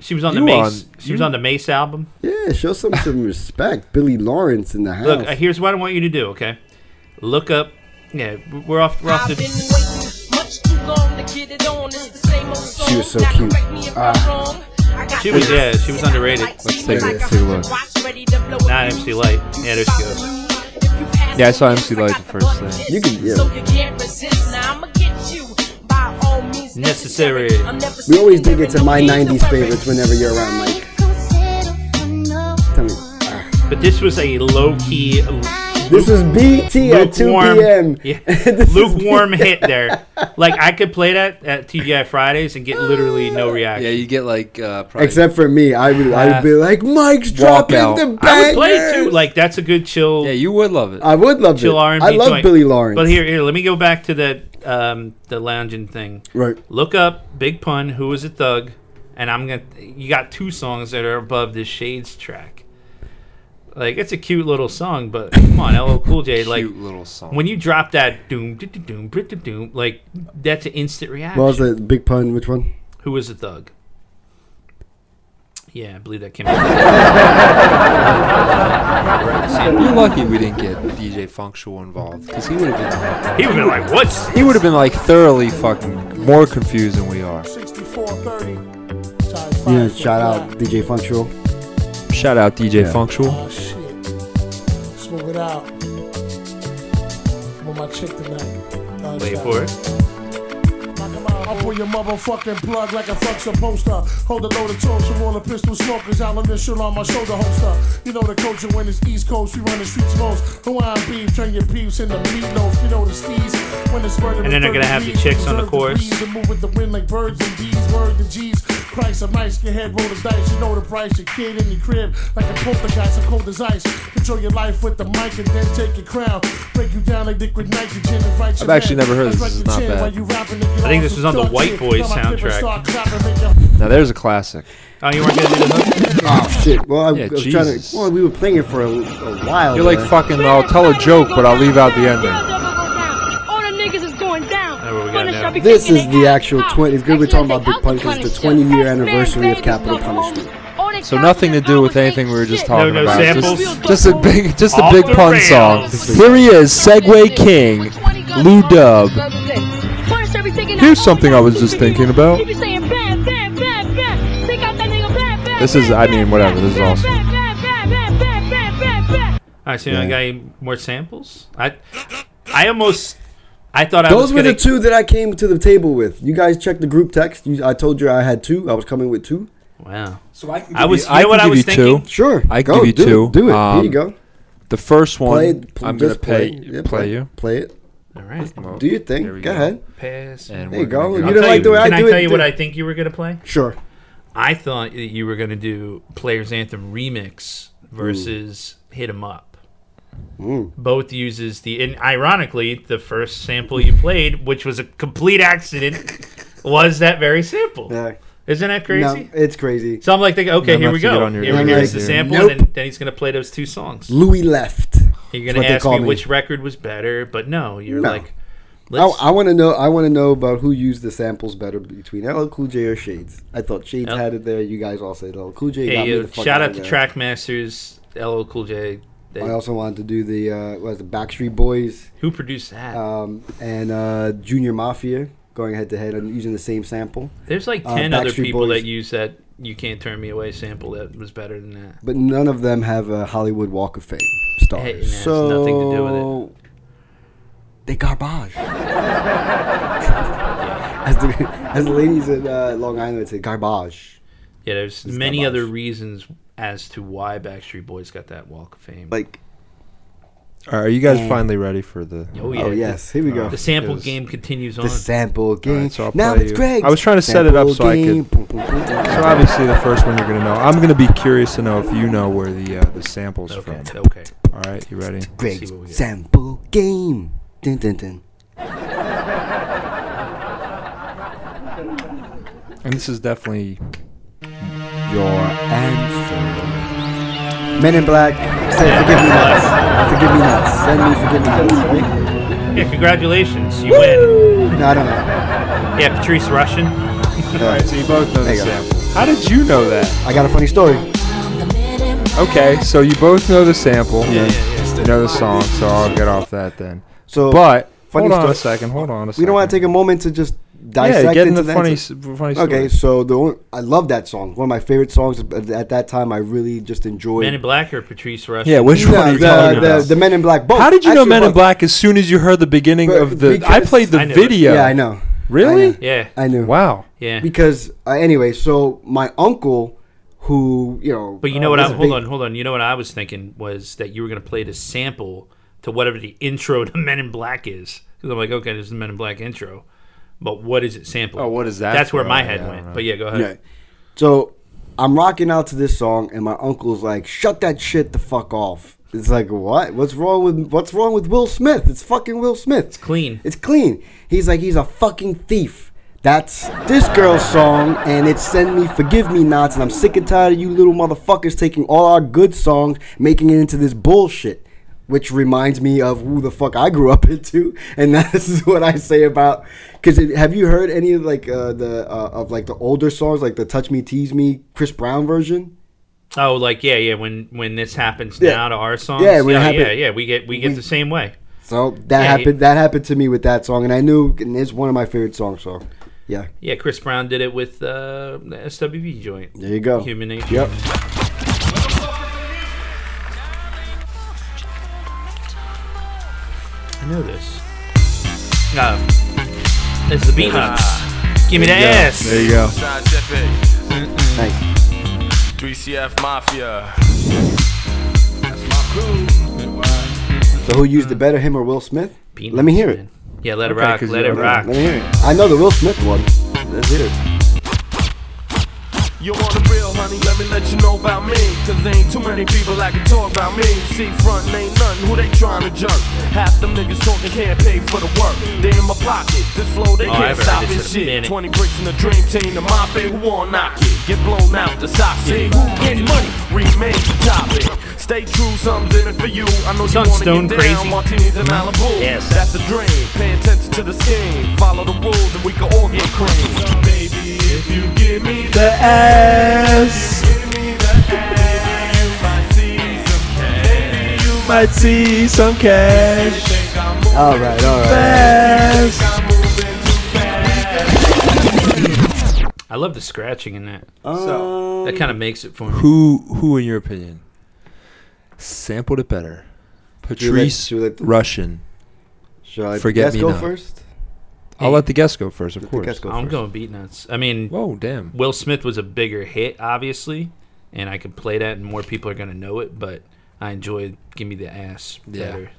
S3: she was on the
S2: You
S3: Mace.
S2: on-
S3: she was on the Mace album.
S1: Yeah, show some some respect. Billy Lawrence in the house.
S3: Look, uh, here's what I want you to do. Okay, look up. Yeah, we're off. We're off
S7: I've been
S3: the.
S7: waiting much too long to get it on. It's the same old song.
S1: She was so
S7: Now
S1: cute.
S7: correct me if I'm
S1: Ah.
S7: wrong. I got
S3: She was-
S7: the-
S3: yeah, she was underrated.
S2: Let's take
S1: a- take a look.
S7: Watch, ready to blow it.
S3: Not MC Light. Yeah, there she goes.
S2: Yeah, I saw MC Light the first thing.
S1: You can- yeah.
S7: So you can't resist. Now I'ma get you. By all means
S3: Necessary.
S7: I'm never
S1: we always dig
S7: secondary,
S1: into
S7: no
S1: my
S7: need to
S1: '90s
S7: worry.
S1: favorites whenever you're around, Mike. Tell me, ah.
S3: But this was a low key,
S1: this was BT at 2 p.m.
S3: lukewarm, [laughs] yeah,
S1: [laughs] This is- [laughs]
S3: lukewarm hit there. Like I could play that at TGI Fridays and get literally
S1: [laughs]
S3: no
S2: Yeah,
S3: reaction.
S2: you get like uh, probably
S1: Except for me, I would I would be like, Mike's
S2: Walk
S1: dropping
S2: out.
S1: the bangers.
S3: I would play it too. Like that's a good chill.
S2: yeah, you would love it.
S1: I would love
S3: chill
S1: it.
S3: R and
S1: I love Billy Lawrence.
S3: But here, here, let me go back to that um, the lounging thing.
S1: right?
S3: Look up Big Pun, Who Is a Thug, and I'm gonna. You got two songs that are above this Shades track. Like it's a cute little song, but come on, LL Cool J.
S2: Cute
S3: Like
S2: little song.
S3: when you drop that doom, doom, doom, doom, doom, doom, like that's an instant reaction.
S1: What was that big pun? Which one?
S3: Who is a thug? Yeah, I believe that came out.
S2: You're lucky we didn't get DJ Functional involved because he would have been
S3: he would be like, "What's?"
S2: he would have been like thoroughly fucking more confused than we are.
S1: You know, shout out DJ Functional.
S2: Shout out DJ
S1: Yeah.
S2: Functional.
S11: Oh, Shit. Smoke it out. I'm on my chick tonight. Uh,
S3: Wait
S11: stop.
S3: for it.
S11: I'll pull your motherfucking plug like a fuck supposed to. Hold a load of torch from all the pistol smokers. I'll initial on my shoulder holster. You know the culture when it's East Coast, we run the streets most. Hawaiian beef, turn your peeps into meatloaf. You know the steez when it's murder.
S3: And then they're gonna have the chicks on the chorus.
S11: And move with the wind like birds and bees. Word the G's. Price of mice, your head roll the dice. You know the price. Your kid in your crib like a poltergeist, I'm cold as ice. Control your life with the mic and then take your crown. Break you down like liquid nitrogen. Invite your
S2: I've actually
S11: man.
S2: never heard this.
S11: Strike
S2: This is
S11: your
S2: not
S11: chin
S2: bad.
S11: while you rapping and
S3: I think this was on the White Boys soundtrack.
S2: Now there's a classic.
S3: Oh, you weren't gonna do the hook?
S1: Oh shit! Well, I,
S2: Yeah,
S1: I was trying
S2: Jesus.
S1: to. Well, we were playing it for a, a while.
S2: You're like
S1: there.
S2: fucking. I'll tell a joke, but I'll leave out the ending.
S3: There we go now.
S1: This is the actual 20. It's good we're talking about Big Pun because it's the 20 year anniversary of Capital Punishment.
S2: So nothing to do with anything we were just talking
S3: No, no
S2: about.
S3: samples?
S2: Just, just a big, just a
S3: Off
S2: big
S3: the
S2: pun
S3: rails.
S2: song. Um, Here he is, Segway King, Lou Dub. Here's something I was just thinking about. This is, I mean, whatever. This is awesome.
S3: All right, so you know, I got more samples. I, I almost, I thought I was
S1: Those were
S3: gonna.
S1: the two that I came to the table with. You guys checked the group text. You, I told you I had two. I was coming with two.
S3: Wow.
S2: So I can
S3: I was. You
S2: I
S3: know what
S2: can give
S3: I was
S2: you
S3: thinking?
S2: two.
S1: Sure.
S2: I can
S1: go,
S2: give you
S1: do
S2: two.
S1: It, do it.
S2: Um,
S1: Here you go.
S2: The first one,
S1: Play it. pl-
S2: I'm gonna
S1: just
S2: pay,
S1: Yeah,
S2: play you.
S1: Play it.
S3: All right.
S1: Do your thing.
S2: There we
S1: Go,
S2: go.
S1: ahead.
S3: Pass.
S2: And
S1: There you
S2: we're
S1: go.
S2: gonna
S1: You
S2: I'll
S1: didn't
S2: tell
S1: like the way I
S3: Can I
S1: do
S3: tell
S1: it,
S3: you what
S1: do-
S3: I think you were gonna play?
S1: Sure.
S3: I thought that you were gonna do Players Anthem remix versus hit 'em up. Both uses the and ironically the first sample you played, which was a
S1: [laughs]
S3: complete accident, was that very sample. Isn't that crazy?
S1: No, it's crazy.
S3: So I'm like thinking, okay,
S1: Then
S3: here we
S1: that's to get
S3: go.
S1: on your
S3: Here,
S1: ears
S3: here's the
S1: here.
S3: sample,
S1: Nope.
S3: and then, then he's gonna play those two songs.
S1: Louis left.
S3: You're
S1: That's
S3: gonna
S1: what they
S3: ask
S1: call
S3: me,
S1: me.
S3: which record was better, but no, you're
S1: No. Oh,
S3: like,
S1: I,
S3: let's
S1: I want to know. I want to know about who used the samples better between LL Cool J or Shades. I thought Shades
S3: Yep.
S1: had it there. You guys all said LL Cool J. got
S3: hey,
S1: me
S3: yo,
S1: the fuck
S3: shout out
S1: outta
S3: to
S1: there.
S3: Trackmasters, LL Cool J. They,
S1: I also wanted to do the uh, what was the Backstreet Boys.
S3: Who produced that?
S1: Um, and uh, Junior Mafia going head to head and using the same sample.
S3: there's like
S1: Uh,
S3: ten other
S1: Backstreet
S3: people
S1: Boys,
S3: that use that "You Can't Turn Me Away" sample that was better than that.
S1: but none of them have a Hollywood Walk of Fame star.
S3: Hey, it has
S1: so
S3: nothing to do with
S1: it. They garbage. [laughs] as, the, as the ladies at uh, Long Island say, garbage.
S3: Yeah, there's
S1: It's
S3: many other reasons as to why Backstreet Boys got that Walk of Fame.
S1: Like,
S2: All right, are you guys
S1: And-
S2: finally ready for the?
S3: oh yeah,
S1: Oh, yes. Here we go.
S3: The sample
S1: Yes.
S3: game continues on.
S1: The sample game.
S2: so I'll
S1: now
S2: play
S1: it's
S2: you-
S1: Greg.
S2: I was trying to set it up so I could- So obviously the first one you're gonna know. I'm gonna be curious to know if you know where the uh, the samples
S3: Okay,
S2: from.
S3: okay.
S2: All right, you ready?
S1: Greg's sample game. Dun, dun, dun.
S2: And this is definitely your answer.
S1: Men in Black. Say, forgive me nuts. Forgive me nuts. Send me forgive me nuts.
S3: Yeah, congratulations, you win.
S1: No, I don't know.
S3: Yeah, Patrice Russian.
S2: All right, so you both know
S1: There
S2: the
S1: you go.
S2: sample. How did you know that?
S1: I got a funny story.
S2: Okay, so you both know the sample. You know the song, so I'll get off that then.
S1: So,
S2: but
S1: funny
S2: hold on a
S1: sto-
S2: second. Hold on a
S1: We
S2: second.
S1: don't want to take a moment to just dissect
S2: get into
S1: into
S2: funny
S1: that.
S2: s- funny
S1: Okay,
S2: stories.
S1: so the one- I love that song. One of my favorite songs at at that time. I really just enjoyed.
S3: Men in Black or Patrice Russian?
S2: Yeah, which
S1: No,
S2: one are you
S1: the,
S2: talking
S1: the,
S2: about?
S1: the Men in Black. Both.
S2: How did you know
S1: Actually,
S2: Men in
S1: both.
S2: Black as soon as you heard the beginning
S1: But
S2: of the? I
S1: because-
S2: played the
S1: I knew it.
S2: video.
S1: Yeah, I know. I
S2: Really?
S1: know.
S3: Yeah.
S1: I knew.
S2: Wow.
S3: Yeah.
S1: Because uh, anyway, so my uncle, who you know,
S3: But you
S1: uh,
S3: know what? I,
S1: was a
S3: hold
S1: big-
S3: on, hold on. You know what I was thinking was that you were going to play the sample to whatever the intro to [laughs] Men in Black is. Because I'm like, okay, this is the Men in Black intro, but what is it sample?
S2: Oh, what is that
S3: That's where
S2: for?
S3: my
S2: Oh,
S3: head
S2: yeah, I don't
S3: went.
S2: know.
S3: But yeah, go ahead.
S1: Yeah. So I'm rocking out to this song, and my uncle's like, "Shut that shit the fuck off." It's like, what? What's wrong with What's wrong with Will Smith? It's fucking Will Smith. It's
S3: clean.
S1: It's clean. He's like, he's a fucking thief. That's this girl's song, and it's "Send Me Forgive Me Nots," and I'm sick and tired of you little motherfuckers taking all our good songs, making it into this bullshit. Which reminds me of who the fuck I grew up [laughs] into, and this is what I say about. Because have you heard any of like uh, the uh, of like the older songs, like the "Touch Me, Tease Me" Chris Brown version?
S3: Oh, like yeah, yeah. When when this happens
S1: Yeah.
S3: now to our songs,
S1: Yeah, when it
S3: yeah,
S1: happened-
S3: yeah, yeah, We get we get the same way.
S1: So that
S3: Yeah,
S1: happened. That happened to me with that song, and I knew, and it's one of my favorite songs. So, yeah,
S3: Yeah, Chris Brown did it with uh, the SWV joint.
S1: there you go.
S3: Human nature.
S1: Yep.
S3: I know this. No, it's the beat. Give me the
S2: Yeah,
S3: ass.
S2: There you go.
S12: Scientific.
S1: Thanks.
S12: 3CF Mafia.
S1: So who used it better, him or Will Smith?
S3: Peanuts,
S1: let me hear it.
S3: Yeah, let it rock. Let it rock.
S1: Let me hear it. I know the Will Smith one. Let's hear it.
S12: You want the real, honey? Let me let you know about me. Cause there ain't too many people that can talk about me. See, front ain't none. Who they trying to jerk? Half them niggas talking can't pay for the work. They in my pocket. This flow, they
S3: Oh, I've heard
S12: can't stop
S3: this
S12: this
S3: in a minute.
S12: shit. 20 bricks in the dream team. The mob ain't who won't knock it. Get blown out the socket. See, who getting money? Remains the topic. Stay true, something's in it for you. I know
S3: Sounds
S12: you
S3: stone
S12: wanna get
S3: crazy.
S12: down. Martinis and
S2: Mm-hmm.
S12: Malibu.
S3: Yes.
S12: That's the dream. Pay attention to the scheme. Follow the rules and we can all get cream. Baby, if you give me the
S2: ass. You might see some cash.
S1: All right, all right.
S2: Fast.
S3: I love the scratching in that.
S1: So
S3: that kind of makes it for me.
S2: Who who in your opinion sampled it better? Patrice
S1: should we let the-
S2: Russian.
S1: Should I
S2: Forget
S1: guess
S2: me
S1: go
S2: not.
S1: first?
S2: I'll let the guest go first, of
S1: Let the
S2: course.
S1: guest go
S3: I'm
S1: first.
S3: going beat nuts. I mean,
S2: Whoa, damn.
S3: Will Smith was a bigger hit, obviously, and I could play that, and more people are gonna know it. But I enjoyed "Give Me the Ass"
S2: Yeah.
S3: better.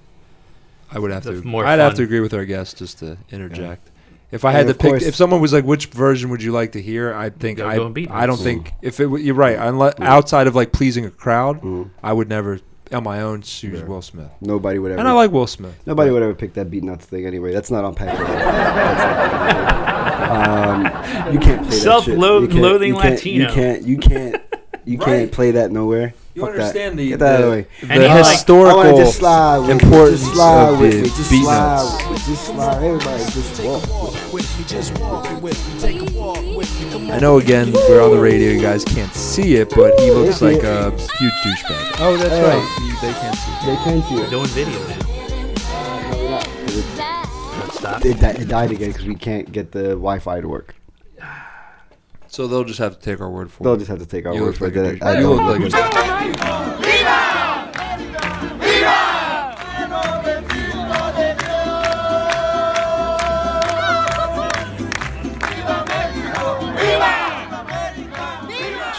S2: I would have
S3: The
S2: to.
S3: more
S2: I'd have
S3: fun.
S2: to agree with our guest just to interject. If I had
S1: And
S2: to
S1: of
S2: pick,
S1: course-
S2: if someone was like, "Which version would you like to hear?" I think
S3: Gotta
S2: I.
S3: go and beat
S2: I don't
S3: us.
S2: think if it. w- You're right. Unless outside of like pleasing a crowd, I would never. on my own choose Will Smith.
S1: Nobody would ever.
S2: And I like Will Smith.
S1: Nobody would ever pick that beat nuts thing anyway. That's not on package. um, you can't play that shit.
S3: Self-loath-
S1: You can't-
S3: loathing
S1: you can't-
S3: Latino.
S1: You can't. You can't.
S2: [laughs]
S1: You can't play that nowhere.
S2: You
S1: Fuck that.
S2: understand the-
S1: Get that out of
S2: the-
S1: the way.
S2: And the you like-
S1: I wanna
S2: historical
S1: just slide with it,
S2: importance
S1: just slide
S2: of
S1: with
S2: the
S1: it, just
S2: beat
S1: slide
S2: nuts.
S1: with it, just slide. Everybody just walk.
S6: With me, just walk with me, take a walk with me. Come
S2: I know again we're on the radio, you guys can't see it, but he looks
S1: Yeah.
S2: like a huge douchebag. Oh, that's
S1: Hey.
S2: right. They can't see.
S1: They can't see
S3: We're
S1: it.
S3: doing video now. Stop.
S1: It, di- it died again because we can't get the Wi-Fi to work.
S2: So they'll just have to take our word for
S1: They'll
S2: it.
S1: just have to take our
S2: You
S1: word
S2: look
S1: for
S2: like
S1: it.
S2: a
S1: that
S2: douche-
S1: I
S2: you
S1: don't
S2: look like a
S1: look
S2: douche-
S1: like-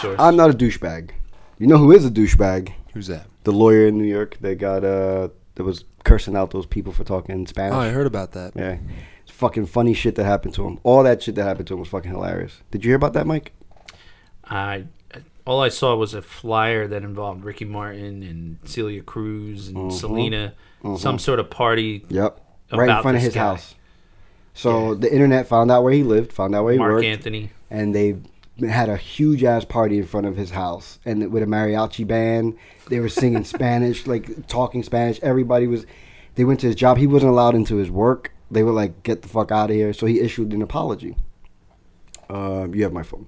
S3: Sure.
S1: I'm not a douchebag. You know who is a douchebag?
S2: Who's that?
S1: The lawyer in New York that got uh that was cursing out those people for talking in Spanish.
S2: Oh, I heard about that.
S1: Yeah. It's fucking funny shit that happened to him. All that shit that happened to him was fucking hilarious. Did you hear about that, Mike?
S3: I all I saw was a flyer that involved Ricky Martin and Celia Cruz and Selena, some sort of party.
S1: Mm-hmm. Yep. right in
S3: About
S1: front of
S3: this
S1: his
S3: guy.
S1: house. So the internet found out where he lived, found out where he
S3: Mark
S1: worked,
S3: Anthony.
S1: and they had a huge ass party in front of his house, and with a mariachi band, they were singing
S3: [laughs]
S1: Spanish, like talking Spanish. Everybody was. They went to his job. He wasn't allowed into his work. They were like, "Get the fuck out of here!" So he issued an apology. Um, you have my phone.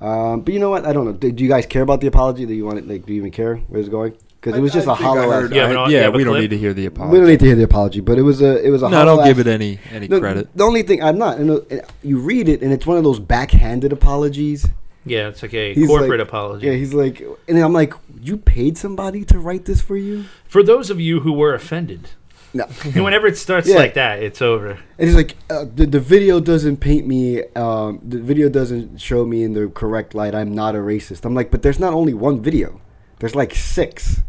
S1: Um, but you know what? I don't know. Do, do you guys care about the apology? Do you want it? Like, do you even care where it's going? Because it was
S2: I-
S1: just
S2: I
S1: a
S2: think I
S1: hollow.
S2: heard-
S1: ass.
S3: Yeah,
S2: I-
S3: but I'll-
S2: yeah,
S3: yeah, but
S2: we don't
S3: clip.
S2: need to hear the
S1: We Uh, don't
S2: apology.
S1: need to hear the apology, but it was a it was a.
S2: No, don't
S1: hollow-ass-
S2: give it any any
S1: No,
S2: credit.
S1: The only thing I'm not, and uh, and you read it, and it's one of those backhanded apologies.
S3: Yeah, it's like a
S1: He's
S3: corporate
S1: like-
S3: apology.
S1: Yeah, he's like, and I'm like, you paid somebody to write this for you?
S3: For those of you who were offended, [laughs]
S1: No.
S3: and whenever it starts
S1: [laughs] Yeah.
S3: like that, it's over.
S1: And he's like, uh, the, the video doesn't paint me, um, the video doesn't show me in the correct light. I'm not a racist. I'm like, but there's not only one video, there's like six.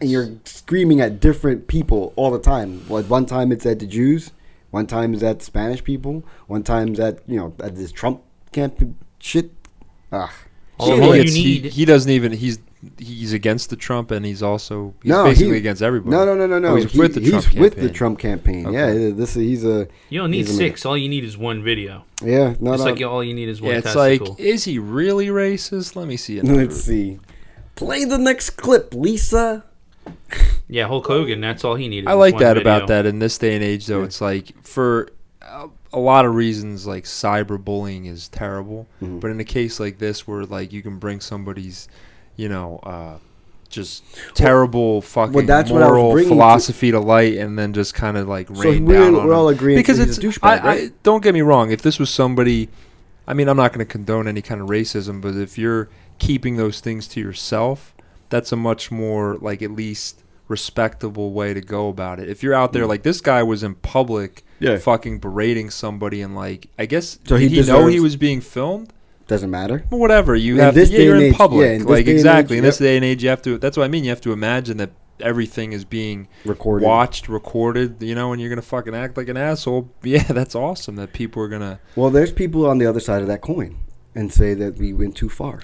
S1: And you're screaming at different people all the time. Like one time it's at the Jews, one time it's at Spanish people, one time it's at, you know, at this Trump camp shit. Ah.
S3: All
S2: he,
S3: all you
S2: gets- he-
S3: need.
S2: he doesn't even he's he's against the Trump and he's also he's
S1: No,
S2: basically
S1: he-
S2: against everybody.
S1: No, no, no, no, no.
S2: Oh, he's
S1: He-
S2: with the Trump
S1: he's with the
S2: campaign.
S1: Trump campaign. Yeah, this he's a
S3: You don't need
S1: he's a-
S3: six. All you need is one video.
S1: Yeah, no,
S3: It's
S1: no. [laughs]
S3: like all you need is
S2: uh,
S3: one
S2: Yeah, it's
S3: testicle.
S2: like is he really racist? Let me see another.
S1: Let's see. Play the next clip, Lisa.
S3: yeah, Hulk Hogan. That's all he needed.
S2: I
S3: was
S2: like
S3: one
S2: that
S3: video.
S2: about that in this day and age, though. It's like for a, a lot of reasons, like cyberbullying is terrible.
S1: Mm-hmm.
S2: But in a case like this, where like you can bring somebody's, you know, uh, just terrible fucking
S1: that's what I was
S2: moral
S1: bringing to-
S2: philosophy to, light, and then just kind of like rain
S1: So
S2: down
S1: we're-
S2: on
S1: we're
S2: them.
S1: all agreeing
S2: because
S1: that
S2: it's
S1: he's a douchebag,
S2: I, I-
S1: right?
S2: don't get me wrong. If this was somebody, I mean, I'm not going to condone any kind of racism, but if you're keeping those things to yourself, that's a much more like at least respectable way to go about it. If you're out there like this guy was in public,
S1: Mm. Yeah.
S2: fucking berating somebody, and like I guess
S1: So
S2: did
S1: he
S2: he, know
S1: deserves-
S2: he was being filmed?
S1: Doesn't matter.
S2: Well, whatever you
S1: In
S2: have,
S1: this
S2: to, yeah,
S1: day
S2: you're
S1: and
S2: in
S1: age-
S2: public,
S1: yeah, in this
S2: like
S1: day and
S2: exactly.
S1: age,
S2: in this
S1: yep.
S2: day and age, you have to. That's what I mean. You have to imagine that everything is being
S1: Recorded.
S2: watched, recorded. You know, and you're gonna fucking act like an asshole. [laughs] Yeah, that's awesome. That people are gonna.
S1: Well, there's people on the other side of that coin and say that we went too far.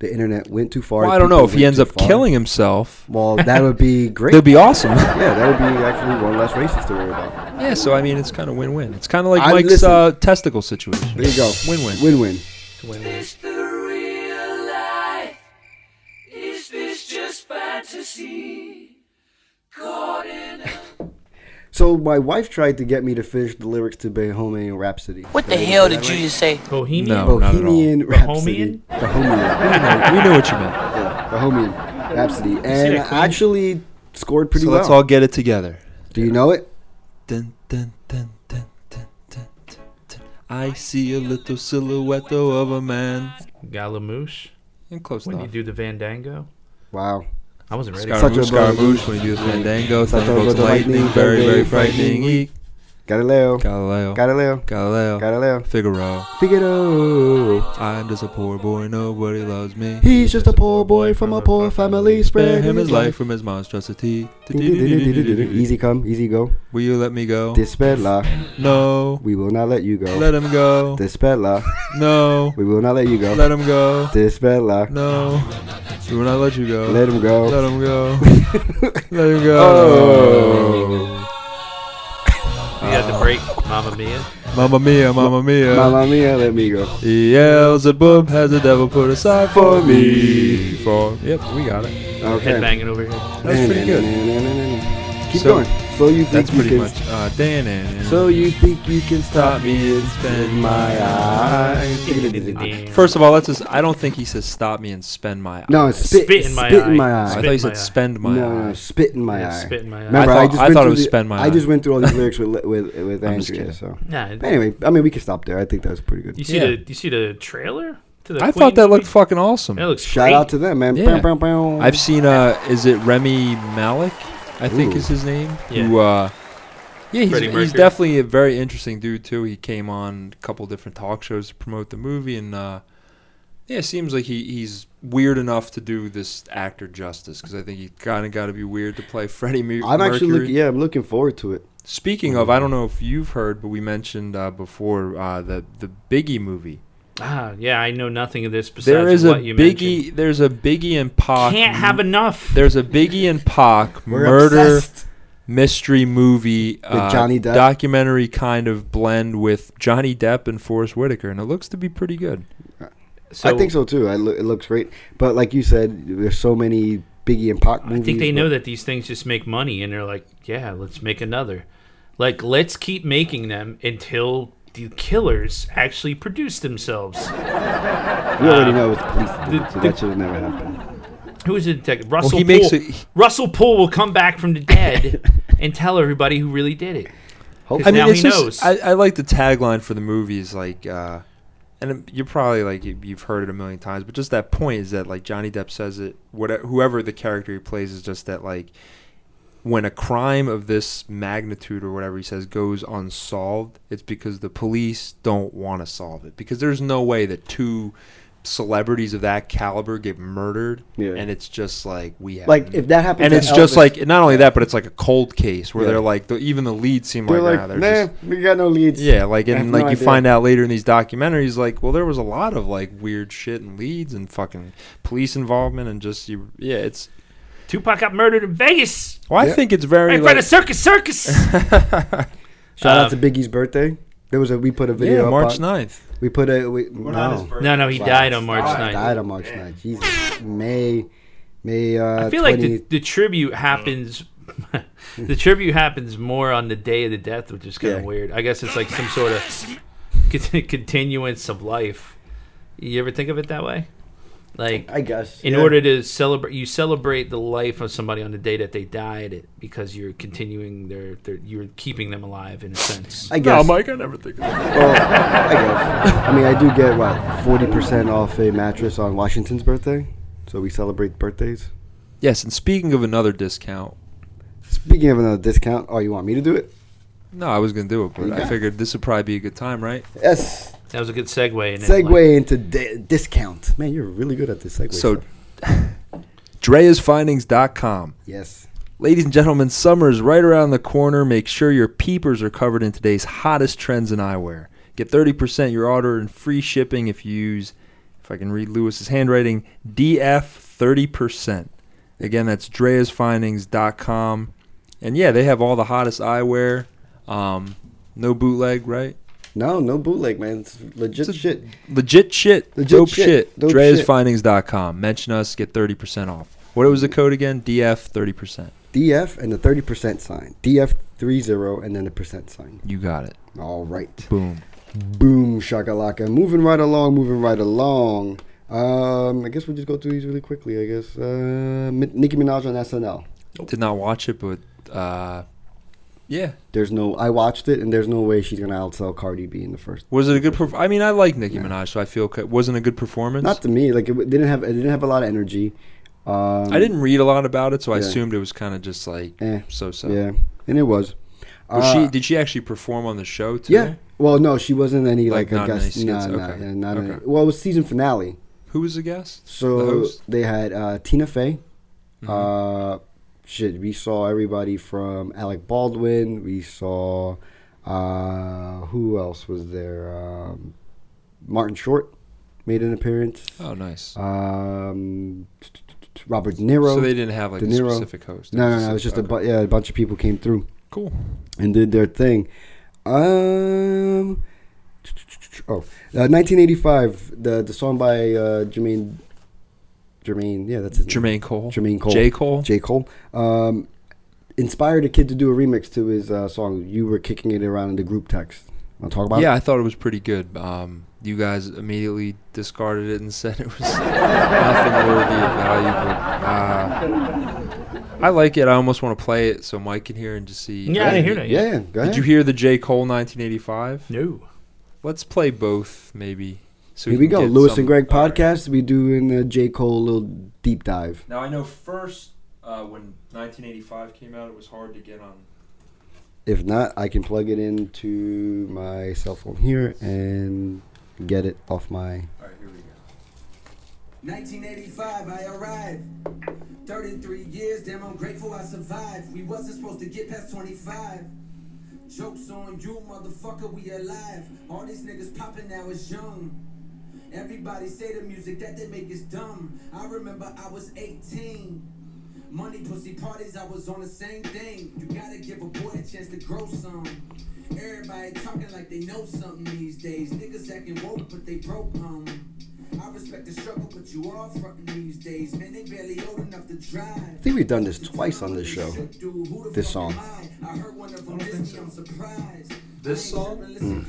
S1: The internet went too far.
S2: Well, I don't
S1: people
S2: know if he
S1: went
S2: ends
S1: too
S2: up
S1: far.
S2: killing himself.
S1: Well, that would be
S2: [laughs]
S1: great.
S2: That'd be awesome.
S1: yeah, that would be actually one less racist to worry about.
S2: yeah, so I mean, it's kind of win-win. It's kind of like
S1: I-
S2: Mike's
S1: listen.
S2: uh, testicle situation.
S1: There you go.
S2: Win-win.
S1: Win-win.
S10: Is the real life? Is this just fantasy? Caught in a
S1: So my wife tried to get me to finish the lyrics to Bohemian Rhapsody.
S7: What the hell did you just say?
S3: Bohemian.
S2: No, Oh, not at all. We
S1: Bohemian Rhapsody.
S3: Bohemian?
S7: [laughs]
S1: Bohemian.
S2: know- we know what you meant.
S1: Yeah, Bohemian Rhapsody. And
S3: that Queen?
S1: actually scored pretty
S2: so
S1: well.
S2: let's all get it together.
S1: Do you know it?
S2: Dun, dun, dun, dun, dun, dun, dun, dun. I see a little silhouette of a man.
S3: Galamoosh.
S2: And close
S3: When you
S2: enough.
S3: do the Fandango.
S1: Wow.
S3: I wasn't ready.
S1: Such a
S2: Scaramouche,
S1: brother.
S2: Scaramouche, when you do the Fandango,
S1: Such a
S2: Thunderbolts
S1: brother,
S2: Lightning,
S1: lightning,
S2: very,
S1: very
S2: very frightening,
S1: frightening,
S2: eek.
S1: Galileo.
S2: Galileo,
S1: Galileo.
S2: Galileo,
S1: Galileo.
S2: Figaro.
S1: Figaro.
S2: I'm just a poor boy, nobody loves me.
S1: He's just a poor boy from a poor family.
S2: Spare
S1: Spare
S2: him his life from his monstrosity.
S1: Easy come, easy go.
S2: Will you let me go?
S1: Dispella,
S2: No.
S1: we will not let you go.
S2: Let him go.
S1: Dispella,
S2: No.
S1: we will not let you go.
S2: Let him go.
S1: Dispella,
S2: No. We will not let you go.
S1: Let him go.
S2: Let
S1: [laughs]
S2: him go. let him go.
S1: Oh.
S3: You got the break, Mamma Mia.
S2: Mamma mia, mamma mia.
S1: Mamma mia, let me go.
S2: He yells at Boom, has the devil put aside for me. For Yep, we got it.
S1: Okay.
S3: Headbanging over here.
S2: That's pretty good.
S1: Keep
S2: So-
S1: going. So you think
S2: That's
S1: you can
S2: pretty much. Uh, dan and
S1: So you think you can stop me and spend my eyes?
S3: Damn.
S2: First of all, that's just, I don't think he says stop me and spend my
S1: No,
S2: eyes.
S1: it's spit,
S3: Spit in my
S1: spit in
S3: eye.
S1: my
S2: I
S1: eye.
S2: thought you said spend my
S1: no,
S2: eyes.
S1: no, spit in my
S3: Yeah,
S1: eye.
S3: spit in my eye.
S1: Remember,
S2: I
S1: I,
S2: thought-
S1: just
S2: I
S1: went
S2: thought it
S1: through
S2: was
S1: the-
S2: spend my
S1: I just
S2: eye.
S1: went through
S2: [laughs]
S1: all these lyrics with with with
S2: I'm just
S1: Andrea.
S2: kidding.
S1: So
S3: Nah, it-
S1: anyway, I mean, we can stop there. I think that was pretty good.
S3: You see
S2: Yeah.
S3: the you see the trailer to the
S2: I
S3: Queen
S2: thought that looked
S3: movie?
S2: fucking awesome.
S3: That looks
S1: Shout
S3: great.
S1: out to them, man.
S2: Yeah.
S1: Bam, bam, bam.
S2: I've seen uh is it Remy Malik, I think
S1: Ooh.
S2: is his name.
S3: Yeah.
S2: Who uh yeah, he's,
S3: Freddie
S2: he's
S3: Mercury.
S2: definitely a very interesting dude too. He came on a couple different talk shows to promote the movie and uh yeah, it seems like he, he's weird enough to do this actor justice because I think you kind of got to be weird to play [laughs] Freddie Mer-
S1: I'm
S2: Mercury.
S1: actually looking. Yeah, I'm looking forward to it.
S2: Speaking of, I don't know if you've heard, but we mentioned uh, before uh, the the Biggie movie.
S3: Ah, yeah, I know nothing of this besides
S2: There is a
S3: what you
S2: Biggie.
S3: mentioned.
S2: There's a Biggie and Pac.
S3: Can't have enough.
S2: There's a Biggie and Pac
S1: We're
S2: murder
S1: obsessed.
S2: mystery movie uh,
S1: Johnny Depp?
S2: documentary kind of blend with Johnny Depp and Forrest Whitaker, and it looks to be pretty good.
S1: I think so too. I lo- it looks great, but like you said, there's so many Biggie and Pac
S3: I
S1: movies.
S3: think they know
S1: but-
S3: that these things just make money, and they're like, yeah, let's make another. Like, let's keep making them until the killers actually produce themselves.
S1: You already know it's police. dude, so
S3: Uh, the-
S1: that should have never happened.
S3: Who is the detective? Russell
S2: he
S3: Poole.
S2: makes it- he-
S3: Russell Poole will come back from
S2: [laughs]
S3: the dead and tell everybody who really did it. 'Cause now he knows.
S2: I, I like the tagline for the movie is like, uh, and it- you're probably like you, you've heard it a million times, but just that point is that like Johnny Depp says it. Whatever, whoever the character he plays is just that like, when a crime of this magnitude or whatever he says goes unsolved, it's because the police don't want to solve it because there's no way that two celebrities of that caliber get murdered
S1: Yeah.
S2: and it's just like we have
S1: Like, if that happened
S2: and
S1: to
S2: it's just
S1: Elvis-
S2: like not only that but it's like a cold case where
S1: Yeah.
S2: they're like the, even the leads seem
S1: They're
S2: like,
S1: like,
S2: nah,
S1: nah,
S2: Oh they're just
S1: we got no leads.
S2: yeah, like
S1: I have
S2: and
S1: no
S2: like you
S1: idea.
S2: find out later in these documentaries, like well, there was a lot of like weird shit and leads and fucking police involvement and just you. Yeah, it's.
S3: Tupac got murdered in Vegas.
S2: Well,
S1: Yeah.
S2: I think it's very.
S3: Right in
S2: like,
S3: front of Circus
S2: [laughs]
S3: Circus.
S1: Shout
S3: uh,
S1: out to Biggie's birthday. There was a we put a video.
S2: yeah,
S1: up
S2: March
S1: on-
S2: 9th.
S1: We put a we, no.
S3: no, no, he died on March 9th.
S1: Died on March 9th. Jesus. May May uh
S3: I feel
S1: 20,
S3: like the, the
S1: Mm.
S3: tribute happens. [laughs] the tribute happens more on the day of the death, which is kind of
S1: Yeah.
S3: weird. I guess it's like some sort of con- [laughs] continuance of life. You ever think of it that way? Like,
S1: I guess.
S3: in
S1: yeah.
S3: order to celebrate, you celebrate the life of somebody on the day that they died, it, because you're continuing their, their, you're keeping them alive in a sense.
S1: I guess.
S2: Mike, I never think. Of that.
S1: Well, I guess. I mean, I do get what 40% off a mattress on Washington's birthday. So we celebrate birthdays.
S2: Yes, and speaking of another discount,
S1: Speaking of another discount, oh, you want me to do it?
S2: no, I was gonna do it, but I figured this would probably be a good time, right?
S1: Yes.
S3: That was a good segue. In
S1: Segue
S3: It,
S1: into di- discount. Man, you're really good at this segue.
S2: So,
S1: stuff.
S2: [laughs] DreasFindings.com.
S1: yes.
S2: Ladies and gentlemen, summer is right around the corner. Make sure your peepers are covered in today's hottest trends in eyewear. Get 30% your order and free shipping if you use, if I can read Lewis's handwriting, DF30%. Again, that's dreasfindings.com. And yeah, they have all the hottest eyewear. Um, no bootleg, right?
S1: No, no bootleg, man. It's legit
S2: It's a-
S1: shit.
S2: Legit shit.
S1: Legit
S2: dope
S1: shit,
S2: shit.
S1: dope shit.
S2: dreasfindings.com. Mention us, get 30% off. What was the code again? DF30%.
S1: DF and the 30% sign. DF 30 and then the percent sign.
S2: You got it.
S1: All right.
S2: Boom.
S1: Boom shakalaka. Moving right along, moving right along. Um, I guess we'll just go through these really quickly. I guess uh, Mi- Nicki Minaj on SNL.
S2: Did not watch it, but uh, yeah.
S1: There's no. I watched it, and there's no way she's gonna outsell Cardi B in the first.
S2: Was it a good? Perf- I mean, I like Nicki Minaj, so I feel it wasn't a good performance.
S1: Not to me. Like it w- didn't have. It didn't have a lot of energy. Um,
S2: I didn't read a lot about it, so I
S1: Yeah.
S2: assumed it was kind of just like
S1: Eh,
S2: so so.
S1: Yeah, and it was.
S2: Was
S1: Uh,
S2: she did she actually perform on the show too?
S1: yeah. Well, no, she wasn't any
S2: Like,
S1: like,
S2: not
S1: I
S2: in
S1: guess
S2: any
S1: no,
S2: skits?
S1: no,
S2: Okay.
S1: yeah, not in
S2: Okay.
S1: well, it was season finale.
S2: Who was the guest? the
S1: So
S2: host? Mm-hmm.
S1: they had uh, Tina Fey. Uh, shit, we saw everybody from Alec Baldwin. We saw uh, who else was there? Um, Martin Short made an appearance.
S2: Oh, nice.
S1: Um, Robert uh, De Niro.
S2: So they didn't have, like,
S1: De
S2: a
S1: Niro.
S2: specific host.
S1: No, no, no. It was just a bu- yeah, a bunch of people came through.
S2: Cool.
S1: And did their thing. Um. Oh, uh, 1985. The the song by uh, Jermaine. Jermaine, yeah, that's his
S2: Jermaine Cole.
S1: Jermaine Cole.
S2: J. Cole.
S1: J. Cole. Um, inspired a kid to do a remix to his uh, song. You were kicking it around in the group text. Want to talk about
S2: yeah,
S1: it?
S2: I thought it was pretty good. Um, you guys immediately discarded it and [laughs] said it was nothing worthy of value. But, uh, I like it. I almost want to play it so Mike can hear and just see.
S3: Yeah, I didn't hear that yet. Yeah, go ahead.
S2: Did you hear the J. Cole 1985?
S3: No.
S2: Let's play both, maybe. So
S1: Here we
S2: can
S1: go.
S2: get
S1: Lewis
S2: some-
S1: and Greg podcast. We doing a J. Cole little deep dive.
S2: Now I know first uh, when 1985 came out, it was hard to get on.
S1: If not, I can plug it into my cell phone here and get it off my.
S9: 1985, I arrived. 33 years, damn, I'm grateful I survived. We wasn't supposed to get past 25. Jokes on you, motherfucker, we alive. All these niggas popping now is young. Everybody say the music that they make is dumb. I remember I was 18. Money, pussy parties, I was on the same thing. You gotta give a boy a chance to grow some. Everybody talking like they know something these days. Niggas acting woke, but they broke, um. I respect the struggle, but you all frontin' these days. Man, they barely old enough to drive.
S1: I think we've done this twice on this show. This song.
S2: This song?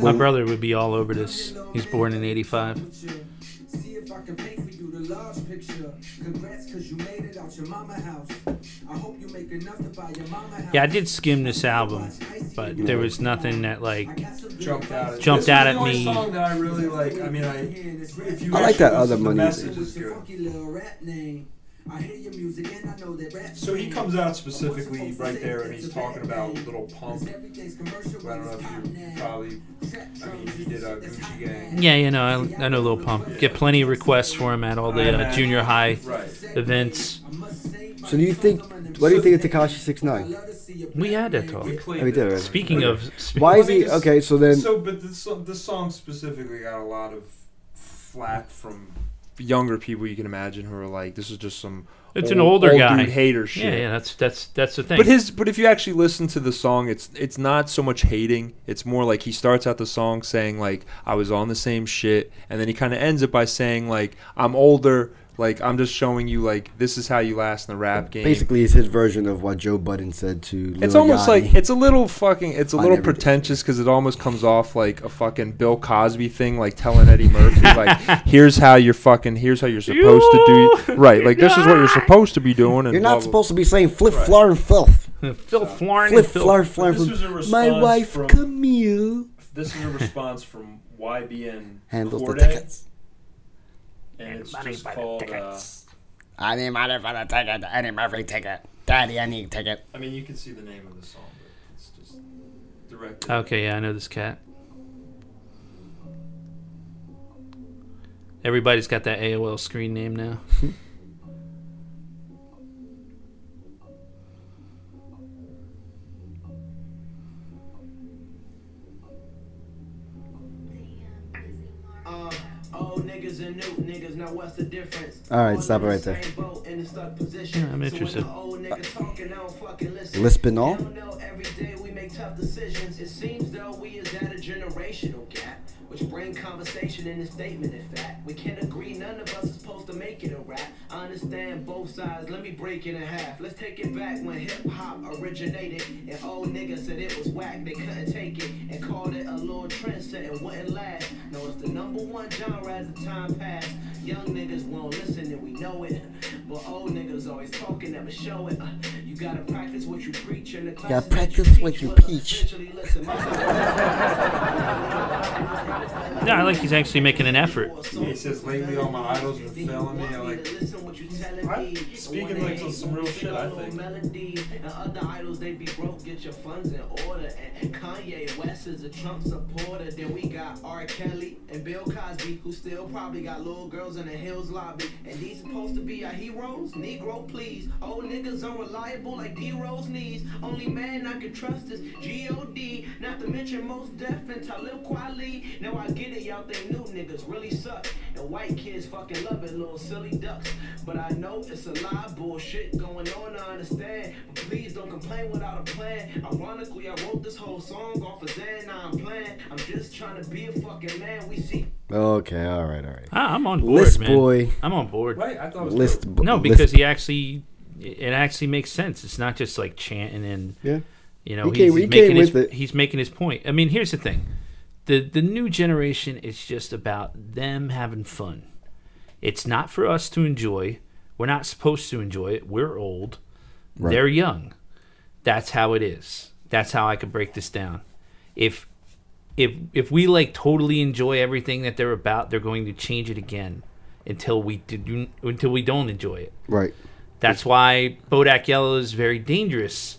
S3: My brother would be all over this. He's born in 85.
S9: See if I can paint for you the large picture. Congrats, cause you made it out your mama house. I hope you make enough to buy your mama house.
S3: Yeah, I did skim this album, but there was nothing that like
S2: Jumped out. At
S3: Jumped
S2: this
S3: out
S2: is
S3: at
S2: the only
S3: me.
S2: song that I really like. I mean, I. If you
S1: I like
S2: actually
S1: that other
S2: listen to the
S1: money.
S2: message, it's good.
S9: Oh, Funky little rap name. I hear your music and I know that rap.
S2: So he comes out specifically right there, and he's talking about Little Pump. I don't know if you probably. I mean, he did a Gucci Gang.
S3: Yeah, you know, I, I know Lil Pump. Get plenty of requests for him at all the uh, junior high events.
S1: So do you think? What do you think of Takashi Six Nine?
S3: We had that talk.
S1: we did. already.
S3: Speaking
S1: Okay.
S3: of,
S1: why is
S2: Let me
S1: he
S2: just-
S1: okay? So then,
S2: So, but this so- this song specifically got a lot of flack from younger people. You can imagine who are like, "This is just some."
S3: It's an older
S2: old
S3: guy.
S2: dude hater shit.
S3: Yeah, yeah, that's that's that's the thing.
S2: But his, but if you actually listen to the song, it's it's not so much hating. It's more like he starts out the song saying like I was on the same shit, and then he kind of ends it by saying like I'm older. Like I'm just showing you like this is how you last in the rap game.
S1: basically, it's his version of what Joe Budden said to. Lil
S2: It's almost
S1: Yachty.
S2: like it's a little fucking. It's a
S1: On
S2: little
S1: everything.
S2: pretentious because it almost comes off like a fucking Bill Cosby thing, like telling Eddie Murphy, like, "Here's how you're fucking. Here's how you're supposed to do. Right? Like this is what you're supposed to be doing." And
S1: You're
S2: blah,
S1: not
S2: blah,
S1: supposed to be saying flip, flar, and filth.
S3: Phil Florin.
S1: Flip,
S3: Phil-
S1: flar, flar.
S2: This was a
S1: filth. My
S2: response
S1: wife
S2: from-
S1: Camille
S2: This is a response from YBN
S1: handles the
S2: Corday,
S1: tickets.
S2: and it's just called. Uh,
S1: I need money for the ticket. I need Murphy ticket. Daddy, I need ticket.
S2: I mean, you can see the name of the song, but it's just directed.
S3: Okay, yeah, I know this cat. Everybody's got that AOL screen name now.
S12: Uh, old niggas and new niggas, now what's the difference?
S1: All right, stop it right there.
S3: Yeah, I'm interested.
S1: Lisping all.
S12: Which bring conversation in a statement, in fact. We can't agree, none of us is supposed to make it a rap. I understand both sides, let me break it in half. Let's take it back when hip hop originated. And old niggas said it was whack, they couldn't take it. And called it a little trendset and wouldn't last. No, it's the number one genre as the time passed. Young niggas won't listen and we know it. But old niggas always talking, never show it. Uh, You gotta practice what you preach in the class.
S1: Gotta practice what you preach.
S3: Yeah, I like he's actually making an effort.
S2: He says, "Lately, all my idols been failing me." I like. I'm speaking like some- some real shit. I think.
S12: melodies and other idols they be broke get your funds in order and kanye west is a trump supporter then we got r kelly and bill cosby who still probably got little girls girls in the Hills lobby. And these supposed to be our heroes? Negro, please. Old niggas unreliable like D-Rose knees. Only man I can trust is G.O.D. Not to mention most deaf and Talib Kweli. Now I get it, y'all think new niggas really suck. And white kids fucking love it, little silly ducks. But I know it's a lie, bullshit going on, I understand. But please don't complain without a plan. Ironically, I wrote this whole song off of Xan, now I'm playing. I'm just trying to be a fucking man. We see
S1: Okay, all right, all right.
S3: Ah, I'm on board,
S1: List
S3: man.
S1: boy.
S3: I'm on board. Right, I
S1: thought it was List dope. bo-
S3: no,
S1: list-
S3: because he actually, it actually makes sense. It's not just like chanting and
S1: Yeah.
S3: you know,
S1: He
S3: he's,
S1: came-
S3: he's
S1: he
S3: making
S1: came
S3: his,
S1: with it.
S3: he's making his point. I mean, here's the thing: the the new generation is just about them having fun. It's not for us to enjoy. We're not supposed to enjoy it. We're old.
S13: Right.
S3: They're young. That's how it is. That's how I could break this down. If if if we like totally enjoy everything that they're about, they're going to change it again until we do until we don't enjoy it.
S1: Right.
S3: That's why Bodak Yellow is very dangerous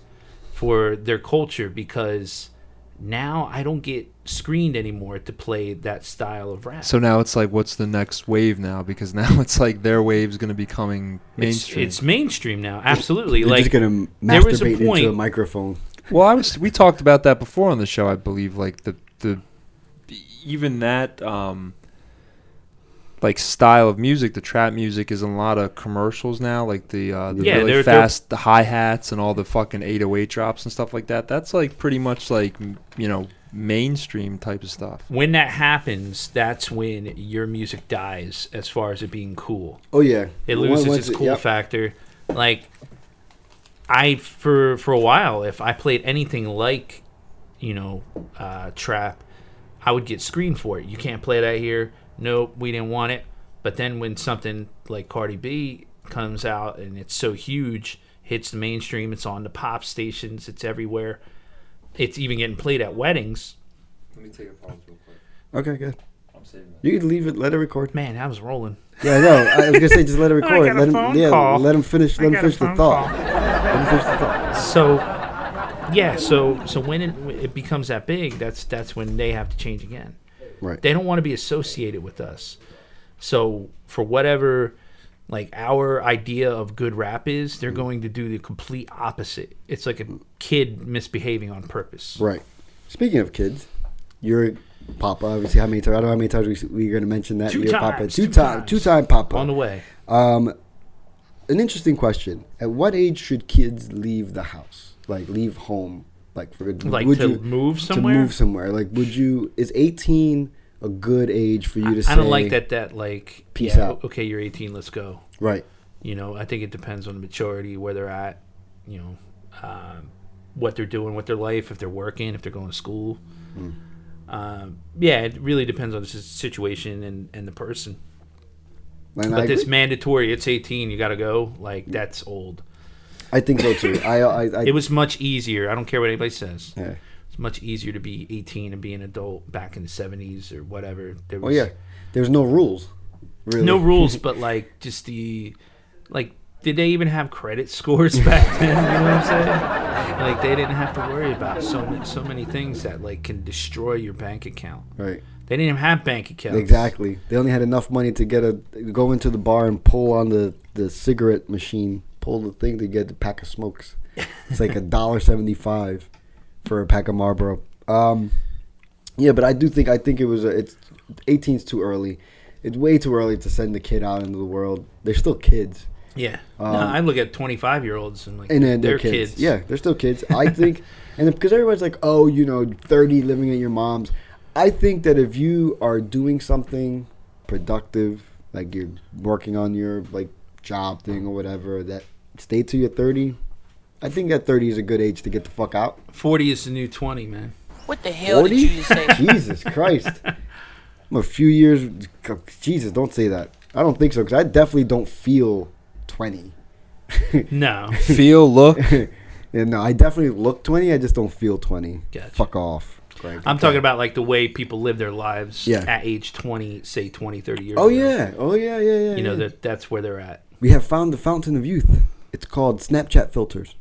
S3: for their culture because now I don't get screened anymore to play that style of rap.
S14: So now it's like, what's the next wave now? Because [laughs] now it's like their wave's going to be coming
S3: It's,
S14: mainstream.
S3: it's mainstream now, absolutely.
S14: They're
S3: like
S14: just gonna
S3: there was a
S14: masturbate into
S3: point.
S14: a
S1: microphone.
S14: well, I was we talked about that before on the show, I believe. Like the the even that um like style of music, the trap music is in a lot of commercials now. Like the uh, the
S3: Yeah,
S14: really
S3: they're- they're-
S14: fast hi hats and all the fucking 808 drops and stuff like that. That's like pretty much like m- you know mainstream type of stuff.
S3: When that happens, that's when your music dies as far as it being cool.
S1: Oh, yeah.
S3: It
S1: Once-
S3: loses
S1: once
S3: its
S1: it-
S3: cool
S1: yep.
S3: factor. Like I for for a while, if I played anything like, you know, uh, trap, I would get screened for it. You can't play that here. Nope, we didn't want it. But then when something like Cardi B comes out and it's so huge, hits the mainstream, it's on the pop stations, it's everywhere. It's even getting played at weddings.
S14: Let me take a pause real quick.
S1: Okay, good.
S14: I'm saving
S1: You can leave it. Let it record.
S3: Man, I was rolling.
S1: Yeah, I know. I was gonna say just let it
S3: [laughs] I
S1: record.
S3: got a
S1: let him.
S3: phone
S1: yeah,
S3: call.
S1: let him finish.
S3: I
S1: Let him
S3: got a
S1: finish the
S3: phone
S1: thought.
S3: call.
S1: Let him finish the thought.
S3: So, yeah. So, so when it, when it becomes that big, that's that's when they have to change again.
S1: Right.
S3: They don't want to be associated with us. So, for whatever, like our idea of good rap is,
S1: Mm-hmm.
S3: they're going to do the complete opposite. It's like a kid misbehaving on purpose.
S1: Right. Speaking of kids, your Papa, obviously, how many times? I don't know how many times we, we're going to mention that.
S3: Two
S1: your Papa,
S3: times,
S1: two,
S3: two
S1: time,
S3: times.
S1: two time Papa.
S3: On the way.
S1: Um, an interesting question. At what age should kids leave the house? Like leave home? Like for
S3: Like to move somewhere?
S1: To move somewhere? Like would you? Is eighteen a good age for you to? say,
S3: I don't like that. That like
S1: peace
S3: yeah,
S1: out.
S3: Okay, you're 18. Let's go.
S1: Right.
S3: You know, I think it depends on maturity, where they're at. You know, um, what they're doing with their life, if they're working, if they're going to school.
S1: Mm.
S3: Um, yeah, it really depends on the s- situation and, and the person.
S1: And
S3: but
S1: I
S3: this
S1: agree.
S3: mandatory, it's 18. You got to go. Like that's old.
S1: I think so too. I, I, I
S3: [laughs] it was much easier. I don't care what anybody says.
S1: Yeah.
S3: It's much easier to be 18 and be an adult back in the 70s or whatever. There
S1: Oh yeah. There's no rules. Really.
S3: no rules, but like just the like. Did they even have credit scores [laughs] back then? You know what I'm saying? Like they didn't have to worry about so many, so many things that like can destroy your bank account.
S1: Right.
S3: They didn't even have bank accounts.
S1: Exactly. They only had enough money to get a go into the bar and pull on the, the cigarette machine, pull the thing to get the pack of smokes. It's like a dollar seventy five for a pack of Marlboro. Um, yeah, but I do think I think it was a, it's 18's too early. It's way too early to send the kid out into the world. They're still kids.
S3: Yeah.
S1: Um,
S3: no, I look at 25 year olds and like
S1: and then they're
S3: they're kids.
S1: kids. Yeah, they're still kids.
S7: [laughs]
S1: I think, and because everybody's like, oh, you know, thirty living at your mom's. I think that if you are doing something productive, like you're working on your like job thing or whatever, that stay till you're thirty. I think that thirty is a good age to get the fuck out.
S3: 40 is the new 20, man.
S7: What the hell did
S1: Forty?
S7: you just
S9: [laughs]
S7: say?
S1: Jesus
S7: [laughs]
S1: Christ! I'm a few years. Jesus, don't say that. I don't think so because I definitely don't feel twenty. [laughs]
S3: No.
S14: Feel, look.
S1: yeah, no, I definitely look 20. I just don't feel 20.
S3: Gotcha.
S1: Fuck off. Greg.
S3: I'm talking about like the way people live their lives
S1: Yeah.
S3: at age 20, say 20, 30 years
S1: Oh,
S3: ago.
S1: yeah. Oh, yeah, yeah, yeah.
S3: You know,
S1: yeah.
S3: that that's where they're at.
S1: We have found the fountain of youth. It's called Snapchat filters.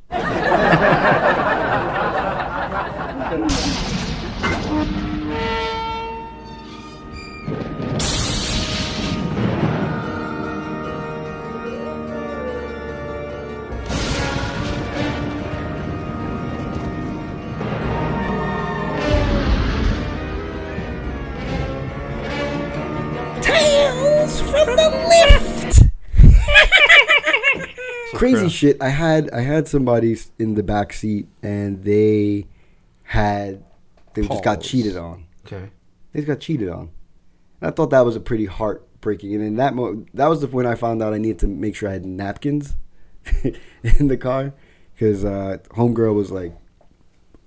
S1: crazy shit. I had I had somebody s- in the back seat, and they had they just got
S3: Pause.
S1: cheated on.
S3: Okay.
S1: They just got cheated on. And I thought that was a pretty heartbreaking. And in that mo- that was the when I found out I needed to make sure I had napkins [laughs] in the car because uh, homegirl was like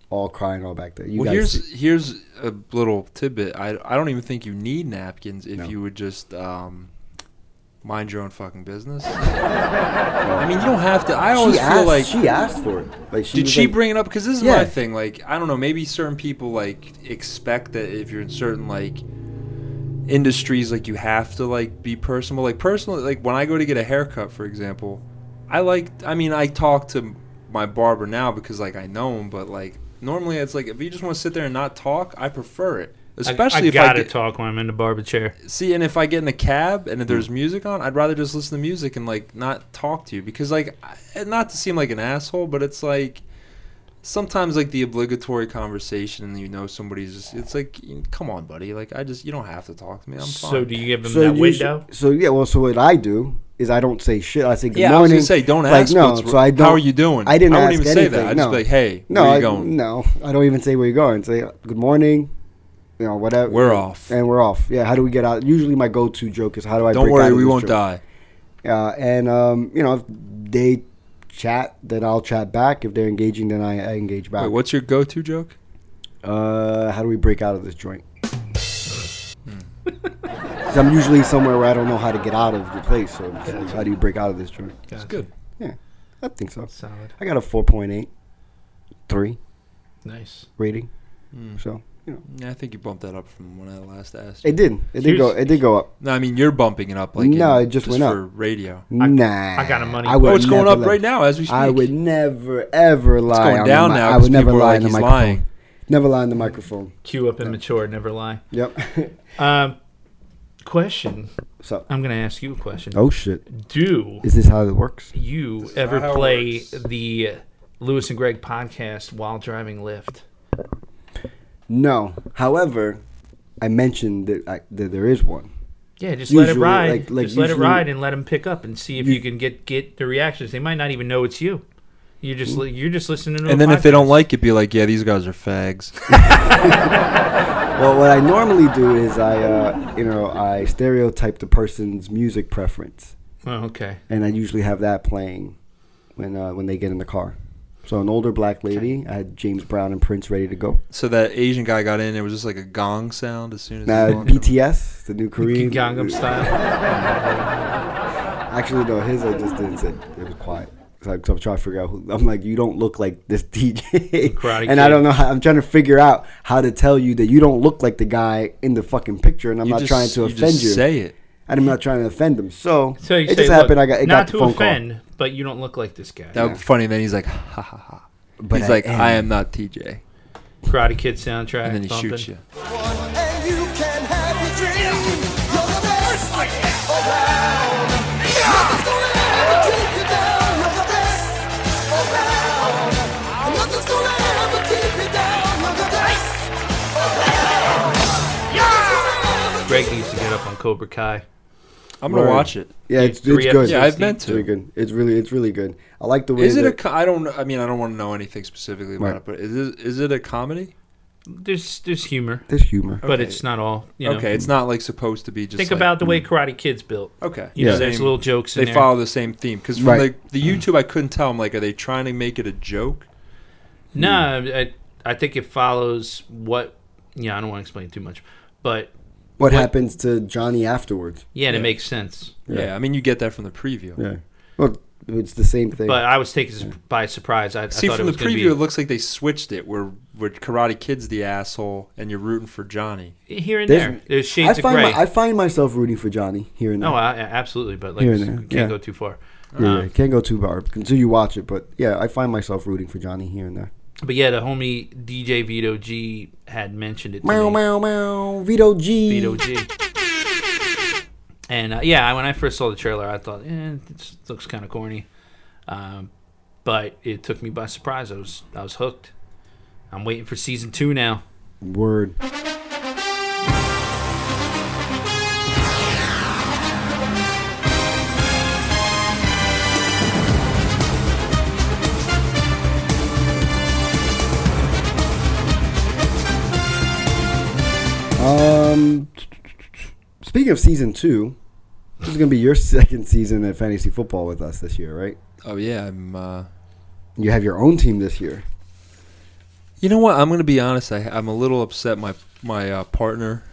S1: all crying all back there. You
S2: well,
S1: guys,
S2: here's
S1: see-
S2: here's a little tidbit. I, I don't even think you need napkins if you would just um, mind your own
S1: [laughs]
S2: fucking business. I mean, you don't have to. I
S1: She
S2: always feel
S1: asked-
S2: like
S1: she asked for it. Like, she
S2: did
S1: was
S2: she
S1: like-
S2: bring it up? Because this is
S1: Yeah.
S2: my thing. Like, I don't know. Maybe certain people like expect that if you're in certain like industries, like you have to like be personal. Like personally, like when I go to get a haircut, for example, I like. I mean, I talk to my barber now because like I know him, but like normally it's like if you just want to sit there and not talk, I prefer it. Especially
S3: I, I
S2: if I
S3: gotta
S2: get,
S3: talk when I'm in the barber chair.
S2: See, and if I get in a cab and if there's music on, I'd rather just listen to music and like not talk to you because like, I- and not to seem like an asshole, but it's like sometimes like the obligatory conversation and you know somebody's just it's like you- come on buddy like i just you don't have to talk to me i'm
S3: So
S2: fine.
S3: do you give them
S1: So
S3: that
S1: you should-
S3: window?
S1: so yeah, well, so what I do is I don't say shit. I say good
S2: Yeah, I was
S1: morning.
S2: gonna say, don't
S1: like,
S2: ask
S1: No,
S2: what's wr-
S1: so I
S2: how
S1: don't.
S2: are you doing?
S1: I didn't
S2: I wouldn't
S1: ask
S2: even say
S1: anything,
S2: that. I'd
S1: no.
S2: just be like, hey,
S1: no,
S2: where you
S1: I,
S2: going?
S1: No, I don't even say where you're going. Say uh, good morning. You know, whatever.
S2: We're off.
S1: and we're off. Yeah, how do we get out? Usually, my go-to joke is how do I?
S2: Don't
S1: break
S2: worry,
S1: out of
S2: we
S1: this
S2: won't
S1: joke?
S2: die.
S1: Uh, and um, you know, if they chat, then I'll chat back. If they're engaging, then I, I engage back.
S2: Wait, what's your go-to joke?
S1: Uh, how do we break out of this joint?
S2: Hmm.
S1: [laughs] 'Cause I'm usually somewhere where I don't know how to get out of the place. So, it's like, how do you break out of this joint?
S3: Gotcha.
S2: good.
S1: Yeah, I think so.
S3: Solid.
S1: I got a 4.8, 3
S3: Nice.
S1: rating.
S2: Hmm.
S1: So you know,
S2: yeah, i think you bumped that up from when i last asked
S1: It did. It did go. It did go up.
S2: no i mean you're bumping it up like
S1: no,
S2: in-
S1: it just, went up.
S2: for radio
S1: nah,
S2: oh it's going
S1: never
S2: up
S1: let-
S2: right now as we speak
S1: I would never ever lie.
S2: going
S1: on
S2: down
S1: the, mi-
S2: now
S1: I
S2: 'cause
S1: would never
S2: people are
S1: lie
S2: like,
S1: on the
S2: "He's
S1: microphone.
S2: lying."
S1: Never lie on the microphone.
S3: Cue up immature, never lie.
S1: Yep. [laughs]
S3: um, question.
S1: So
S3: I'm gonna ask you a question.
S1: Oh shit.
S3: Do
S1: Is this how it works?
S3: you
S2: is not how
S3: ever
S2: it
S3: play the Lewis and Greg podcast while driving Lyft?
S1: No. However, I mentioned that, I, that there is one.
S3: Yeah, just let it
S1: Usually,
S3: ride.
S1: like- like
S3: just let it
S1: usually-
S3: ride and let them pick up and see if you, can get get the reactions. They might not even know it's you. You're just li- you're just listening to. a
S2: and then if they
S3: podcast.
S2: don't like it be like yeah these guys are fags
S1: Well, what I normally do is I, uh, you know, I stereotype the person's music preference.
S3: Oh, okay.
S1: And I usually have that playing when uh, when they get in the car. So an older black lady, I had James Brown and Prince ready to go.
S2: So that Asian guy got in. It was just like a gong sound as soon as.
S1: Now
S2: he walked in.
S1: BTS, the new Korean
S3: Gangnam
S1: Style. Actually, no, his I just didn't say. It was quiet. So I'm, so I'm trying to figure out. Who, I'm like, you don't look like this [laughs] DJ,
S3: Karate
S1: and I
S3: Kid.
S1: don't know. How, I'm trying to figure out how to tell you that you don't look like the guy in the fucking picture, and I'm
S2: You
S1: not
S2: just-
S1: trying to
S2: you
S1: offend
S2: just
S1: you.
S2: say it.
S1: and I'm not trying to offend them. So,
S3: So you
S1: it
S3: say,
S1: just happened.
S3: "Look,
S1: I got it
S3: not
S1: got the
S3: to
S1: phone
S3: offend, but you don't look like this guy.
S2: That was funny. Then he's like, ha ha ha.
S1: But
S2: he's
S1: I
S2: like,
S1: am.
S2: I am not TJ.
S3: Karate Kid soundtrack.
S2: And then he
S3: bumping.
S2: shoots you.
S9: And you can have your dream. You're the best around. Nothing's gonna ever keep you down. You're the best around. Nothing's gonna ever keep you down. You're the best around.
S3: Greg needs to get up on Cobra Kai.
S2: I'm gonna
S1: Word.
S2: watch it.
S1: Yeah, it's,
S3: Three
S1: it's good.
S3: episodes Yeah, I've deep. meant
S1: It's really good. It's really, it's really good. I like the way.
S2: Is it a?
S1: that-
S2: co- I don't. I mean, I don't want to know anything specifically about
S1: Right.
S2: it. But is it, is it a comedy?
S3: There's there's humor.
S1: There's humor.
S3: but
S2: Okay.
S3: it's not all. You know.
S2: okay, it's not like supposed to be just.
S3: Think
S2: like-
S3: about the way Karate Kid's built.
S2: Okay.
S3: You know, there's
S2: Same-
S3: little jokes.
S2: They
S3: In there.
S2: follow the same theme because from
S1: Right.
S2: the, the YouTube, I couldn't tell. I'm like, are they trying to make it a joke?
S3: No, I, I think it follows what. Yeah, I don't want to explain too much, but
S1: what happens to Johnny afterwards?
S3: yeah, and it makes sense.
S2: Yeah. I mean, you get that from the preview.
S1: Yeah. Well, it's the same thing.
S3: But I was taken s- by surprise. I, I
S2: See,
S3: thought
S2: from
S3: it
S2: the
S3: was gonna
S2: preview, it looks like they switched it. Where where Karate Kid's the asshole, and you're rooting for Johnny.
S3: be here and
S1: There's-
S3: there. There's shades
S1: I find
S3: of gray.
S1: My, I find myself rooting for Johnny here and there.
S3: no, I, I- absolutely, but like
S1: Here
S3: you
S1: and there,
S3: can't
S1: yeah.
S3: go too far.
S1: Yeah,
S3: Um,
S1: yeah, can't go too far until you watch it. But yeah, I find myself rooting for Johnny here and there.
S3: But yeah, the homie DJ Vito G had mentioned it. To
S1: Meow
S3: me.
S1: meow meow. Vito G.
S3: Vito G. And uh, yeah, when I first saw the trailer, I thought, eh, it looks kind of corny. Um, but it took me by surprise. I was I was hooked. I'm waiting for season two now.
S1: Word. Um, Speaking of season two, this is going to be your [laughs] second season at fantasy football with us this year, right?
S2: Oh yeah, I'm. Uh,
S1: You have your own team this year.
S2: You know what? I'm going to be honest. I, I'm a little upset. My my uh, partner,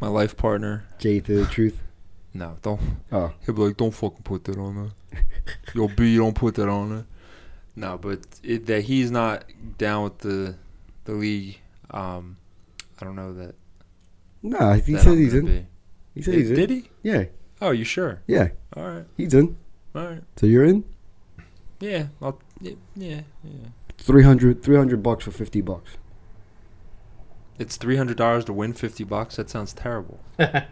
S2: my life partner,
S1: Jay to the truth.
S2: No, don't.
S1: Oh.
S2: He'll be like, don't fucking put that on [laughs] there. Yo, B, you don't put that on there. No, but it, that he's not down with the the league. Um, I don't know that.
S1: No, he
S2: that
S1: said
S2: I'm
S1: he's in.
S2: gonna be.
S1: He said
S2: Did-
S1: he's in.
S2: Did he?
S1: Yeah.
S2: Oh, you sure?
S1: Yeah.
S2: All right.
S1: He's in.
S2: All right.
S1: So you're in?
S2: Yeah. I'll, yeah. Yeah. yeah.
S1: 300, 300 bucks for 50 bucks.
S2: It's three hundred dollars to win fifty bucks. That
S1: [laughs]
S2: sounds terrible. you
S1: Does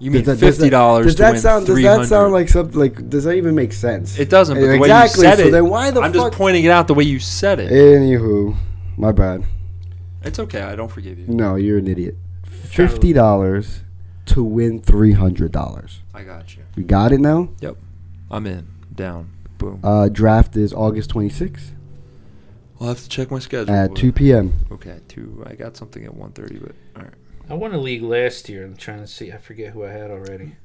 S2: mean
S1: that- does that-
S2: fifty dollars
S1: Does
S2: to
S1: that
S2: win
S1: sound? Does
S2: three
S1: that
S2: hundred?
S1: sound like something? Like does that even make sense?
S2: It doesn't. But the way
S1: exactly.
S2: You said
S1: so
S2: it,
S1: then why the
S2: I'm
S1: fuck?
S2: just pointing it out the way you said it.
S1: Anywho, my bad.
S2: It's okay. I don't forgive you.
S1: No, you're an idiot. Fifty dollars to win three hundred dollars.
S2: I got you.
S1: We got it now.
S2: Yep. I'm in. Down. Boom.
S1: Uh, draft is August 26th
S2: I'll have to check my schedule.
S1: at
S2: but-
S1: 2 p.m.
S2: Okay, two. I got something at 1.30, but all right.
S3: I won a league last year. I'm trying to see. I forget who I had already.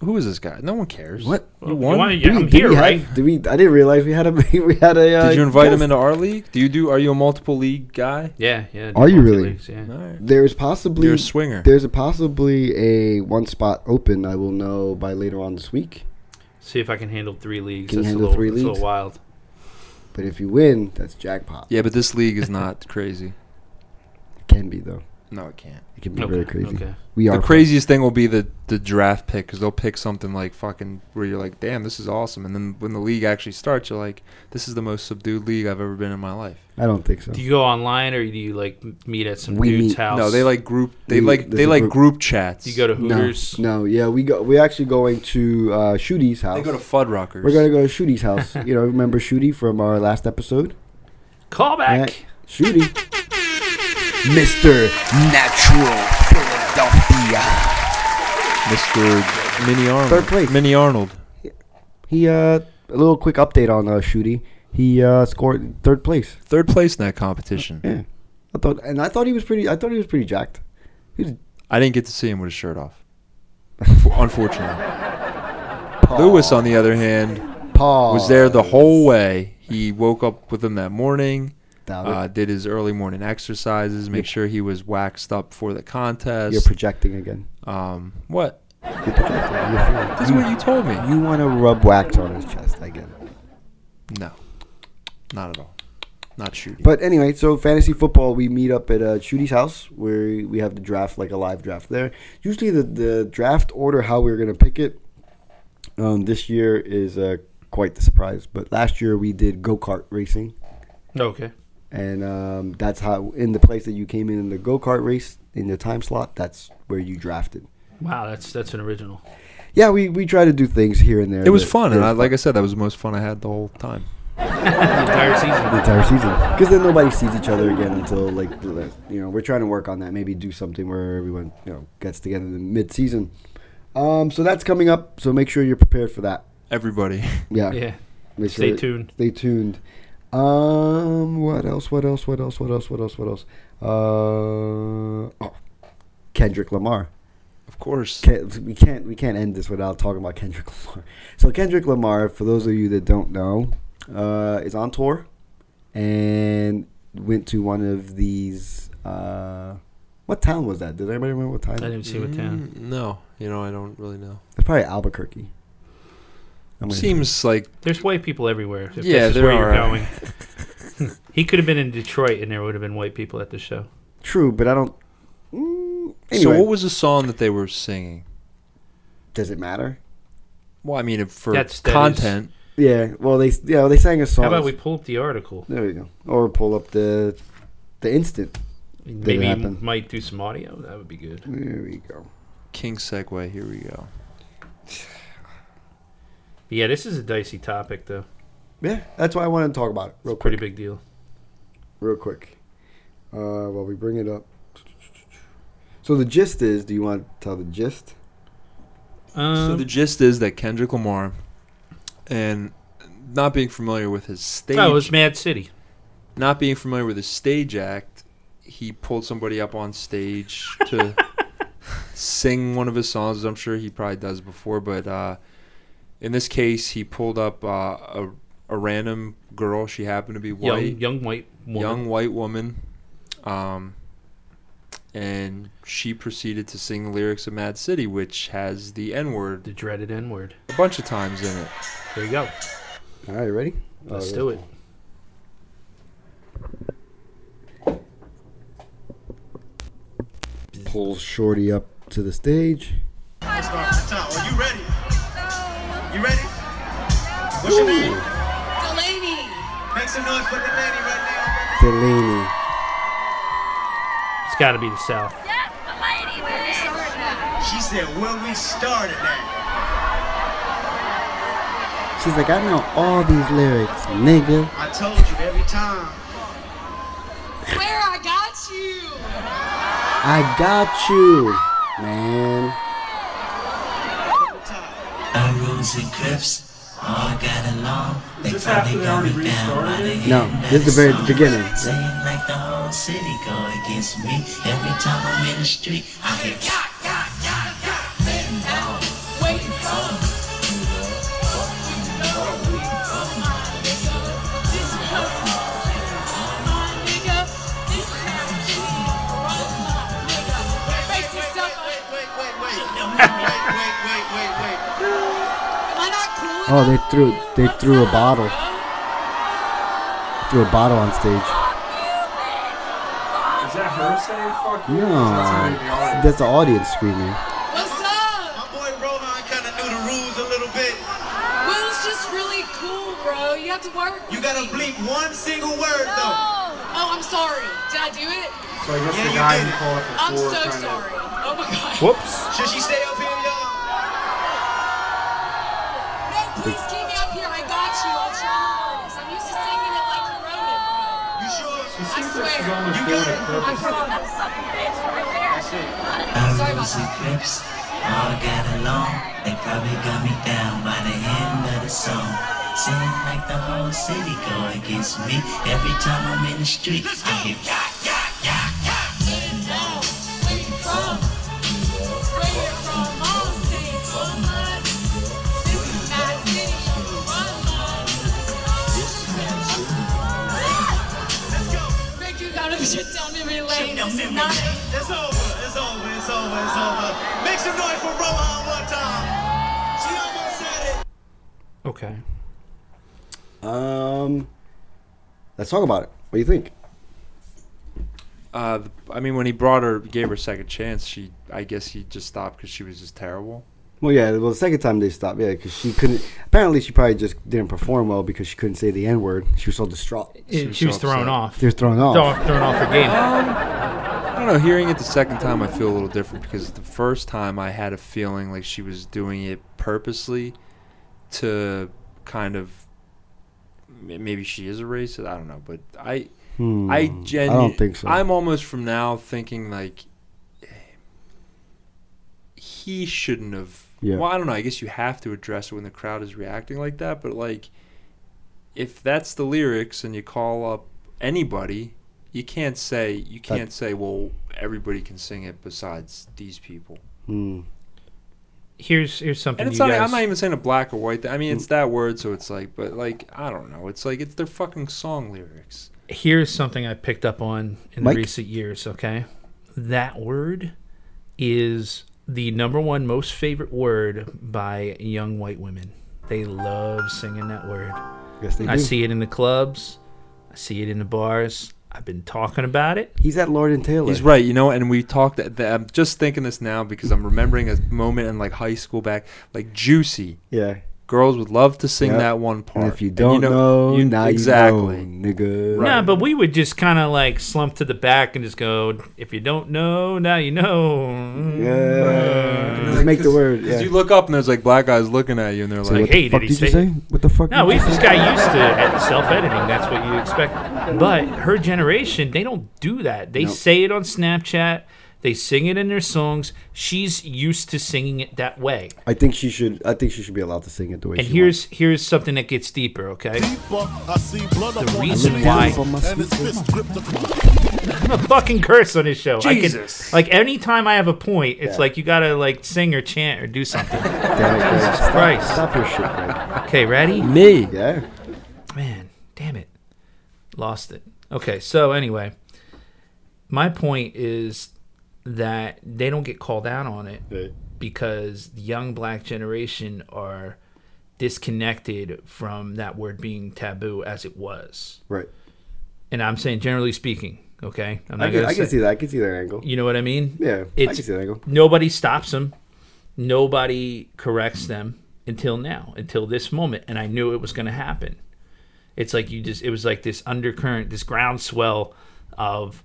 S2: Who is this guy? No one cares.
S1: What?
S3: You wanna- yeah, I'm
S1: did
S3: here,
S1: have-
S3: right?
S1: did we? I didn't realize we had a [laughs] we had a. Uh,
S2: Did you invite him
S1: guest.
S2: into our league? Do you do? Are you a multiple league guy?
S3: Yeah, yeah.
S1: Are you really? There's possibly
S2: You're a swinger.
S1: There's a possibly a one spot open. I will know by later on this week.
S3: See if I can handle three leagues.
S1: Can you
S3: that's
S1: handle
S3: a little,
S1: three
S3: that's a
S1: leagues?
S3: little wild.
S1: But if you win, that's jackpot.
S2: Yeah, but this
S1: [laughs]
S2: league is not crazy.
S1: It can be though.
S2: No, it can't.
S1: It can be
S3: Okay,
S1: very crazy.
S3: okay.
S1: We are
S2: the craziest thing will be the the draft pick because they'll pick something like fucking where you're like, damn, this is awesome, and then when the league actually starts, you're like, this is the most subdued league I've ever been in my life.
S1: I don't think so.
S3: Do you go online or do you like m- meet at some
S1: We
S3: dude's
S1: meet-
S3: house?
S2: No, they like group. They
S1: We-
S2: like
S1: there's
S2: they
S1: a
S2: like
S1: group-
S2: group, chats.
S3: You go to
S1: No,
S3: Hooters.
S1: no, yeah, we go. We're actually going to uh, Shooty's house.
S2: They go to Fuddruckers.
S1: We're gonna go to Shooty's house.
S2: [laughs]
S1: you know, remember Shooty from our last episode?
S3: Call back.
S1: Yeah, Shooty, Mister Natural Philadelphia.
S2: Mr. Mini Arnold.
S1: Third place.
S2: Mini Arnold.
S1: He uh, a little quick update on uh, Shooty. He uh, scored third place.
S2: Third place in that competition.
S1: Yeah, I thought, and I thought he was pretty. I thought he was pretty jacked. He was
S2: I didn't get to see him with his
S1: [laughs]
S2: shirt off. Unf- Unfortunately. Lewis, on the other hand, was there the whole way. He woke up with him that morning,
S1: Doubt it.
S2: uh, did his early morning exercises, make sure he was waxed up for the contest.
S1: You're projecting again.
S2: um, what?
S1: You're feeling-
S2: This is what you told me.
S1: You want to rub wax on his chest again.
S2: No, not at all. Not shooting.
S1: But anyway, so fantasy football, we meet up at uh, Chudy's house where we have the draft, like a live draft there. Usually the, the draft order, how we are going to pick it, um, this year is uh, quite the surprise. But last year we did go kart racing.
S3: Okay.
S1: And um, that's how, in the place that you came in in the go kart race, in the time slot, that's where you drafted.
S3: Wow, that's that's an original.
S1: Yeah, we, we try to do things here and there.
S2: it was
S1: that-
S2: fun,
S1: that
S2: and I,
S1: is
S2: like I said, that was the most fun I had the whole time.
S3: The entire season.
S1: the entire season because then nobody sees each other again until like the last- you know we're trying to work on that maybe do something where everyone you know gets together in the mid-season um, so that's coming up so make sure you're prepared for that
S2: Everybody.
S1: yeah
S3: Yeah.
S1: Make
S3: Stay
S1: sure-
S3: tuned.
S1: stay tuned um what else what else what else what else what else what else uh oh kendrick lamar
S2: [laughs] Of course.
S1: can't, we can't we can't end this without talking about Kendrick Lamar. So Kendrick Lamar, for those of you that don't know, uh, is on tour and went to one of these. Uh, what town was that? Did anybody remember what town?
S3: I didn't see what town.
S2: Mm, no, you know, I don't really know.
S1: It's probably Albuquerque. I'm gonna-
S2: Seems like
S3: There's white people everywhere. If
S2: Yeah,
S3: this is
S2: there
S3: where
S2: are.
S3: you're going. [laughs] he could have been in Detroit, and there would have been white people at the show.
S1: true, but I don't. Mm, anyway,
S2: So what was the song that they were singing?
S1: does it matter?
S2: Well, I mean, if for
S3: That's- that is-
S2: content.
S1: Yeah. Well, they yeah they sang a song.
S3: How about we pull up the article?
S1: There we go. Or pull up the the instant.
S3: Maybe
S1: happen.
S3: might do some audio. That would be good.
S1: There we go.
S2: King Segway, here we go.
S3: Yeah, this is a dicey topic, though.
S1: Yeah, that's why I wanted to talk about it real quick.
S3: Pretty big deal.
S1: real quick uh, while we bring it up. So the gist is, do you want to tell the gist?
S3: Um,
S2: so the gist is that Kendrick Lamar, and not being familiar with his stage,
S3: oh, it was Mad City.
S2: not being familiar with his stage act, he pulled somebody up on stage to sing one of his songs. as I'm sure he probably does before, but uh, in this case, he pulled up uh, a a random girl. She happened to be
S3: Young-
S2: white,
S3: young white woman.
S2: young white woman, um, and she proceeded to sing the lyrics of Mad City, which has the N word,
S3: the dreaded N word,
S2: a bunch of times in it.
S3: There you
S2: Oh,
S3: go.
S1: All right, ready?
S3: Let's do it.
S1: Pulls Shorty up to the stage.
S13: Let's start the time. Are you ready? You ready? What's your name? Delaney. Make some noise for Delaney right now.
S1: Delaney.
S3: It's got to be the South.
S13: She said, "When we started that."
S1: She's like, I know all these lyrics, nigga.
S13: I told you every time.
S9: Swear I got you.
S1: I got you, man.
S13: I rules and grips all got along. They finally got me down by the hand.
S1: No, this is the very beginning.
S13: Seem like the whole city go against me. Every time I'm in the street, I hear.
S1: Oh, they threw they threw a bottle. Threw a bottle on stage.
S12: Is that her saying fuck you?
S1: No,
S12: Or is that somebody in the audience?
S1: that's the audience screaming.
S9: What's up? My boy Rohan kind of knew the rules a little bit. Will's just really cool, bro. You have to work.
S13: You gotta bleep one single word
S9: no.
S13: though.
S9: Oh, I'm sorry. Did I do it?
S12: So I guess
S13: Yeah,
S12: the
S13: you
S12: guy who
S13: did it.
S12: called up before
S9: I'm so
S12: kinda,
S9: sorry. Oh my god.
S12: Whoops.
S13: Should she stay up here, y'all?
S9: No, please keep me up here. I got you. I'm trying. I'm used to singing it like a Ronin, bro.
S13: You sure?
S9: She seems I swear.
S12: she's almost
S9: you
S12: doing
S9: got
S12: it
S9: I
S12: purposely.
S9: promise. [laughs] Bitch, right there. Sorry about that.
S13: Clips all got along. They probably got me down by the end of the song. Seem like the whole city go against me. Every time I'm in the street, I hear yak, yak, yak, yak.
S9: Rick, you gotta [laughs] shut down memory lane. This is not
S13: It's over, it's over, it's over, it's over. Make some noise for Rohan one time. She almost said it.
S3: Okay.
S1: Um, let's talk about it. What do you think?
S2: Uh, th- I mean, when he brought her, gave her a second chance, she, I guess, he just stopped because she was just terrible.
S1: Well, yeah. Well, the second time they stopped, yeah, because she couldn't. Apparently, she probably just didn't perform well because she couldn't say the N word. She was so distraught.
S3: She was she was so thrown upset. off.
S1: She was thrown off.
S3: thrown off her
S2: [laughs]
S3: game.
S2: I don't know. Hearing it the second time, I feel a little different because the first time I had a feeling like she was doing it purposely to kind of m- maybe she is a racist. I don't know, but I
S1: Hmm, I
S2: I
S1: don't
S2: genuinely
S1: think so.
S2: I'm almost from now thinking like he shouldn't have.
S1: Yeah.
S2: Well, I don't know. I guess you have to address it when the crowd is reacting like that, but like if that's the lyrics and you call up anybody, you can't say you can't say well everybody can sing it besides these people.
S1: Hmm.
S3: Here's here's something.
S2: And it's
S3: you
S2: not,
S3: guys,
S2: I'm not even saying a black or white. Thing. I mean, it's
S1: Mm.
S2: that word, so it's like, but like, I don't know. It's like it's their fucking song lyrics.
S3: here's something I picked up on in
S2: Mike?
S3: the recent years, okay? That word is the number one most favorite word by young white women. They love singing that word.
S1: Yes, they
S3: I
S1: do.
S3: see it in the clubs. I see it in the bars. I've been talking about it.
S1: He's at Lord and Taylor.
S2: He's right, you know. And we talked. At the, I'm just thinking this now because I'm remembering a moment in like high school back, like Juicy.
S1: Yeah.
S2: Girls would love to sing
S1: Yep.
S2: that one part.
S1: And if you don't know, now you know, nigga.
S3: No, but we would just kind of like slump to the back and just go, if you don't know, now you know.
S1: Yeah. Just make the word.
S2: Because
S1: Yeah.
S2: you look up and there's like black guys looking at you, and they're
S1: So
S2: like,
S1: what the fuck did you say? What the fuck?
S3: No,
S1: did
S3: we
S1: you
S3: just
S1: say?
S3: got used to ed- self-editing. That's what you expect. But her generation, they don't do that. They
S1: Nope.
S3: say it on Snapchat. They sing it in their songs. She's used to singing it that way.
S1: I think she should. I think she should be allowed to sing it the way.
S3: And
S1: she
S3: here's here's something that gets deeper, okay? [laughs] The reason why I'm a fucking curse on this show.
S2: Jesus.
S3: I can, like any time I have a point, it's
S2: Yeah.
S3: like you gotta like sing or chant or do something.
S2: [laughs]
S1: Damn it, Greg.
S3: Jesus
S1: Stop-
S3: Christ.
S1: stop your shit, Greg.
S3: Okay, ready?
S14: Me.
S1: Yeah.
S3: Man, damn it. Lost it. Okay, so anyway, my point is that they don't get called out on it because the young black generation are disconnected from that word being taboo as it was.
S1: Right.
S3: And I'm saying generally speaking, okay? I'm
S1: I can-
S3: gonna
S1: I can
S3: say-
S1: see that. I can see that angle.
S3: You know what I mean?
S1: Yeah, I
S3: It's,
S1: can see that angle.
S3: Nobody stops them. Nobody corrects them until now, until this moment. And I knew it was going to happen. It's like you just, it was like this undercurrent, this groundswell of,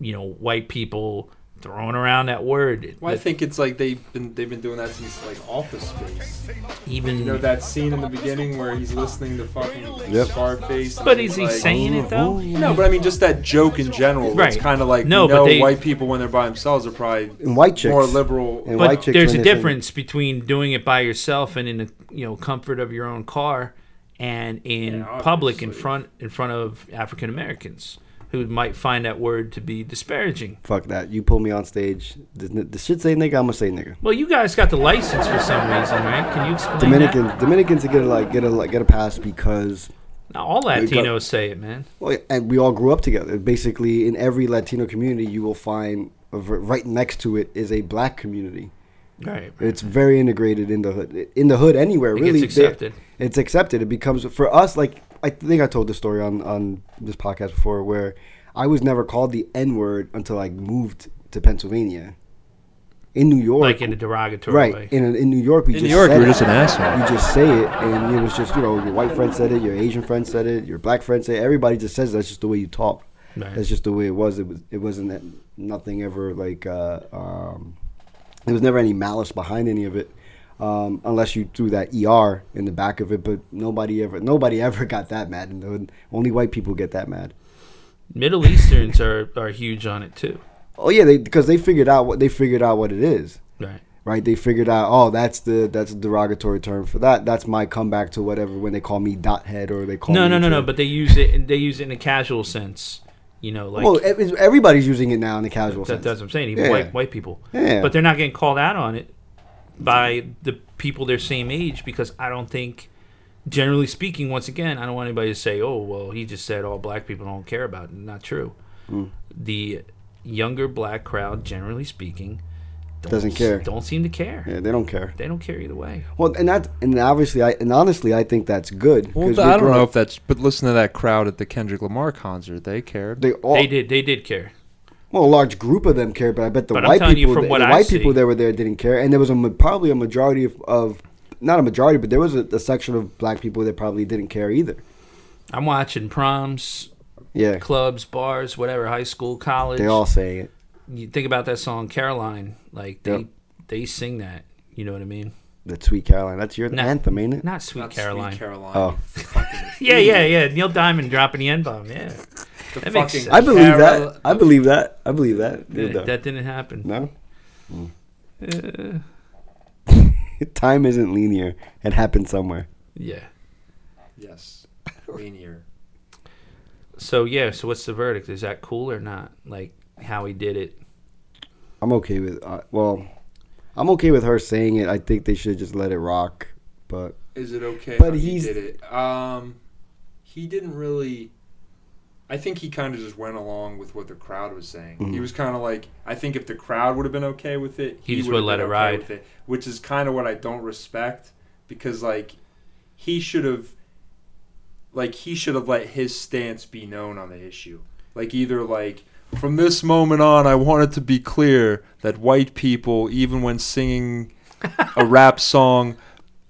S3: you know, white people throwing around that word.
S2: Well, I
S3: that
S2: think it's like they've been they've been doing that since like Office Space.
S3: Even
S2: you know that scene in the beginning where he's listening to fucking
S3: Yep.
S2: Scarface. and
S3: But
S2: he's
S3: is he
S2: like-
S3: saying it, though?
S2: No, but I mean just that joke in general. It's
S3: Right.
S2: kind of like
S3: No,
S2: no,
S3: but they-
S2: white people when they're by themselves are probably
S1: And white chicks.
S2: more liberal.
S1: And
S3: but
S1: white chicks
S3: there's
S1: when
S3: a
S1: they sing-
S3: difference between doing it by yourself and in the you know comfort of your own car and in public in front in front of African Americans who might find that word to be disparaging.
S1: Fuck that. You pull me on stage. The, the shit say nigga. I'm gonna say nigga.
S3: Well, you guys got the license for some reason, right? Can you explain
S1: Dominicans.
S3: that?
S1: Dominicans get a like get a like, get a pass because.
S3: Now,
S1: We
S3: all
S1: got-
S3: Latinos say it, man.
S1: Well, yeah, and we all grew up together. Basically, in every Latino community, you will find a ver- right next to it is a black community.
S3: Right.
S1: It's very integrated in the hood. In the hood, anywhere
S3: It
S1: really.
S3: gets
S1: they-
S3: accepted.
S1: it's accepted. It becomes for us like I think I told the story on on this podcast before where I was never called the N word until I moved to Pennsylvania. In New York,
S3: Like in a derogatory
S1: right?
S3: way.
S1: In in New York, we
S14: In
S1: just
S14: New York,
S1: said
S14: you were
S1: it.
S14: just an asshole.
S1: You just say it, and it was just you know your white friend said it, your Asian friend said it, your black friend said it. Everybody just says it. that's just the way you talk.
S3: Right.
S1: That's just the way it was. It was it wasn't that nothing ever like uh, um, there was never any malice behind any of it. Um, unless you threw that ER in the back of it, but nobody ever, nobody [laughs] ever got that mad. in the hood. only white people get that mad.
S3: Middle Easterns are, are huge on it too.
S1: Oh yeah, they because they figured out what they figured out what it is.
S3: Right.
S1: Right. They figured out. Oh, that's the that's a derogatory term for that. That's my comeback to whatever when they call me dot head or they call
S3: No,
S1: me
S3: no, no, no.
S1: kid.
S3: But they use it. They use it in a casual sense. You know, like
S1: well, ev- everybody's using it now in the casual
S3: That,
S1: sense.
S3: that's what I'm saying. Even
S1: Yeah.
S3: white white people.
S1: Yeah.
S3: But they're not getting called out on it by the people their same age because I don't think, generally speaking, once again, I don't want anybody to say, "Oh, well, he just said all black people don't care about it." Not true.
S1: Mm.
S3: The younger black crowd, generally speaking, don't
S1: Doesn't
S3: s-
S1: care.
S3: Don't seem to care.
S1: Yeah, they don't care.
S3: They don't care either way.
S1: Well, and that and obviously, I and honestly, I think that's good.
S2: Well,
S1: 'cause
S2: I
S1: we
S2: don't
S1: grow
S2: know
S1: up-
S2: if that's. But listen to that crowd at the Kendrick Lamar concert. They cared.
S1: They all.
S3: They did. They did care.
S1: Well, a large group of them cared, but I bet the
S3: But I'm
S1: white
S3: telling
S1: people,
S3: you from
S1: the,
S3: what
S1: the
S3: I
S1: white
S3: see-
S1: people that were there didn't care, and there was a ma- probably a majority of, of not a majority, but there was a, a section of black people that probably didn't care either.
S3: I'm watching proms,
S1: Yeah.
S3: clubs, bars, whatever, high school, college.
S1: They all say it.
S3: you think about that song Caroline, like they
S1: Yep.
S3: they sing that. You know what I mean?
S1: The Sweet Caroline, that's your
S3: Not-
S1: anthem, ain't it?
S3: Not Sweet
S2: Not Sweet
S3: Caroline.
S2: Caroline.
S1: Oh.
S3: yeah, yeah, yeah. Neil Diamond dropping the N bomb. Yeah.
S2: The
S3: That makes
S2: fucking-
S3: sense.
S1: I believe
S2: Carol-
S1: that. I believe that. I believe that.
S3: Yeah,
S1: Yeah,
S3: that didn't happen.
S1: No.
S3: Uh,
S1: [laughs] Time isn't linear. It happened somewhere.
S3: yeah.
S2: Yes. Rainier.
S3: So yeah. So what's the verdict? Is that cool or not? Like how he did it?
S1: I'm okay with. Uh, well, I'm okay with her saying it. I think they should just let it rock.
S3: [laughs]
S1: But
S2: Is it okay?
S1: But
S2: how he
S1: he's-
S2: did it. Um, he didn't really. I think he kind of just went along with what the crowd was saying. He
S1: Mm-hmm.
S14: Mhm.
S2: was kind of like, I think if the crowd would have been okay with it,
S3: He just
S2: would've
S3: would've let
S2: been
S3: it ride.
S2: with it, which is kind of what I don't respect because like he should have, like he should have let his stance be known on the issue. Like either like from this moment on, I want it to be clear that white people, even when singing
S14: [laughs]
S2: a rap song,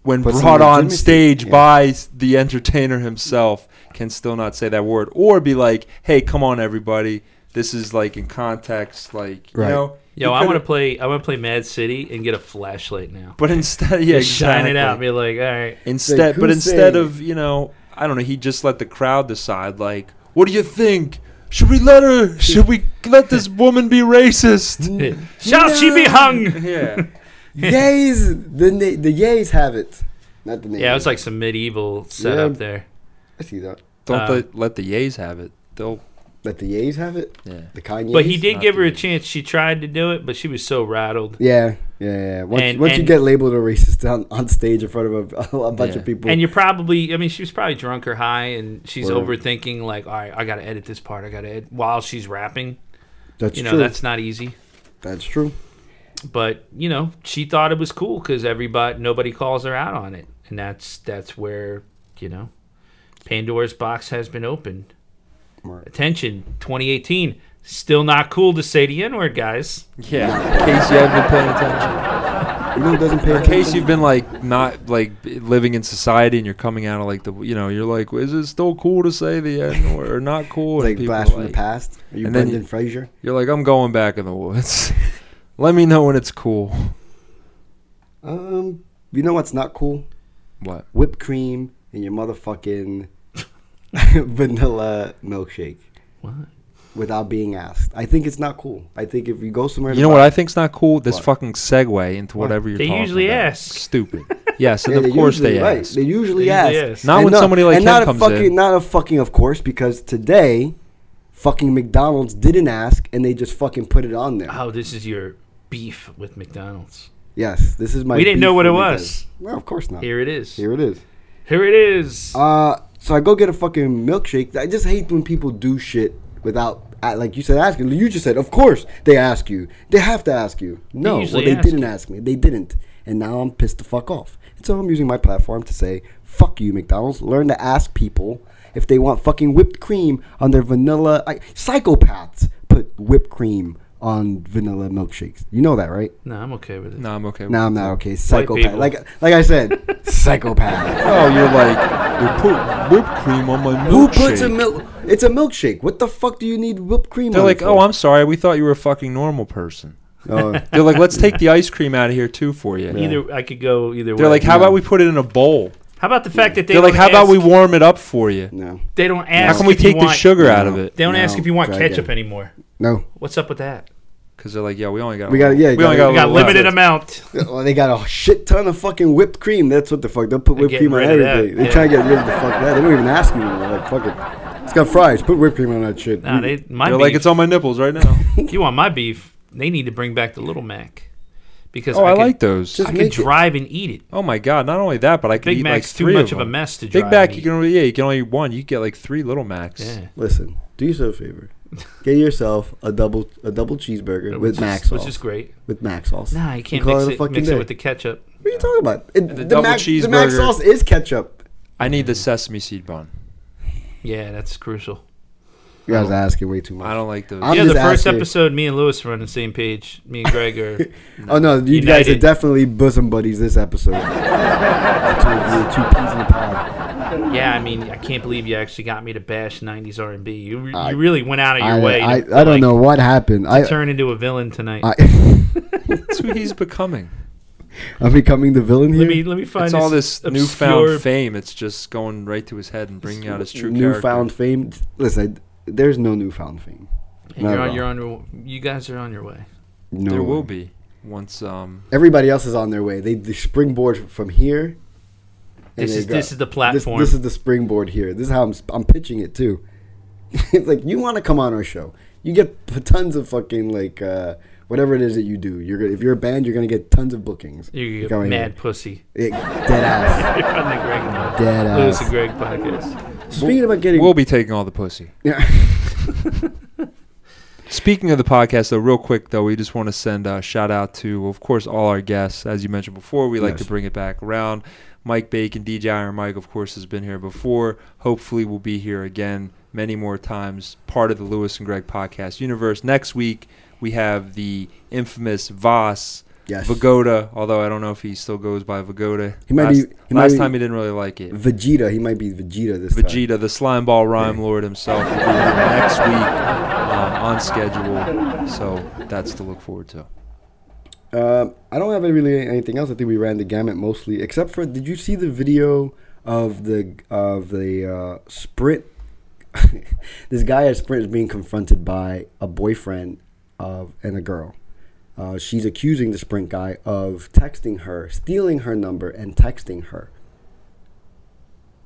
S2: when
S14: Put some
S2: brought on
S14: legitimacy-
S2: stage
S14: yeah.
S2: by s- the entertainer himself, can still not say that word, or be like, "Hey, come on, everybody, this is like in context, like you know." he
S3: Yo, I want to
S2: could've-
S3: play. I want to play Mad City and get a flashlight now.
S2: But instead, yeah,
S3: Just shine it
S2: exactly.
S3: out. And be like, all
S2: [laughs]
S3: right.
S2: Instead, but instead of you know, I don't know. He just let the crowd decide. Like, what do you think? Should we let her? Should we let this woman be racist?
S3: Shall she be hung?
S2: Yeah.
S1: yays, the na- the yays have it, not the nays.
S3: Yeah, it was like some medieval setup
S1: Yeah.
S3: there.
S1: I see that.
S2: Don't
S3: Uh,
S2: let, let the yays have it. They'll
S1: Let the yays have it.
S2: Yeah.
S1: The Kanye.
S3: But he did give her a chance. She tried to do it, but she was so rattled.
S1: Yeah, yeah, yeah. Once,
S3: And-
S1: once you
S3: and-
S1: get labeled a racist on, on stage in front of a, [laughs] a bunch
S2: Yeah.
S1: of people,
S3: And you're probably, I mean, she was probably drunk or high, and she's
S1: Word.
S3: overthinking, like, all right, I got to edit this part. I got to edit while she's rapping.
S1: That's
S3: You know,
S1: true.
S3: that's not easy.
S1: that's true.
S3: But, you know, she thought it was cool because everybody, nobody calls her out on it. And that's, that's where, you know, Pandora's box has been opened.
S1: Word.
S3: Attention, 2018. Still not cool to say the N word, guys.
S2: Yeah, in case you haven't been paying attention.
S1: You know, who doesn't pay
S2: In case
S1: attention.
S2: you've been like not like b- living in society and you're coming out of like the you know you're like is it still cool to say the N word or not cool?
S1: It's
S2: And
S1: like
S2: people
S1: blast
S2: are
S1: from the
S2: like-
S1: past. Are you
S2: and then
S1: Brendan Fraser?
S2: You're like I'm going back in the woods. [laughs] Let me know when it's cool.
S1: Um, you know what's not cool?
S2: What?
S1: Whipped cream in your motherfucking [laughs] vanilla milkshake.
S3: What?
S1: Without being asked, I think it's not cool. I think if you go somewhere, to
S2: You know
S1: buy-
S2: what I think's not cool? This
S1: What?
S2: fucking segue into whatever you're
S3: They
S2: talking
S3: usually
S2: about.
S3: ask. [laughs]
S2: Stupid. Yes, and
S1: Yeah,
S2: of course
S1: usually,
S2: they
S1: right,
S2: ask.
S1: They usually
S3: They
S1: ask.
S3: usually ask.
S2: Not
S1: And
S2: when somebody like
S1: and
S2: Ken
S1: not a
S2: comes
S1: fucking,
S2: in.
S1: Not a fucking of course because today, fucking McDonald's didn't ask and they just fucking put it on there.
S3: Oh, this is your beef with McDonald's.
S1: Yes, this is my.
S3: We didn't
S1: beef
S3: know what
S1: with
S3: it
S1: McDonald's.
S3: was.
S1: Well, of course not.
S3: Here it is.
S1: Here it is.
S3: Here it is.
S1: Uh, so I go get a fucking milkshake. I just hate when people do shit without, I- like you said, asking. You just said, of course they ask you. They have to ask you. No, well,
S3: usually
S1: they
S3: ask
S1: didn't
S3: you.
S1: ask me. They didn't, and now I'm pissed the fuck off. And so I'm using my platform to say, fuck you, McDonald's. Learn to ask people if they want fucking whipped cream on their vanilla. I, psychopaths put whipped cream on vanilla milkshakes. You know that, right?
S3: no, I'm okay with it.
S2: No, I'm okay. with
S1: No,
S2: it.
S1: I'm not okay.
S3: people.
S1: Psychopath. Like, like I said,
S3: [laughs]
S1: psychopath.
S2: Oh, you're like you put whipped cream on my milkshake.
S1: Who puts a milk? It's a milkshake. What the fuck do you need whipped cream?
S2: They're
S1: on
S2: like,
S1: for?
S2: oh, I'm sorry. We thought you were a fucking normal person. [laughs]
S1: Oh,
S2: They're like, let's take
S1: [laughs]
S2: the ice cream out of here too for you.
S3: Either I could go either
S2: They're
S3: way.
S2: like, how about we put it in a bowl?
S3: How about the fact that they
S2: They're like,
S3: don't
S2: how about
S3: ask-
S2: we warm it up for you?
S1: no,
S3: They don't ask.
S2: How can we
S3: if you
S2: take the
S3: want-
S2: sugar out of it?
S3: They don't ask
S1: No,
S3: if you want
S1: try again.
S3: ketchup anymore.
S1: no.
S3: What's up with that?
S2: Because they're like, yeah, we only got
S1: We gotta- yeah,
S2: we
S1: gotta-
S2: only
S1: Oh,
S2: got,
S3: We
S2: a
S3: got
S2: little
S3: limited
S2: left.
S3: amount.
S1: Well, they got a shit ton of fucking whipped cream. That's what the fuck. They'll put whipped
S3: getting
S1: cream on
S3: rid of that,
S1: everything. They
S3: yeah.
S1: try to get rid of the fuck that. They don't even ask you. Anymore. Like, fuck it. It's got fries. Put whipped cream on that shit.
S3: Nah, they, my
S2: They're
S3: beef,
S2: like, it's on my nipples right
S3: [laughs]
S2: now.
S3: if you want my beef, they need to bring back the Little Mac. Because
S2: oh, I,
S3: could-
S2: like those.
S1: Just
S3: I
S1: make
S3: could
S1: it-
S3: drive and eat it.
S2: oh my god! Not only that, but I could
S3: Big
S2: eat
S3: Mac's
S2: like
S3: too
S2: three
S3: much
S2: of,
S3: of a
S2: them.
S3: mess to
S2: Big
S3: drive
S2: Mac,
S3: and
S2: you
S3: eat.
S2: can only yeah, you can only eat one. You get like three Little Macs.
S3: Yeah.
S1: Listen, do yourself a favor. Get yourself a double a double cheeseburger
S3: Which
S1: with
S3: is-
S1: Mac sauce.
S3: Which is great.
S1: With Mac sauce.
S3: Nah, you can't
S1: call
S3: mix
S1: a
S3: it,
S1: fucking
S3: mix
S1: day.
S3: it with the ketchup.
S1: What are you talking about? It- the,
S2: double
S1: Mac, the Mac
S2: cheeseburger.
S1: sauce is ketchup.
S2: I need the sesame seed bun.
S3: Yeah, that's crucial.
S1: You guys are asking way too much.
S2: I don't like those.
S1: I'm
S3: yeah,
S1: just
S3: the first
S1: asking-
S3: episode, me and Lewis were on the same page. Me and Greg are.
S1: Oh no, you guys are
S3: United.
S1: definitely bosom buddies this episode. I told you, two peas in a pod.
S3: yeah, I mean, I can't believe you actually got me to bash '90s R&B. You, re-
S1: I-
S3: you really went out of your
S1: I,
S3: way.
S1: I, I
S3: to,
S1: don't
S3: like,
S1: know what happened. I,
S3: Turn into a villain tonight.
S1: I [laughs]
S2: That's who he's becoming.
S1: I'm becoming the villain here.
S3: let me let me find
S2: It's
S3: this
S2: all this
S3: obscure
S2: newfound fame. It's just going right to his head and bringing out his true
S1: newfound
S2: character.
S1: fame. Listen, there's no newfound fame.
S3: And
S1: Not
S3: you're
S1: at
S3: on,
S1: all.
S3: you're on your, you guys are on your way.
S1: No,
S2: There will be once. Um,
S1: Everybody else is on their way. They, they springboard from here. and
S3: This
S1: they
S3: is-
S1: go-
S3: this is the
S1: this-
S3: platform.
S1: This, is the springboard here. This is how I'm s- I'm pitching it too. [laughs] it's like you want to come on our show. You get p- tons of fucking like uh, whatever it is that you do. You're gonna, if you're a band, you're gonna get tons of bookings.
S3: You get
S1: Going
S3: mad
S1: here.
S3: pussy.
S1: It- dead ass.
S3: You're on the Greg and
S1: Dead
S3: Lewis and
S1: ass.
S3: Greg podcast.
S1: Speaking about getting,
S2: we'll be taking all the pussy.
S1: Yeah.
S2: [laughs] Speaking of the podcast, though, real quick though, we just want to send a shout out to, of course, all our guests. As you mentioned before, we like
S1: Yes.
S2: to bring it back around. Mike Bacon, DJ Iron Mike, of course, has been here before. Hopefully, will be here again many more times. Part of the Lewis and Greg podcast universe. Next week, we have the infamous Voss.
S1: Yes.
S2: Vagoda, although I don't know if he still goes by Vagoda.
S1: He might
S2: last,
S1: be- he might
S2: last
S1: be-
S2: time he didn't really like it.
S1: Vegeta. He might be Vegeta this time.
S2: Vegeta, the slime ball rhyme lord himself, will be here next week um, on schedule. So that's to look forward to.
S1: Um, I don't have really anything else. I think we ran the gamut mostly, except for did you see the video of the of the uh, sprint [laughs] this guy at Sprint is being confronted by a boyfriend of and a girl. Uh, she's accusing the Sprint guy of texting her, stealing her number, and texting her.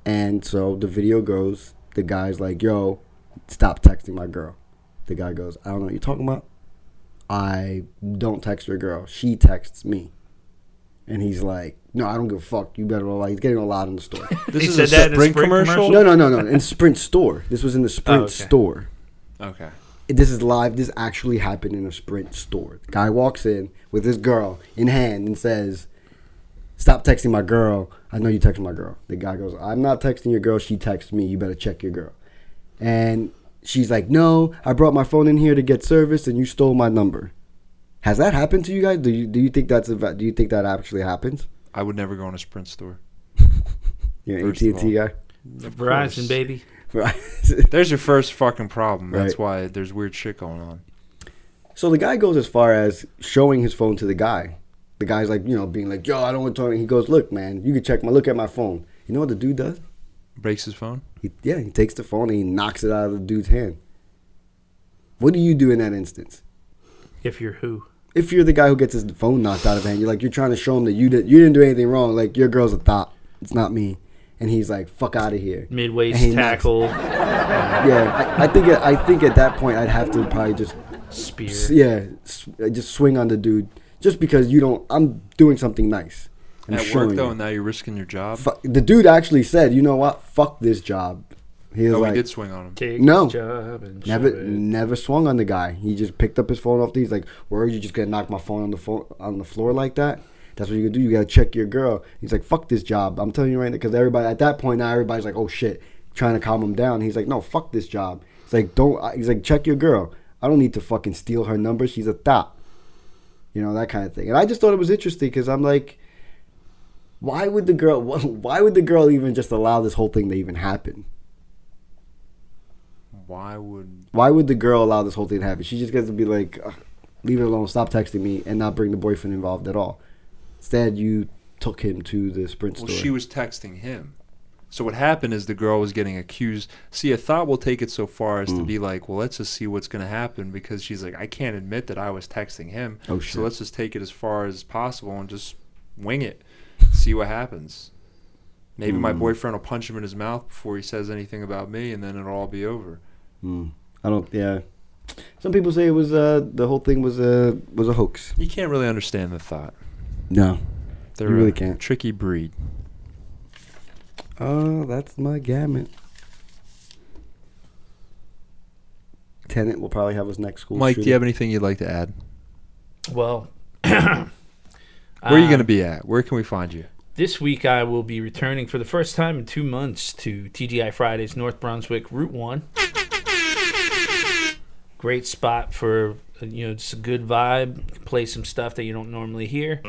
S1: And so the video goes. The guy's like, "Yo, stop texting my girl." The guy goes, "I don't know what you're talking about. I don't text your girl. She texts me." And he's like, "No, I don't give a fuck. You better like." He's getting a lot in the
S2: [laughs]
S1: store.
S2: This He is a said that in a Sprint Sprint commercial? commercial?
S1: No, no, no, no. In Sprint store. This was in the Sprint
S2: Oh, okay.
S1: store.
S2: Okay.
S1: This is live. This actually happened in a Sprint store. The guy walks in with his girl in hand and says, "Stop texting my girl. I know you texting my girl." The guy goes, "I'm not texting your girl. She texts me. You better check your girl." And she's like, "No, I brought my phone in here to get service, and you stole my number." Has that happened to you guys? Do you do you think that's a, va- do you think that actually happens?
S2: I would never go in a Sprint store.
S1: You're an
S2: First of
S1: AT&T
S2: all.
S1: guy.
S2: Of
S3: Verizon,
S2: course.
S3: baby.
S1: [laughs]
S2: There's your first fucking problem. That's
S1: Right.
S2: why there's weird shit going on.
S1: So the guy goes as far as showing his phone to the guy. The guy's like, you know, being like, yo, I don't want to talk. He goes, look, man, you can check my look at my phone. You know what the dude does?
S2: Breaks his phone.
S1: He, yeah, he takes the phone and he knocks it out of the dude's hand. What do you do in that instance?
S3: If you're who?
S1: If you're the guy who gets his phone knocked out of hand, you're like, you're trying to show him that you didn't, you didn't do anything wrong. Like your girl's a thought. It's not me. And he's like, fuck out of here.
S3: Midway
S1: And he knocks-
S3: tackle.
S1: yeah, I, I think I think at that point I'd have to probably just
S3: Spear.
S1: s- yeah, s- just swing on the dude just because you don't. I'm doing something nice. I'm
S2: At
S1: showing
S2: work though,
S1: you.
S2: and now you're risking your job.
S1: Fu- the dude actually said, "You know what? Fuck this job." He was
S2: Oh, we
S1: like,
S2: did swing on him. Take
S1: no,
S2: his job and
S1: never,
S2: shove it.
S1: never swung on the guy. He just picked up his phone off. The, he's like, "Where are you just gonna knock my phone on the phone on the floor like that?" That's what you gonna do. You gotta check your girl. He's like, "Fuck this job." I'm telling you right now, because everybody at that point now everybody's like, "Oh shit," trying to calm him down. He's like, "No, fuck this job." He's like, "Don't." I- He's like, "Check your girl. I don't need to fucking steal her number. She's a thot." You know that kind of thing. And I just thought it was interesting because I'm like, why would the girl? [laughs] Why would the girl even just allow this whole thing to even happen?
S2: Why would
S1: Why would the girl allow this whole thing to happen? She just gets to be like, "Ugh, leave it alone, stop texting me, and not bring the boyfriend involved at all. Instead, you took him to the sprint
S2: Well,
S1: store.
S2: she was texting him. So what happened is the girl was getting accused. See, a thought will take it so far as to be like, well, let's just see what's going to happen because she's like, I can't admit that I was texting him.
S1: Oh,
S2: So
S1: shit.
S2: let's just take it as far as possible and just wing it, see what happens. Maybe my
S1: Mm.
S2: boyfriend will punch him in his mouth before he says anything about me, and then it'll all be over.
S1: Mm, I don't. Yeah, some people say it was uh, the whole thing was a was a hoax.
S2: You can't really understand the thought.
S1: No,
S2: They're
S1: you really
S2: a
S1: can't.
S2: tricky breed.
S1: Oh, that's my gamut. Tenant will probably have his next school.
S2: Mike, do
S1: shooting.
S2: you have anything you'd like to add?
S3: Well,
S2: Where are you going to
S3: Um,
S2: be at? Where can we find you?
S3: This week, I will be returning for the first time in two months to TGI Fridays, North Brunswick, Route 1. Great spot for, uh, you know, just a good vibe. Play some stuff that you don't normally hear.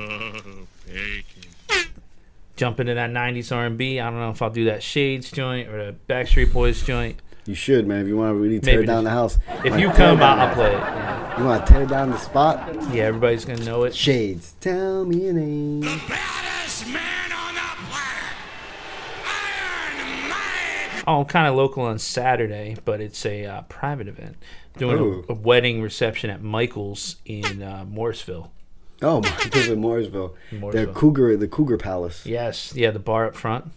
S3: Jump into that 90s R&B. I don't know if I'll do that Shades joint or the Backstreet Boys joint.
S1: You should, man. If you want to really tear
S3: Maybe
S1: down the
S3: this-
S1: house.
S3: if
S1: Like,
S3: you
S1: tear
S3: come,
S1: down
S3: I'll-
S1: the-
S3: I'll play it,
S1: You want to tear down the spot?
S3: Yeah, everybody's going to know it.
S1: Shades. Tell me your name. The
S8: baddest man on the
S3: Oh, I'm kind of local on Saturday, but it's a uh, private event. Doing
S1: Ooh.
S3: a, a wedding reception at Michael's in uh, Morrisville.
S1: Oh, my this is Mooresville. The
S3: Mooresville.
S1: Cougar, the Cougar Palace.
S3: Yes, yeah, the bar up front,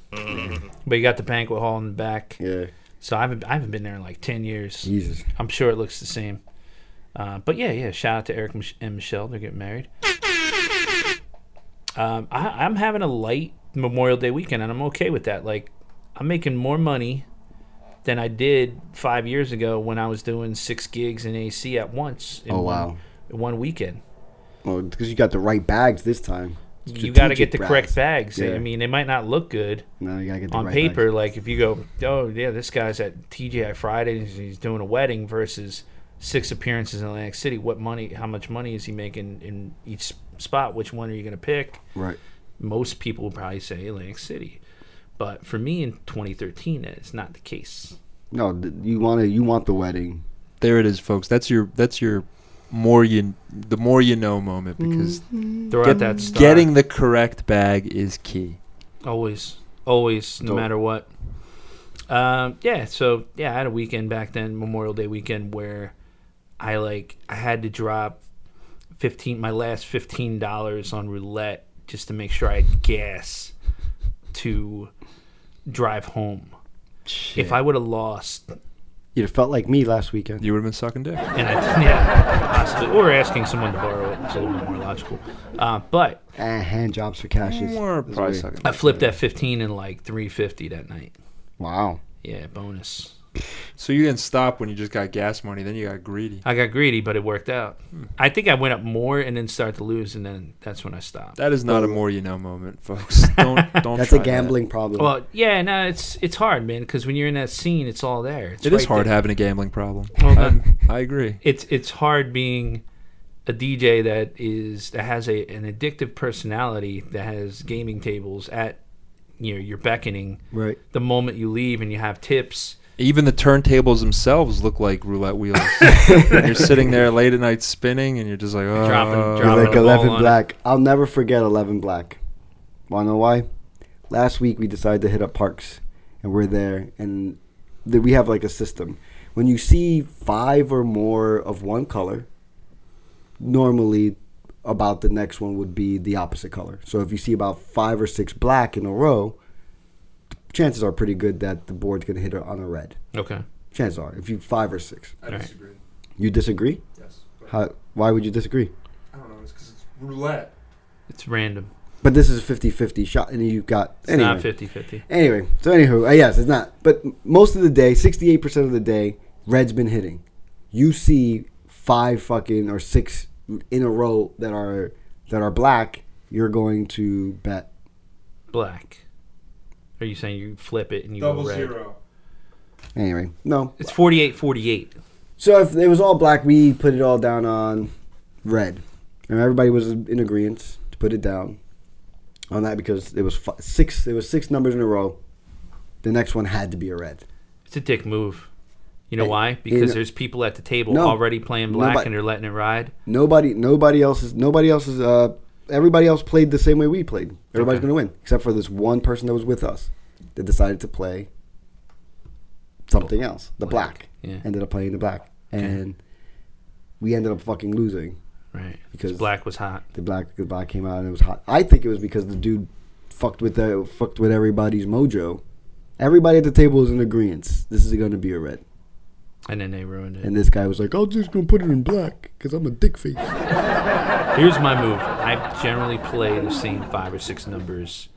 S3: but you got the banquet hall in the back.
S1: Mm-hmm. Yeah.
S3: So I haven't I haven't been there in like ten years.
S1: Jesus.
S3: I'm sure it looks the same. Uh, but yeah, yeah. Shout out to Eric Mich- and Michelle. They're getting married. Um, I, I'm having a light Memorial Day weekend, and I'm okay with that. Like, I'm making more money than I did five years ago when I was doing six gigs in AC at once. In
S1: Oh,
S3: one-
S1: wow.
S3: in One weekend.
S1: Well, because you got the right bags this time.
S3: you got to get the
S1: Strategic
S3: correct bags.
S1: Yeah.
S3: I mean, they might not look good
S1: no, you got to get the
S3: on
S1: right
S3: paper. Like if you go, oh yeah, this guy's at TGI Friday and he's doing a wedding versus six appearances in Atlantic City. What money? How much money is he making in each spot? Which one are you going to pick?
S1: Right.
S3: Most people would probably say Atlantic City, but for me in 2013, it's not the case.
S1: Bags. No, th- you want to. You want the wedding.
S2: There it is, folks. That's your that's your more you the more you know moment because
S1: Mm-hmm.
S3: Throw out that star.
S2: getting the correct bag is key.
S3: Always, always, no
S2: Dope.
S3: matter what. Um, yeah, so yeah, I had a weekend back then, Memorial Day weekend, where I like I had to drop fifteen my last fifteen dollars on roulette just to make sure I had gas to drive home. If I would have lost,
S1: You'd have felt like me last weekend.
S14: You would have been sucking dick.
S3: and I [laughs] yeah, possibly, or asking someone to borrow it, it's a little bit more logical. Uh, but
S1: Ah, hand jobs for cashes.
S3: More
S1: That's
S3: probably
S1: weird.
S3: I flipped that fifteen in like three fifty that night.
S1: Wow.
S3: Yeah, bonus.
S14: So you didn't stop when you just got gas money. Then you got greedy.
S3: I got greedy, but it worked out. I think I went up more and then started to lose, and then that's when I stopped.
S14: That is not a more you know
S2: [laughs]
S14: moment, folks. Don't don't.
S1: That's a
S14: try that.
S1: gambling problem.
S3: Well, yeah, no, it's it's hard, man, because when you're in that scene, it's all there. It's
S14: It is
S3: right
S14: hard
S3: there.
S14: having a gambling problem.
S3: Well,
S14: I,
S3: then-
S14: I agree.
S3: It's it's hard being a DJ that is that has a an addictive personality that has gaming tables at you know your beckoning.
S1: Right.
S3: The moment you leave and you have tips.
S14: Even the turntables themselves look like roulette
S2: [laughs]
S14: wheels. and you're sitting there late at night spinning, and you're just like, oh,
S3: Dropping-
S1: You're like 11 Black. I'll never forget 11 Black. Wanna know why? Last week we decided to hit up Parks, and we're there, and th- we have like a system. When you see five or more of one color, normally about the next one would be the opposite color. So if you see about five or six black in a row, chances are pretty good that the board's gonna hit on a red.
S3: Okay.
S1: Chances are, if you five or six.
S2: I disagree.
S1: You disagree?
S2: Yes.
S1: How, why would you disagree?
S2: I don't know. It's because it's roulette.
S3: It's random.
S1: But this is a 50-50 shot, and you've got
S3: It's
S1: anyway.
S3: not 50-50.
S1: Anyway, so anywho, uh, yes, it's not. But m- most of the day, 68% of the day, red's been hitting. You see five fucking or six in a row that are that are black. You're going to bet
S3: Black. Are you saying you flip it and you
S2: Double
S3: go red?
S2: zero.
S1: anyway. No,
S3: It's 48-48.
S1: So if it was all black, we put it all down on red, and everybody was in agreement to put it down on that because it was fi- six. There was six numbers in a row. The next one had to be a red.
S3: It's a dick move. You know
S1: Hey,
S3: why?
S1: you
S3: Because
S1: know-
S3: there's people at the table
S1: No.
S3: already playing black
S1: Nobody-
S3: and they're letting it ride.
S1: Nobody, nobody else is. Nobody else is. Uh, everybody else played the same way we played. Everybody's
S3: Okay.
S1: going to win except for this one person that was with us that decided to play something else. The black,
S3: yeah.
S1: ended up playing the black,
S3: Okay.
S1: and we ended up fucking losing.
S3: Right.
S1: Because
S3: Black was hot.
S1: the black the black came out and it was hot. I think it was because the dude fucked with the fucked with everybody's mojo. Everybody at the table was in agreement. This is going to be a red.
S3: And then they ruined it.
S1: And this guy was like, "I'm just going to put it in black because I'm a dick face."
S3: Here's my move. I generally play the same five or six numbers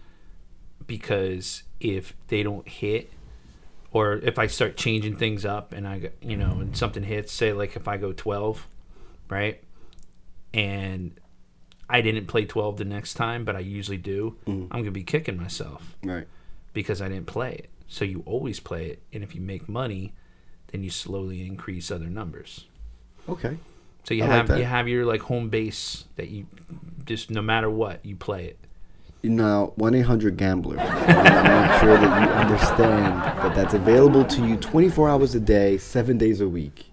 S3: because if they don't hit, or if I start changing things up and I, go- you know, and something hits, say like if I go 12, right? And I didn't play 12 the next time, but I usually do, I'm going to be kicking myself.
S1: Mm. Right.
S3: Because I didn't play it. So you always play it. And if you make money, then you slowly increase other numbers.
S1: Okay.
S3: So you
S1: I like
S3: have
S1: that.
S3: you have your like home base that you just no matter what you play it.
S1: Now, 1 800 Gambler. Make sure that you understand that that's available to you 24 hours a day, seven days a week.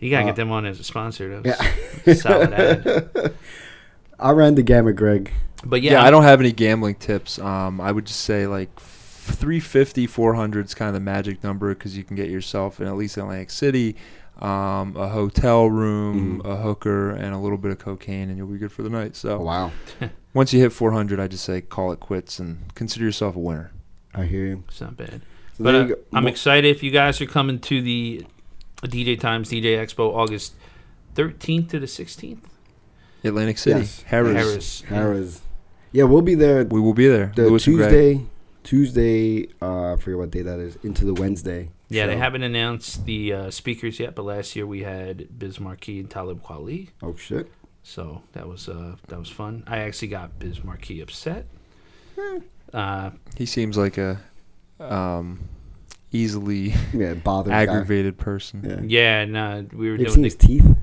S3: You gotta
S1: Uh,
S3: get them on as a sponsor. That was
S1: Yeah.
S3: solid
S1: [laughs]
S3: ad.
S1: I ran the gamut, Greg.
S3: But
S14: yeah, I don't have any gambling tips. Um, I would just say like f- 350, 400 is kind of the magic number because you can get yourself in at least Atlantic City, um, a hotel room, a hooker, and a little bit of cocaine, and you'll be good for the night. So
S1: wow.
S14: once you hit 400, I just say call it quits and consider yourself a winner.
S1: I hear you.
S3: It's not bad.
S1: So
S3: but
S1: there
S3: uh,
S1: you go.
S3: I'm
S1: Mo-
S3: excited if you guys are coming to the DJ Times DJ Expo August 13th to the 16th.
S14: Atlantic City,
S1: Yes.
S14: Harris.
S3: Harris.
S1: Harris. Yeah, we'll be there.
S14: We will be there.
S1: The
S14: Lewis and Greg.
S1: Tuesday, Tuesday, uh, I forget what day that is, into the Wednesday.
S3: Yeah, they
S1: So-
S3: haven't announced the uh, speakers yet, but last year we had Biz Markie and Talib Kweli.
S1: Oh, shit.
S3: So that was uh, that was fun. I actually got Biz Markie upset. Uh,
S14: He seems like a um,
S1: [laughs]
S14: easily
S1: Yeah, bothered guy.
S14: aggravated person.
S1: Yeah.
S3: Yeah, no, we were
S1: You've
S3: doing
S1: seen
S3: the
S1: his teeth?
S3: we were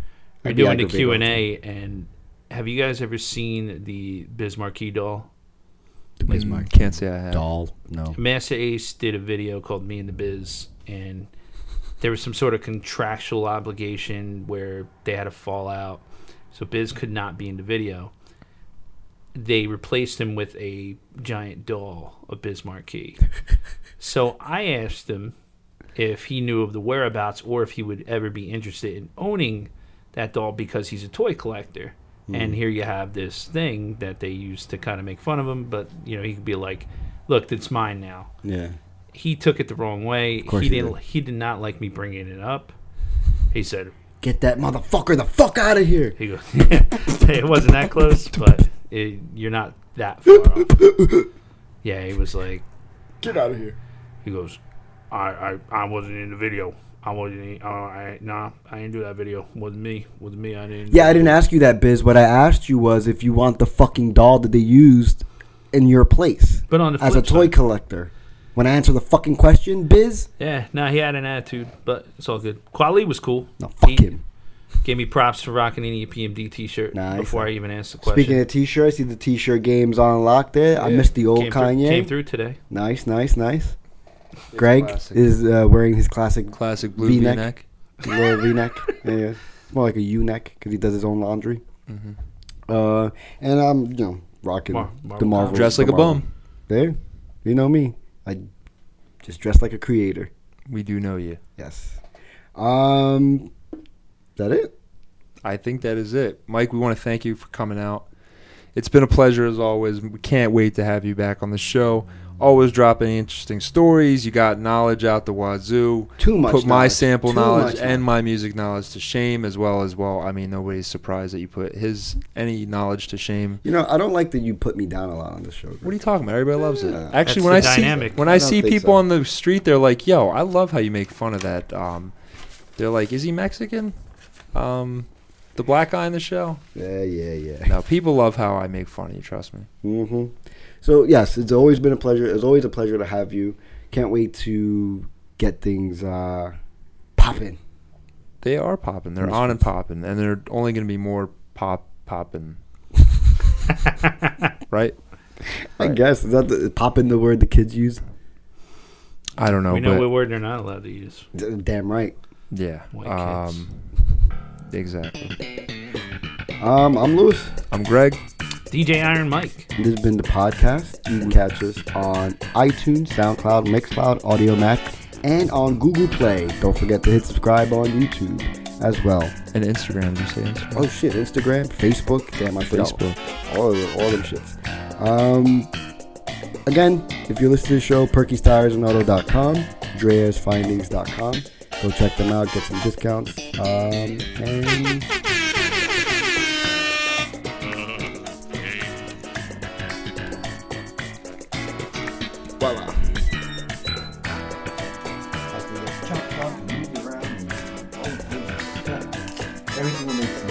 S1: I'd be
S3: doing the
S1: aggravated
S3: Q and A, and have you guys ever seen the Biz Markie doll?
S14: Bismarck. Can't say I have.
S1: Doll. No.
S3: Master Ace did a video called "Me and the Biz," and there was some sort of contractual obligation where they had a fallout, so Biz could not be in the video. [laughs] They replaced him with a giant doll of Biz Markie. So I asked him if he knew of the whereabouts or if he would ever be interested in owning that doll because he's a toy collector. And
S14: Mhm.
S3: here you have this thing that they use to kind of make fun of him, but you know he could be like, "Look, it's mine now."
S1: Yeah.
S3: He took it the wrong way.
S1: course
S3: he
S1: he
S3: didn't. He did not like me bringing it up. He said,
S1: Get that motherfucker the fuck out of here.
S3: He goes, [laughs] it wasn't that close, but it, you're not that far off. Yeah, he was like,
S1: Get out of here.
S3: He goes, I, I, I wasn't in the video. I wasn't. In, uh, I nah. I didn't do that video. Wasn't me. Wasn't me. I didn't.
S1: Yeah, I didn't ask you that, Biz. What I asked you was if you want the fucking doll that they used in your place.
S3: But on the
S1: as a
S3: flip
S1: toy collector, when I answer the fucking question, Biz,
S3: Yeah, no, he had an attitude, but it's all good. Quali was cool.
S1: No, fuck him.
S3: Gave me props for rocking E any PMD T-shirt
S1: Nice.
S3: before I even asked the question.
S1: speaking of t-shirts, I see the t-shirt game's on lock there. I
S3: Yeah.
S1: missed the old
S3: Came through-
S1: Kanye.
S3: came through today.
S1: Nice, nice, nice. Greg is uh, wearing his classic classic
S2: blue V-neck.
S1: Little V-neck. Yeah, yeah. It's more like a U-neck because he does his own laundry.
S2: Mhm.
S1: Uh, and I'm you know rocking
S2: Mar-
S1: the
S2: Marvel
S1: Marvel.
S2: Dress like a bum.
S1: There, you know me. I just dress like a creator.
S2: We do know you.
S1: Yes. Um, that it?
S2: I think that is it. Mike, we want to thank you for coming out. It's been a pleasure as always. We can't wait to have you back on the show. Always dropping interesting stories. You got knowledge out the wazoo.
S1: Too much
S2: Put my
S1: knowledge.
S2: sample
S1: Too
S2: knowledge
S1: much
S2: and my music knowledge to shame as well as well. I mean, nobody's surprised that you put his any knowledge to shame.
S1: You know, I don't like that you put me down a lot on this show. What
S2: are you talking about? Everybody loves it.
S1: That's
S2: Actually, when I
S1: the
S2: see
S1: dynamic.
S2: when
S1: I
S2: I
S1: don't
S2: see
S1: think
S2: people
S1: so.
S2: on the street, they're like, "Yo, I love how you make fun of that." Um, they're like, "Is he Mexican?" Um, the black guy in the show.
S1: Yeah, yeah, yeah.
S2: No, people love how I make fun of you. Trust me.
S1: hmm So yes, it's always been a pleasure. It's always a pleasure to have you. Can't wait to get things uh, popping.
S2: They are popping. They're
S1: Yes,
S2: on and popping, and they're only going to be more pop
S3: [laughs]
S2: popping. right?
S1: I guess is that the, popping the word the kids use.
S2: I don't know.
S3: we know
S2: but-
S3: what word they're not allowed to use.
S1: D- damn right.
S2: Yeah. Um, exactly.
S1: Um, I'm Lewis.
S2: I'm Greg.
S3: DJ Iron Mike.
S1: This has been the podcast. You can catch us on iTunes, SoundCloud, Mixcloud, Audio Mac, and on Google Play. Don't forget to hit subscribe on YouTube as well.
S2: And Instagram. Did you say Instagram?
S1: Oh shit, Instagram, Facebook. Damn, I forgot.
S2: Facebook.
S1: All of, all them shits. Um, again, if you listen to the show, Perky's Tires and Auto.com, DreasFindings.com. Go check them out, get some discounts. Um, and voila. Everything will make sense.